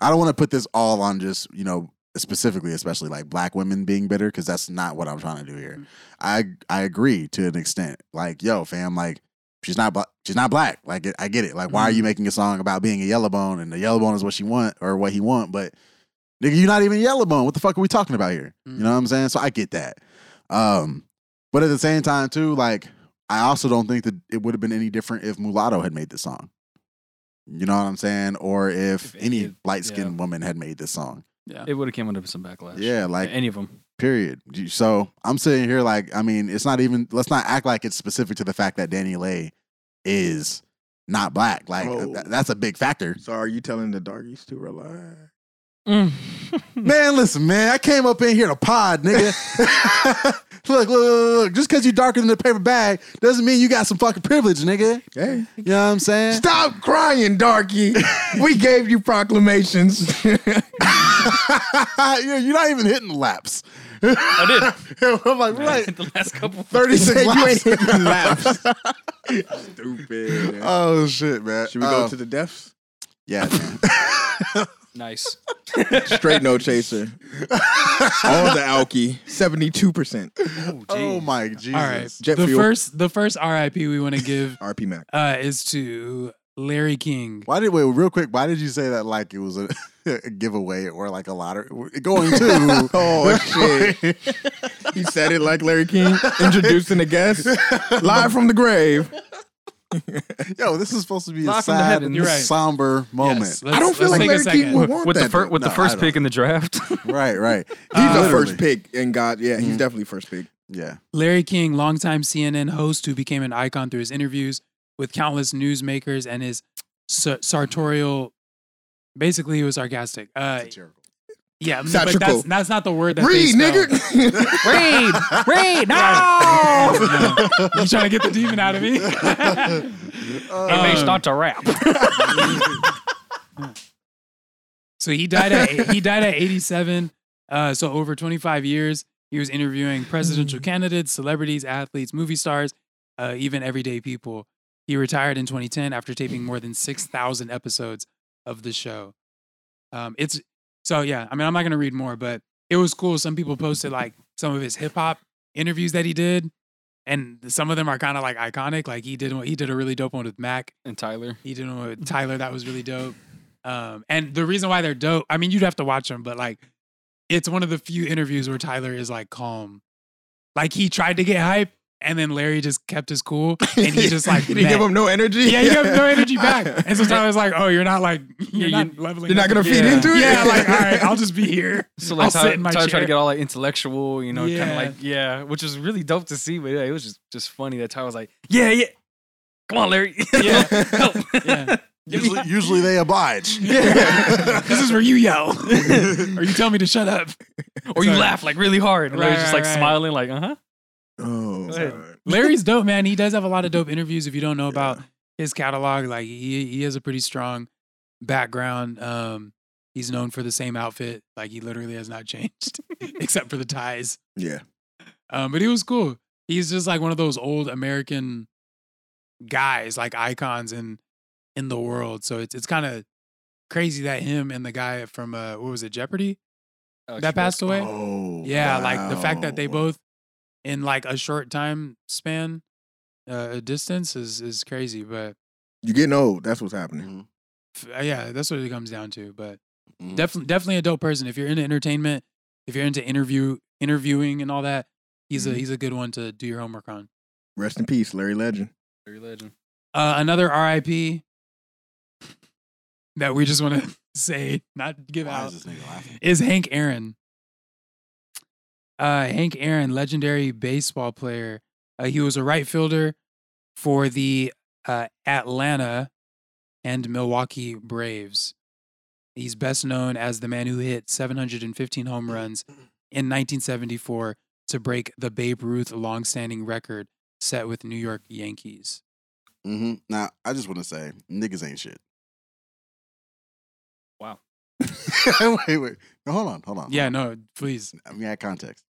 S2: I don't want to put this all on just you know specifically, especially like black women being bitter because that's not what I'm trying to do here.
S4: Mm-hmm.
S2: I I agree to an extent. Like, yo, fam, like. She's not black. She's not black. Like I get it. Like why
S4: Mm-hmm.
S2: are you making a song about being a yellow bone and the yellow bone is what she want or what he want? But Nigga, you're not even yellow bone. What the fuck are we talking about here?
S4: Mm-hmm.
S2: You know what I'm saying? So I get that. Um, but at the same time, too, like I also don't think that it would have been any different if Mulatto had made this song. You know what I'm saying? Or if,
S4: If any
S2: any
S4: of-
S2: light skinned
S4: yeah.
S2: woman had made this song.
S4: It would have came under some backlash.
S2: Yeah, like
S4: any of them.
S2: period. So I'm sitting here like, I mean, it's not even. Let's not act like it's specific to the fact that Danny Lay is not black. Like
S1: Oh.
S2: th- that's a big factor.
S1: so are you telling the darkies to relax?
S4: Mm.
S3: Hmm.
S2: Man, listen, man. I came up in here to pod, nigga. look, look, look, look. Just because you darker than the paper bag doesn't mean you got some fucking privilege, nigga.
S1: Hey.
S2: You know what I'm saying?
S1: Stop crying, darky. we gave you proclamations.
S2: Yeah, you're not even hitting laps.
S4: I
S2: I'm like, right.
S4: the last couple.
S2: 36
S1: you ain't
S2: laps.
S1: hitting laps. Stupid.
S2: Oh, shit, man.
S1: Should we
S2: Oh,
S1: go to the Oh, deaths?
S2: Yeah. man.
S4: Nice.
S1: Straight no chaser. On the Alki, 72%.
S4: Oh,
S2: oh,
S4: geez.
S2: my Jesus.
S3: All right.
S1: Jet
S3: the
S1: fuel.
S3: first, the first RIP we want to give
S1: RP Mac.
S3: uh, is to Larry King.
S2: Why did, wait, real quick, why did you say that like it was a, a giveaway or like a lottery? Going to.
S1: Oh, shit. he said it like Larry King, introducing a guest live from the grave.
S2: Yo, this is supposed to be a
S4: Live from the
S2: sad,
S4: heaven. You're
S3: right.
S2: somber moment.
S3: Yes, let's-
S1: I don't feel
S3: let's
S1: like
S3: take a
S1: Larry King
S3: second.
S1: would want
S4: with
S1: that.
S4: the first
S1: though.
S4: with
S2: No,
S4: the first
S2: I don't.
S4: pick in the draft.
S2: Right, right.
S3: Uh,
S1: he's the
S2: Literally.
S1: first pick in God. Yeah, he's
S2: Mhm.
S1: definitely first pick.
S2: Yeah.
S3: Larry King, longtime CNN host who became an icon through his interviews with countless newsmakers and his sa- sartorial. Basically, he was sarcastic. Uh, yeah, but
S1: Satirical.
S3: that's, that's not the word that
S1: Read,
S3: they spell.
S1: nigga.
S4: Read, read,
S3: no! You trying to get the demon out of me?
S4: It
S3: Um,
S4: may start to rap.
S3: So he died at he died at 87. Uh, so over 25 years, he was interviewing presidential candidates, celebrities, athletes, movie stars, uh, even everyday people. He retired in 2010 after taping more than 6,000 episodes of the show. Um, it's so yeah. I mean, I'm not gonna read more, but it was cool. Some people posted like some of his hip hop interviews that he did, and some of them are kind of like iconic. Like he did one- he did a really dope one with Mac.
S4: and Tyler.
S3: He did one with Tyler. That was really dope. Um, and the reason why they're dope, I mean, you'd have to watch them, but like, it's one of the few interviews where Tyler is like calm. Like he tried to get hype, and then Larry just kept his cool, and he just like
S1: you didn't give
S3: met.
S1: him no energy.
S3: yeah, you have no energy back. And so Tyler's like, oh, you're not like you're
S4: Yeah, you-
S3: not leveling.
S1: You're not
S3: up.
S1: gonna feed
S4: Yeah.
S1: into it.
S3: Yeah, like all right, I'll just be here.
S4: So
S3: I'll
S4: like
S3: sit
S4: Tyler,
S3: in my
S4: Tyler tried
S3: chair.
S4: to get all like intellectual, you know, kind
S3: Yeah.
S4: of like yeah, which was really dope to see. But yeah, it was just just funny that Tyler was like, yeah, yeah, come on, Larry, yeah, help.
S3: Yeah.
S2: Usually, usually they oblige.
S3: this is where you yell, or you tell me to shut up.
S4: or you
S3: Sorry.
S4: laugh like really hard, and
S3: Right,
S4: Larry's just
S3: right,
S4: like
S3: right.
S4: smiling, like uh huh.
S1: Oh,
S4: Go ahead.
S1: God.
S3: Larry's dope, man. He does have a lot of dope interviews. If you don't know about his catalog, like he he has a pretty strong background. Um, he's known for the same outfit. Like he literally has not changed except for the ties.
S1: yeah.
S3: Um, but he was cool. He's just like one of those old American guys, like icons in in the world. So it's it's kind of crazy that him and the guy from uh, what was it, Jeopardy, that passed away.
S2: Oh,
S3: Yeah, like the fact that they
S2: wow.
S3: both in like a short time span uh a distance is is crazy, but
S1: You're getting old. That's what's happening.
S3: f- uh, yeah, that's what it comes down to, but
S2: Mhm.
S3: definitely definitely a dope person if you're into entertainment, if you're into interview interviewing and all that, he's
S1: Mhm.
S3: a he's a good one to do your homework on.
S1: Rest in peace, Larry Legend.
S4: Larry Legend.
S3: Uh another RIP that we just want to say, not give
S2: Why
S3: out,
S2: is this nigga laughing?
S3: is Hank Aaron. Uh, Hank Aaron, legendary baseball player. Uh, he was a right fielder for the uh, Atlanta and Milwaukee Braves. He's best known as the man who hit 715 home runs in 1974 to break the Babe Ruth longstanding record set with New York Yankees.
S2: hmm Now, I just want to say, niggas ain't shit.
S4: Wow.
S2: wait, wait. No, hold on, hold on.
S3: Yeah, no, please.
S2: I mean, add context.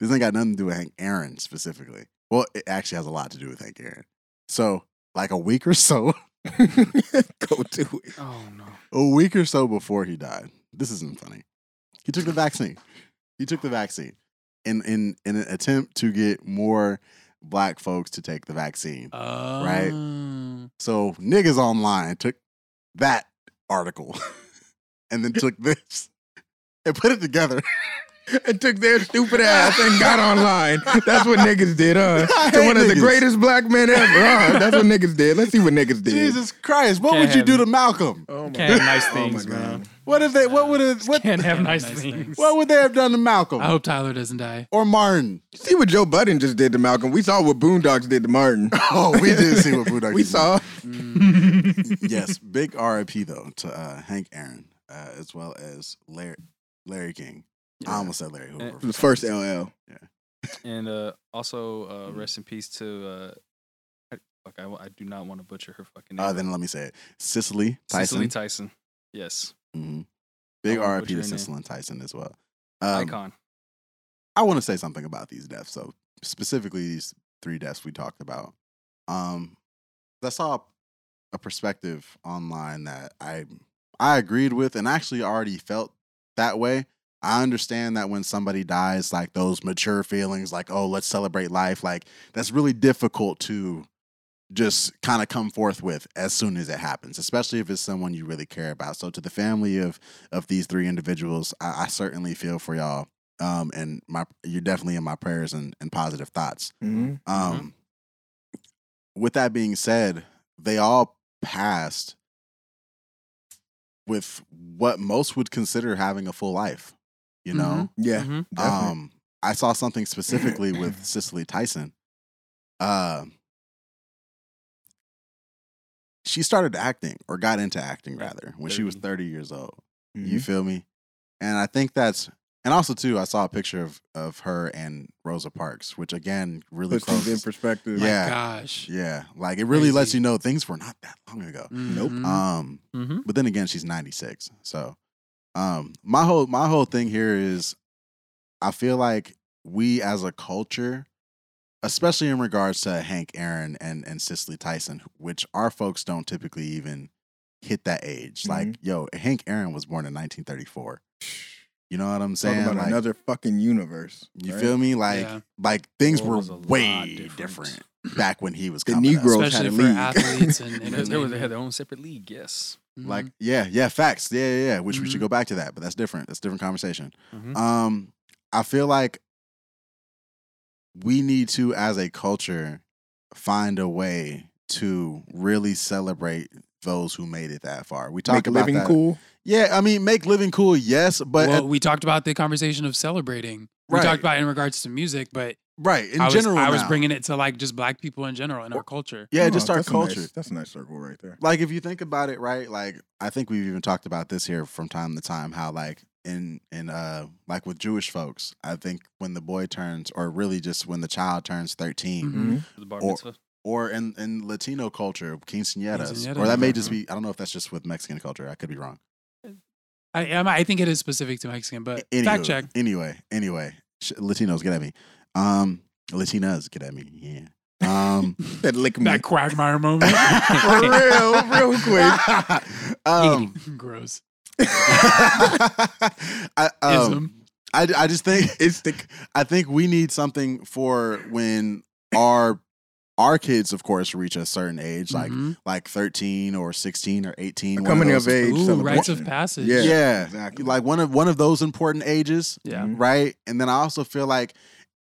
S2: This ain't got nothing to do with Hank Aaron specifically. Well, it actually has a lot to do with Hank Aaron. So, like a week or so,
S1: Go to it.
S4: Oh no.
S2: a week or so before he died, this isn't funny. He took the vaccine. He took the vaccine in in in an attempt to get more black folks to take the vaccine.
S3: Uh,
S2: Right.
S3: Oh.
S2: So niggas online took that article and then took this and put it together.
S1: And took their stupid ass and got online. That's what niggas did, huh?
S2: I
S1: To
S2: hate
S1: one of the
S2: niggas.
S1: greatest black men ever, huh? That's what niggas did. Let's see what niggas did.
S2: Jesus Christ! What
S4: Can't
S2: would you do
S4: have-
S2: to Malcolm?
S1: Oh my
S4: Can't have
S1: God.
S4: nice
S1: Oh my
S4: things,
S1: God.
S4: man.
S2: What if they? What would it? What?
S4: Can't have
S3: Can't
S4: nice things.
S2: What would they have done to Malcolm
S3: I hope Tyler doesn't die.
S2: or Martin?
S1: You see what Joe Budden just did to Malcolm. We saw what Boondocks did to Martin.
S2: Oh, we did see what Budak
S1: we
S2: did.
S1: saw.
S4: Mm.
S2: yes, big RIP though to uh, Hank Aaron uh, as well as Larry Larry King. I almost said
S4: Eh,
S2: Larry Hoover.
S1: It was first LL.
S4: And uh, also, uh, rest in peace to. Uh, I- fuck, I, I do not want to butcher her fucking name.
S2: Uh, then let me say it. Cicely Tyson.
S4: Cicely Tyson. Yes.
S2: Mhm. Big
S4: I won't
S2: RIP
S4: butcher
S2: to
S4: her name.
S2: Cicely Tyson as well. Um,
S4: Icon.
S2: I want to say something about these deaths. So specifically these three deaths we talked about. Um, I saw a perspective online that I I agreed with and actually already felt that way. I understand that when somebody dies, like those mature feelings, like oh let's celebrate life, like that's really difficult to just kind of come forth with as soon as it happens, especially if it's someone you really care about. So to the family of of these three individuals, I, I certainly feel for y'all um, and my you're definitely in my prayers and, and positive thoughts. Um, With that being said, they all passed with what most would consider having a full life. You know,
S1: Yeah.
S3: Mm-hmm.
S4: Mhm.
S1: definitely.
S2: um, I saw something specifically with Cicely Tyson. Uh, she started acting or got into acting
S4: Right.
S2: rather when she was
S4: 30.
S2: 30 years old.
S1: Mhm.
S2: You feel me? And I think that's and also too, I saw a picture of of her and Rosa Parks, which again really
S1: Puts
S2: close.
S1: things in perspective.
S2: Yeah.
S3: My gosh.
S2: yeah, like it really lets
S3: Crazy.
S2: you know things were not that long ago.
S1: Nope.
S3: Mhm.
S2: Um,
S4: Mhm.
S2: but then again, she's ninety six. So, um, my whole my whole thing here is, I feel like we as a culture, especially in regards to Hank Aaron and and Cicely Tyson, which our folks don't typically even hit that age. Like, yo, Hank Aaron was born in nineteen thirty four. You know what I'm
S1: Talk
S2: saying?
S1: about
S2: Like,
S1: another fucking universe.
S2: you
S1: right?
S2: feel me? Like,
S3: Yeah.
S2: like things
S4: World
S2: were
S4: was a lot
S2: way
S4: different.
S2: different. back when he was
S1: The
S2: coming up.
S1: Negro- Girls had
S3: Especially
S1: a
S3: for
S1: league.
S3: athletes and
S4: And they, were, they had
S3: entertainment.
S4: their own separate league. Yes.
S3: Mhm.
S1: Mm-hmm.
S2: Like, yeah, yeah, facts. Yeah, yeah, yeah. Which we
S3: Mhm.
S2: should go back to that, but that's different. That's a different conversation.
S1: Mm-hmm.
S4: Mhm.
S2: Um, I feel like we need to, as a culture, find a way to really celebrate those who made it that far. We talk
S1: Make
S2: about
S1: living
S2: that.
S1: cool.
S2: Yeah, I mean, make living cool, yes, but
S3: well, we talked about the conversation of celebrating. We
S2: Right.
S3: talked about it in regards to music, but
S2: right in
S3: I was,
S2: general,
S3: I was
S2: now.
S3: bringing it to like just black people in general in our
S2: Or-
S3: culture.
S2: yeah,
S1: Oh,
S2: just our
S1: that's a nice-
S2: culture.
S1: that's a nice circle right there.
S2: like if you think about it right like i think we've even talked about this here from time to time how like in in uh like with jewish folks i think when the boy turns or really just when the child turns 13
S3: Mhm.
S4: The bar
S2: Or-
S4: mitzvah.
S2: or in in latino culture quinceañeras
S3: Quinceañeras,
S2: or that may
S3: yeah.
S2: just be i don't know if that's just with mexican culture i could be wrong
S3: I, I, I think it is specific to Mexican, but
S2: Anywho,
S3: Uh, fact check.
S2: anyway anyway Sh- latinos get at me um latinas get at me yeah um
S1: That lick me.
S3: That quagmire moment.
S1: For real, real quick.
S2: um
S3: Gross.
S2: I, um,
S3: Ism.
S2: I, I just think it's the, I think we need something for when our our kids, of course, reach a certain age, like
S3: Mhm.
S2: like thirteen or sixteen or eighteen.
S1: A
S2: one
S1: coming
S2: those-
S1: of age
S3: Ooh, rites of
S1: celebration.
S3: passage.
S1: Yeah.
S2: Yeah,
S1: exactly.
S2: like one of one of those important ages,
S3: Yeah.
S1: Mhm.
S2: right? And then I also feel like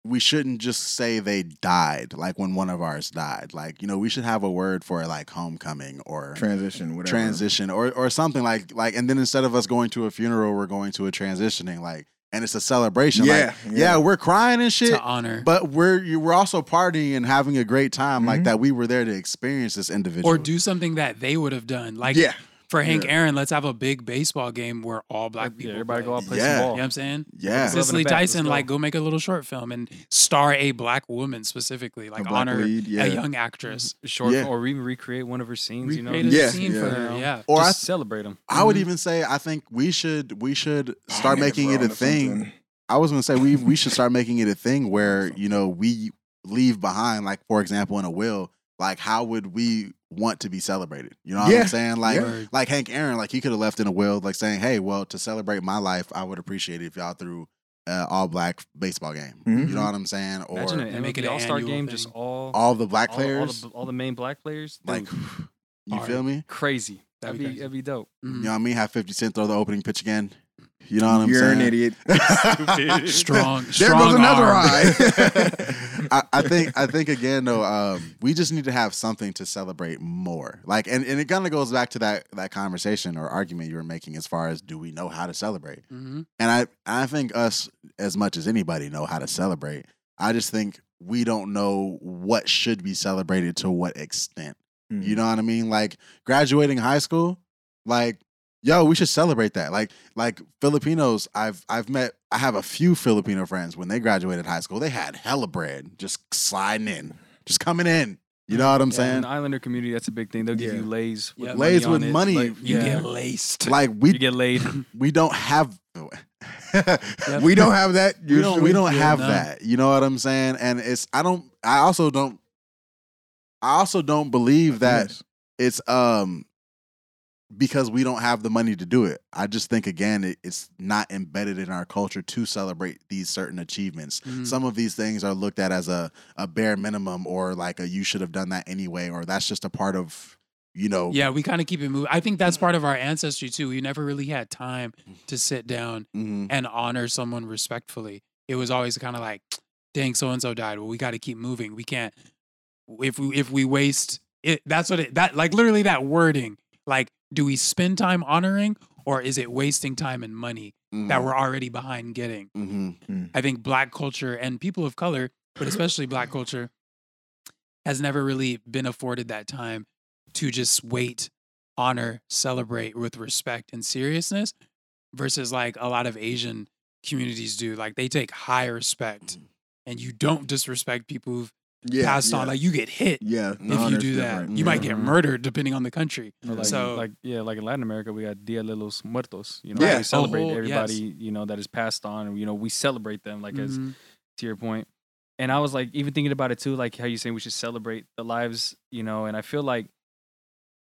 S2: we shouldn't just say they died, like when one of ours died. Like, you know, we should have a word for like homecoming or
S1: transition, whatever.
S2: transition or or something like like and then instead of us going to a funeral, we're going to a transitioning, like and it's a celebration. like,
S1: Yeah,
S2: yeah, we're crying and shit.
S3: to honor
S2: But we're you we're also partying and having a great time like
S1: Mhm.
S2: that. We were there to experience this individual.
S3: or do something that they would have done. Like
S1: yeah,
S3: for Hank
S1: Yeah.
S3: Aaron, let's have a big baseball game where all black
S4: Yeah,
S3: people
S4: everybody
S3: play.
S4: go out and play
S2: Yeah.
S4: some
S3: You know
S4: ball.
S3: what I'm saying?
S2: yeah.
S4: Love in
S3: Cicely
S4: the back, let's
S3: Tyson,
S4: go.
S3: like, go make a little short film and star a black woman specifically, like
S1: A black
S3: honor
S1: lead, yeah.
S3: a young actress.
S4: Short
S2: Yeah.
S4: or even recreate one of her scenes. You know,
S3: Recreated
S1: Yeah,
S3: a scene
S1: yeah.
S3: for her, yeah.
S2: Or
S4: or
S2: I
S4: just celebrate them.
S2: I would
S3: Mhm.
S2: even say I think we should we should
S1: Oh,
S2: start
S1: man,
S2: making
S1: we're
S2: it a
S1: onto
S2: thing.
S1: something.
S2: I was gonna say we we should start making it a thing where you know we leave behind like for example in a will like how would we want to be celebrated? You know what
S1: Yeah.
S2: I'm saying? Like
S1: Yeah.
S2: like Hank Aaron like he could have left in a will like saying hey well to celebrate my life I would appreciate it if y'all threw uh, all black baseball game.
S1: Mhm.
S2: You know what I'm saying? Or
S4: Imagine
S3: They
S4: an
S3: make it
S4: MLB
S3: an
S4: All Star
S3: annual
S4: game,
S3: thing.
S4: just all
S2: all the black
S4: all- all the-
S2: players
S4: all, the, main black players. That
S2: like
S4: would
S2: you
S3: hard.
S2: feel me?
S4: be crazy.
S3: that'd
S4: That'd
S3: be
S4: be
S3: crazy.
S4: that'd be dope.
S3: Mm-hmm.
S2: You know what I mean? Have 50 Cent throw the opening pitch again. You know what I'm
S1: You're
S2: saying?
S1: an idiot.
S2: Stupid.
S3: Strong,
S1: There
S3: strong
S1: goes another
S3: arm.
S1: eye.
S2: I, I think I think again though, um, we just need to have something to celebrate more. Like and, and it kinda goes back to that that conversation or argument you were making as far as do we know how to celebrate?
S3: Mhm.
S2: And I, I think us as much as anybody know how to celebrate. I just think we don't know what should be celebrated to what extent. You
S1: Mm-hmm.
S2: know what I mean? Like graduating high school, like yo, we should celebrate that. Like like Filipinos, I've I've met I have a few Filipino friends when they graduated high school, they had hella bread just sliding in, just coming in. You know what
S4: Yeah,
S2: I'm
S4: in
S2: saying?
S4: the Islander community, that's a big thing. They'll give
S1: Yeah.
S4: you lays, with
S3: Yeah.
S4: money
S2: Lays
S4: on
S2: with
S4: it,
S2: money.
S4: like,
S3: You
S4: yeah.
S3: get laced.
S2: Like
S4: you
S2: we
S4: get laid.
S2: we don't have
S1: we don't have that.
S2: we don't we
S1: usually.
S2: don't
S3: Yeah,
S2: have
S3: no.
S2: that. You know what I'm saying? And it's I don't I also don't I also don't believe that
S1: Yes.
S2: it's um because we don't have the money to do it. I just think again, it, it's not embedded in our culture to celebrate these certain achievements.
S3: Mhm.
S2: Some of these things are looked at as a a bare minimum, or like a you should have done that anyway, or that's just a part of you know.
S3: Yeah, we kind of keep it moving. I think that's part of our ancestry too. We never really had time to sit down
S2: Mhm.
S3: and honor someone respectfully. It was always kind of like, dang, so and so died. Well, we got to keep moving. We can't if we if we waste it. That's what it that like literally that wording. Like, do we spend time honoring or is it wasting time and money
S2: Mm-hmm.
S3: that we're already behind getting?
S2: Mhm.
S3: I think black culture and people of color, but especially black culture, has never really been afforded that time to just wait, honor, celebrate with respect and seriousness versus like a lot of Asian communities do. Like they take high respect and you don't disrespect people who've
S1: yeah,
S3: passed
S1: yeah,
S3: on. Like you get hit
S1: yeah, the
S3: if you
S1: honor's
S3: do that.
S1: different.
S3: You might get
S4: Mhm.
S3: murdered depending on the country.
S4: Or Like,
S3: So-
S4: like yeah, like in Latin America, we got Dia de los Muertos. You know,
S1: Yeah.
S4: we celebrate
S3: whole- Oh, yes.
S4: everybody you know that is passed on. and, You know, we celebrate them like as
S3: Mhm.
S4: to your point. And I was like, even thinking about it too, like how you say we should celebrate the lives, you know. And I feel like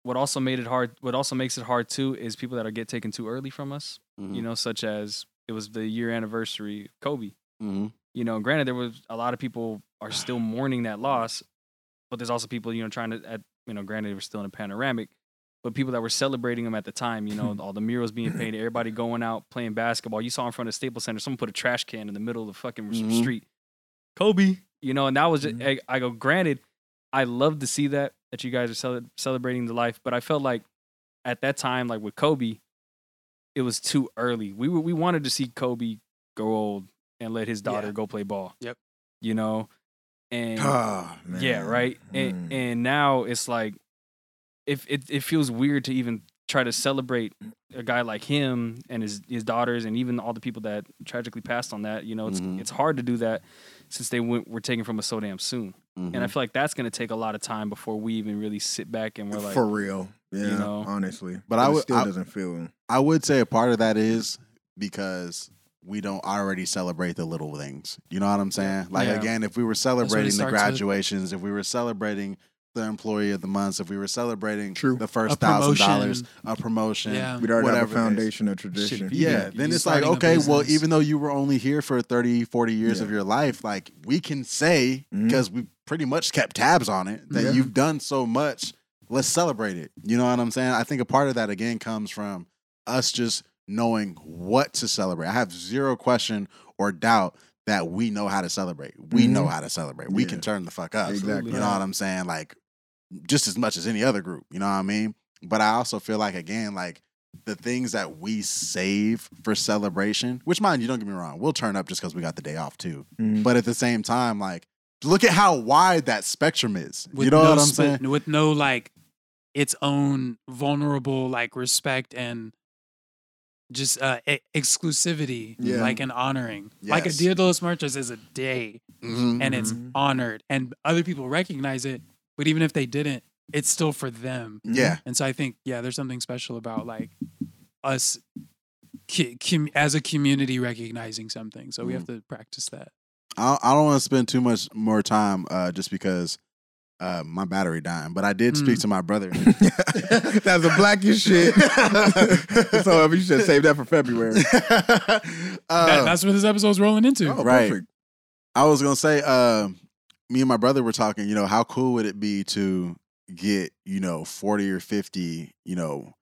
S4: what also made it hard, what also makes it hard too, is people that are get taken too early from us,
S2: Mhm.
S4: you
S1: Mm.
S4: know, such as it was the year anniversary of Kobe.
S1: mm-hmm.
S2: Mhm.
S4: You know, granted, there was a lot of people are still mourning that loss, but there's also people, you know, trying to, at, you know, granted, they were still in a panoramic, but people that were celebrating them at the time, you know, all the murals being painted, everybody going out playing basketball. You saw in front of Staples Center, someone put a trash can in the middle of the fucking s-
S2: Mhm.
S4: street. Kobe, you know, and that was, just,
S1: Mhm.
S4: I, I go, granted, I love to see that, that you guys are cele- celebrating the life, but I felt like at that time, like with Kobe, it was too early. We were, we wanted to see Kobe grow old and let his daughter
S3: Yeah.
S4: go play ball.
S3: Yep.
S4: You know, and
S1: Ah, man.
S4: yeah, right. And,
S1: Mm.
S4: and now it's like, if it, it feels weird to even try to celebrate a guy like him and his his daughters and even all the people that tragically passed on that. You know, it's
S1: Mm-hmm.
S2: Mhm.
S4: it's hard to do that since they went, were taken from us so damn soon. And I
S2: Mhm.
S1: Mm-hmm.
S4: feel like that's gonna take a lot of time before we even really sit back and we're like,
S1: for real. Yeah,
S4: know.
S1: honestly.
S2: But I
S1: it
S2: would-
S1: still
S2: I-
S1: doesn't feel.
S2: I would say a part of that is because we don't already celebrate the little things. You know what I'm saying? Like
S4: Yeah.
S2: again, if we were
S3: what it
S2: celebrating the
S3: starts with.
S2: graduations, if we were celebrating the employee of the month, if we were celebrating
S1: True.
S2: the
S3: A
S2: first thousand dollars,
S3: promotion.
S2: a promotion.
S3: Yeah.
S1: We'd already have a
S2: Whatever it is.
S1: foundation of tradition.
S4: be-
S2: Yeah,
S4: Yeah,
S2: then
S3: you
S2: it's like,
S3: starting a
S2: okay, well,
S3: business.
S2: even though you were only here for 30, 40 years
S1: Yeah.
S2: of your life, like we can say,
S3: Mm-hmm.
S1: Mhm.
S2: because we pretty much kept tabs on it, that
S1: Yeah.
S2: you've done so much. Let's celebrate it. You know what I'm saying? I think a part of that, again, comes from us just knowing what to celebrate. I have zero question or doubt that we know how to celebrate. We
S1: Mhm.
S2: know
S3: Mm-hmm.
S2: how to celebrate. We can
S1: Yeah.
S2: turn the fuck up.
S1: Exactly.
S2: You know what I'm saying? Like just as much as any other group. You know what I mean? But I also feel like again, like the things that we save for celebration, which mind you, don't get me wrong, we'll turn up just because we got the day off too.
S1: Mhm.
S2: But at the same time, like look at how wide that spectrum is.
S3: With
S2: you know
S3: no
S2: what I'm
S3: split-
S2: saying?
S3: With no like its own vulnerable like respect and just uh e- exclusivity,
S1: Yeah.
S3: like and honoring. Like a
S2: Yes.
S3: Dia de los Muertos is a day
S2: Mhm.
S3: and it's
S1: Mhm.
S3: honored and other people recognize it, but even if they didn't, it's still for them.
S1: Mm-hmm.
S2: yeah.
S3: And so I think, yeah, there's something special about like us ki- com- as a community recognizing something. So
S2: Mm-hmm.
S3: we have to practice that.
S2: I, I don't want to spend too much more time uh, just because uh, my battery dying, but I did speak
S3: Mm.
S2: to my brother. Um,
S1: That's the blackest shit. so you should save that for February.
S3: That-
S2: Uh,
S3: that's what this episode's rolling into.
S1: Oh,
S2: Right.
S1: perfect.
S2: I was gonna say, uh, me and my brother were talking. You know, how cool would it be to get you know forty or fifty, you know,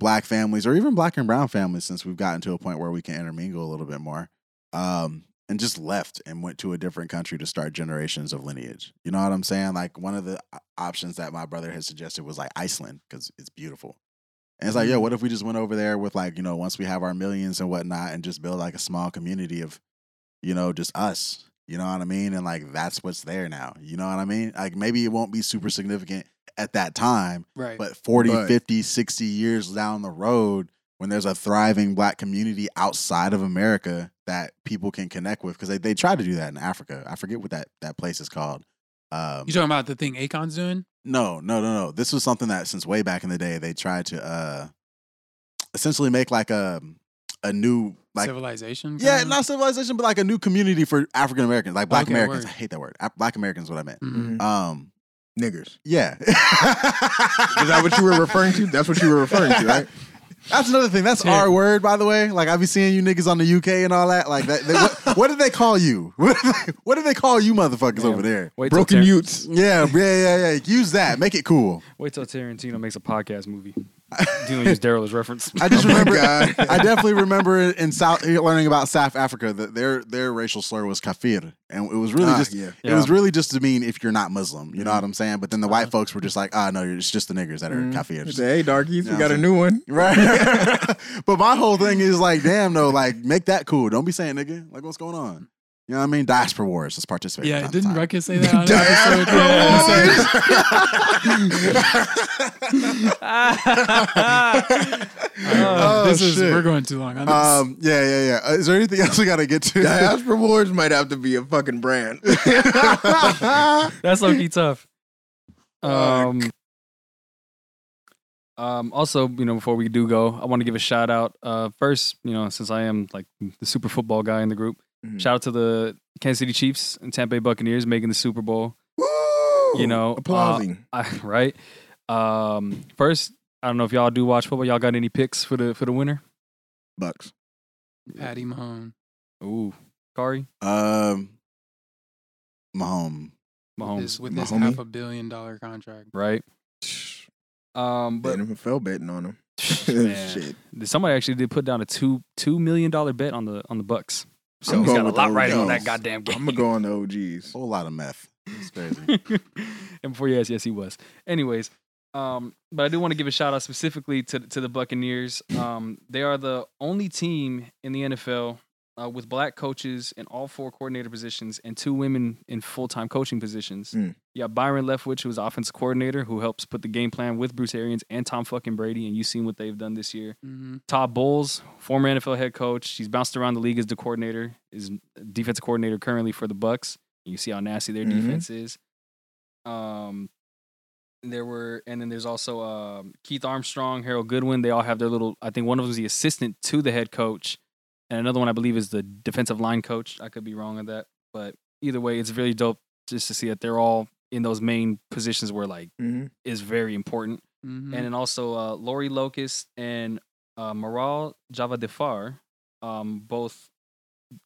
S2: black families or even black and brown families, since we've gotten to a point where we can intermingle a little bit more, um, and just left and went to a different country to start generations of lineage. You know what I'm saying? Like one of the o- options that my brother had suggested was like Iceland because it's beautiful. And it's like, yo, what if we just went over there with like, you know, once we have our millions and whatnot and just build like a small community of you know, just us. You know what I mean? And like that's what's there now. You know what I mean? Like maybe it won't be super significant at that time,
S3: Right.
S2: but 40,
S1: But-
S2: 50, 60 years down the road when there's a thriving black community outside of America that people can connect with because they, they try to do that in Africa. I forget what that, that place is called. Um,
S3: you talking about the thing Akon's doing?
S2: no, no, no, no. This was something that since way back in the day they tried to uh, essentially make like a a new like
S3: Civilization?
S2: yeah,
S1: Um,
S3: kinda?
S2: not civilization, but like a new community for African Americans, like Black
S3: Okay,
S2: Americans.
S3: word.
S2: I hate that word. Af- Black Americans, is what I meant.
S3: Mhm.
S1: Mm-hmm.
S2: Um,
S1: Niggers.
S2: yeah. is
S1: Is that what you were referring to? That's what you were referring to, right?
S2: That's another thing. That's
S3: Yeah.
S2: our word, by the way. Like I be seeing you niggas on the UK and all that. Like that. They, what, what did they call you? What did they, what did they call you, motherfuckers,
S4: Yeah.
S2: over there?
S4: Wait till
S1: Broken
S4: Tar-
S1: Utes.
S2: Yeah, yeah, yeah, yeah. Use that. Make it cool.
S4: Wait till Tarantino makes a podcast movie. Do you use Daryl as reference?
S2: I just
S1: Oh my
S2: remember.
S1: God.
S2: I definitely remember in- in South learning about South Africa that their their racial slur was kafir, and it was really
S1: Ah,
S2: just
S1: yeah. Mm-hmm.
S2: It
S4: Yeah.
S2: was really just to mean if you're not Muslim, you know what I'm saying? But then the
S1: Uh-huh.
S2: white folks were just like, ah, no, it's just the niggers that are
S1: Mhm.
S2: kafirs.
S1: Say, hey, darkies,
S2: Yeah,
S1: we got
S2: I'm
S1: a new one.
S2: Right. but my whole thing is like, damn, no, like, make that cool. Don't be saying nigga. Like, what's going on? You know what I mean? Diaspora wars. Let's participate.
S3: Yeah,
S2: from time to
S3: didn't
S2: time.
S3: Ruckus say that on an
S1: Diaspora
S3: episode? Yeah, he said-
S2: Oh,
S3: this is
S2: shit.
S3: we're going too long on this.
S2: Um, yeah, yeah, yeah. Uh, is there anything else we got to get to?
S1: Diaspora Wars might have to be a fucking brand.
S4: That's low key tough.
S1: Fuck.
S4: Um, um, also, you know, before we do go, I want to give a shout out. Uh, first, you know, since I am like the super football guy in the group,
S1: Mhm.
S4: shout out to the Kansas City Chiefs and Tampa Bay Buccaneers making the Super Bowl.
S1: Woo!
S4: You know, uh,
S1: applauding.
S4: I, right? Um, first, I don't know if y'all do watch football. Y'all got any picks for the for the winner?
S1: Bucks.
S3: Patty Mahone.
S4: Ooh, Kari
S2: um, Mahomes.
S4: Mahomes,
S3: This, with this
S1: Mahomey?
S3: half a billion dollar contract.
S4: right? Um,
S1: But
S4: but
S1: NFL betting on him.
S4: man,
S1: Shit.
S4: somebody actually did put down a two two million dollar bet on the on the Bucks. So
S1: I'm
S4: he's
S1: going
S4: got a
S1: with
S4: lot
S1: the
S4: riding on
S1: Eagles.
S4: that goddamn game.
S1: I'm gonna go on the Mm-hmm. OGs.
S2: Whole lot of meth. It's crazy.
S4: and before you ask, yes, he was. Anyways, um, but I do want to give a shout out specifically to to the Buccaneers. Um, they are the only team in the NFL uh, with black coaches in all four coordinator positions and two women in full time coaching positions.
S1: Mm.
S4: Yeah, Byron Leftwich, who is offensive coordinator, who helps put the game plan with Bruce Arians and Tom fucking Brady, and you've seen what they've done this year.
S3: Mhm.
S4: Todd Bowles, former NFL head coach, he's bounced around the league as the coordinator, is defense coordinator currently for the Bucks. You see how nasty their
S1: Mhm.
S4: defense is. Um, there were, and then there's also um, Keith Armstrong, Harold Goodwin. They all have their little. I think one of them is the assistant to the head coach, and another one I believe is the defensive line coach. I could be wrong on that, but either way, it's really dope just to see that they're all in those main positions where like
S1: Mm-hmm.
S4: is very important
S3: Mhm.
S4: and then also uh, Lori Locust and uh, Maral Javadefar, um, both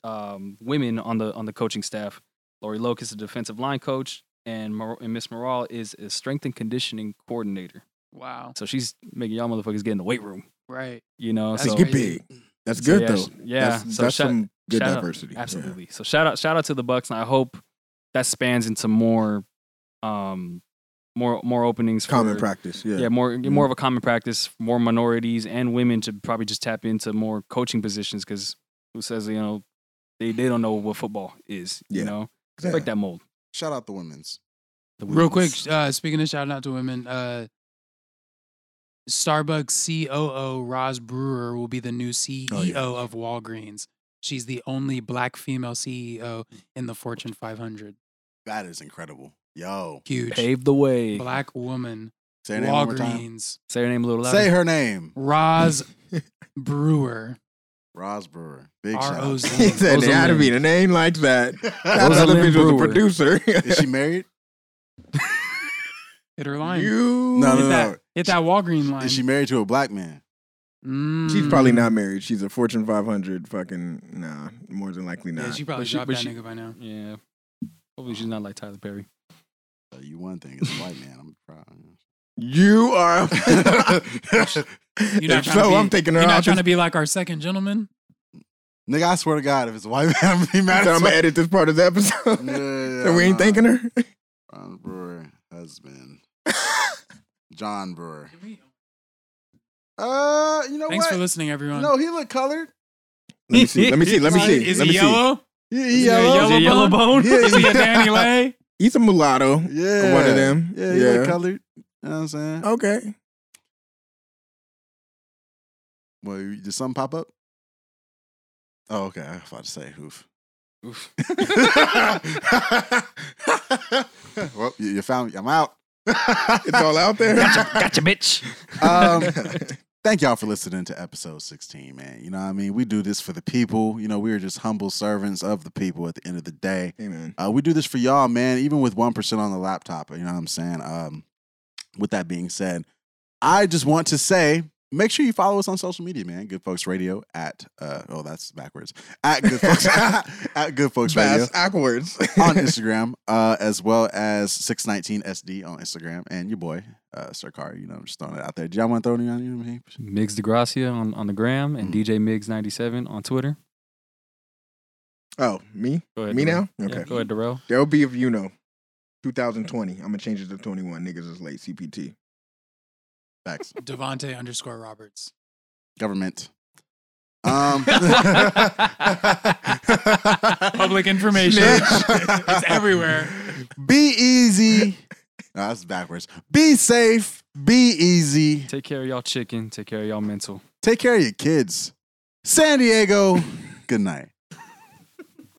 S4: um, women on the on the coaching staff. Lori Locust is a defensive line coach, and Mar- and Miss Maral is a strength and conditioning coordinator.
S3: wow.
S4: So she's making y'all motherfuckers get in the weight room,
S3: Right.
S4: you know.
S3: That's
S4: so
S1: Get
S3: crazy.
S1: big. That's
S4: So
S1: good
S4: yeah,
S1: though.
S4: sh- yeah,
S1: That's,
S4: so
S1: that's
S4: shout-
S1: some good
S4: shout out-
S1: diversity. Yeah.
S4: Absolutely. So shout out shout out to the Bucks, and I hope that spans into more, um, more more openings.
S1: Common
S4: for,
S1: practice. Yeah. Mm-hmm.
S4: Yeah, more more of a common practice. More minorities and women to probably just tap into more coaching positions because who says you know they they don't know what football is.
S1: Yeah.
S4: You know,
S1: Yeah.
S4: break that mold.
S2: Shout out the women's.
S4: The
S3: Real quick,
S4: women's.
S3: uh, speaking of shout out to women, uh, Starbucks COO Roz Brewer will be the new CEO
S1: Oh, yeah.
S3: of Walgreens. She's the only black female CEO in the Fortune 500.
S2: That is incredible. Yo,
S3: Huge.
S4: pave the way.
S3: Black woman.
S2: say her name one more time.
S3: Walgreens.
S4: Say your name a little louder.
S2: Say her name.
S3: Roz Brewer.
S2: Roz Brewer. Big shout out.
S3: R-O-Z.
S1: he said
S4: Those
S1: there
S4: are
S1: had to be
S4: men.
S1: a name like that. That
S4: Those are
S1: other
S4: men
S1: bitch was a
S4: Brewer.
S1: producer.
S2: is she married?
S3: Hit her line.
S1: you.
S2: No,
S3: hit,
S2: no,
S3: that,
S2: no.
S3: hit that Walgreen line.
S2: Is she married to a black man?
S1: She's probably
S3: Mm.
S1: not married. She's a Fortune 500 fucking, nah, more than likely not.
S3: Yeah, she probably
S4: But she-
S3: dropped
S4: but
S3: that
S4: she-
S3: nigga by now.
S4: yeah. Hopefully she's not like Tyler Perry.
S2: Tell Uh, you one thing, it's a white man. I'm proud.
S1: you are.
S3: You're not
S1: if
S3: trying to
S1: so,
S3: be-
S1: I'm taking her
S3: You're not
S1: out.
S3: trying to be like our second gentleman.
S2: Nigga, I swear to God, if it's a white man, I'm gonna be mad
S1: I'm
S2: as
S1: going to
S2: fuck.
S1: edit this part of the episode.
S2: Yeah, yeah,
S1: so we ain't
S2: nah.
S1: thanking her?
S2: Ron Brewer, husband. John Brewer. Uh, you know
S3: Thanks
S2: what?
S3: for listening, everyone.
S2: No, he look colored.
S1: Let me see. Let me see. Let me
S3: Is
S1: see.
S3: he- Is
S1: let
S3: he
S1: me see.
S3: yellow?
S2: Yeah,
S3: Is he a
S1: yellow?
S3: yellow,
S1: Is he a yellow
S3: bone?
S1: bone?
S3: Is he a Danny Lay?
S1: He's a mulatto.
S2: Yeah,
S1: One of them.
S2: Yeah, he
S1: Yeah.
S2: look colored. You know what I'm saying?
S1: Okay.
S2: Well, you- did something pop up? Oh, okay. I was about to say hoof.
S4: Oof.
S2: well, you, you found me. I'm out.
S1: It's all out there.
S4: gotcha, bitch.
S2: um, thank y'all for listening to episode 16, man. You know what I mean? We do this for the people. You know, we are just humble servants of the people at the end of the day.
S1: Amen.
S2: Uh, we do this for y'all, man, even with 1% on the laptop. You know what I'm saying? Um, with that being said, I just want to say make sure you follow us on social media, man. Good Folks Radio at, uh, oh, that's backwards. At Good Folks, at Good Folks Radio
S1: Fast, backwards.
S2: on Instagram, uh, as well as 619SD on Instagram, and your boy, uh, Sarkar, you know, I'm just throwing it out there. Do y'all want to throw any on you? know what I mean?
S4: Migs DeGracia on, on the gram
S1: Mm.
S4: and DJ Migs97 on Twitter.
S1: oh, me?
S4: Go ahead,
S1: Me
S4: Darrell.
S1: now?
S4: Yeah,
S1: Okay.
S4: go ahead, Darrell.
S1: There'll be if you know. 2020. I'm gonna change it to 21. Niggas is late. CPT.
S2: Facts.
S3: Devonte underscore Roberts.
S2: Government. Um,
S3: Public information. it's everywhere.
S2: Be easy. No, that's backwards. Be safe. Be easy.
S4: Take care of y'all chicken. Take care of y'all mental.
S2: Take care of your kids. San Diego. Good night.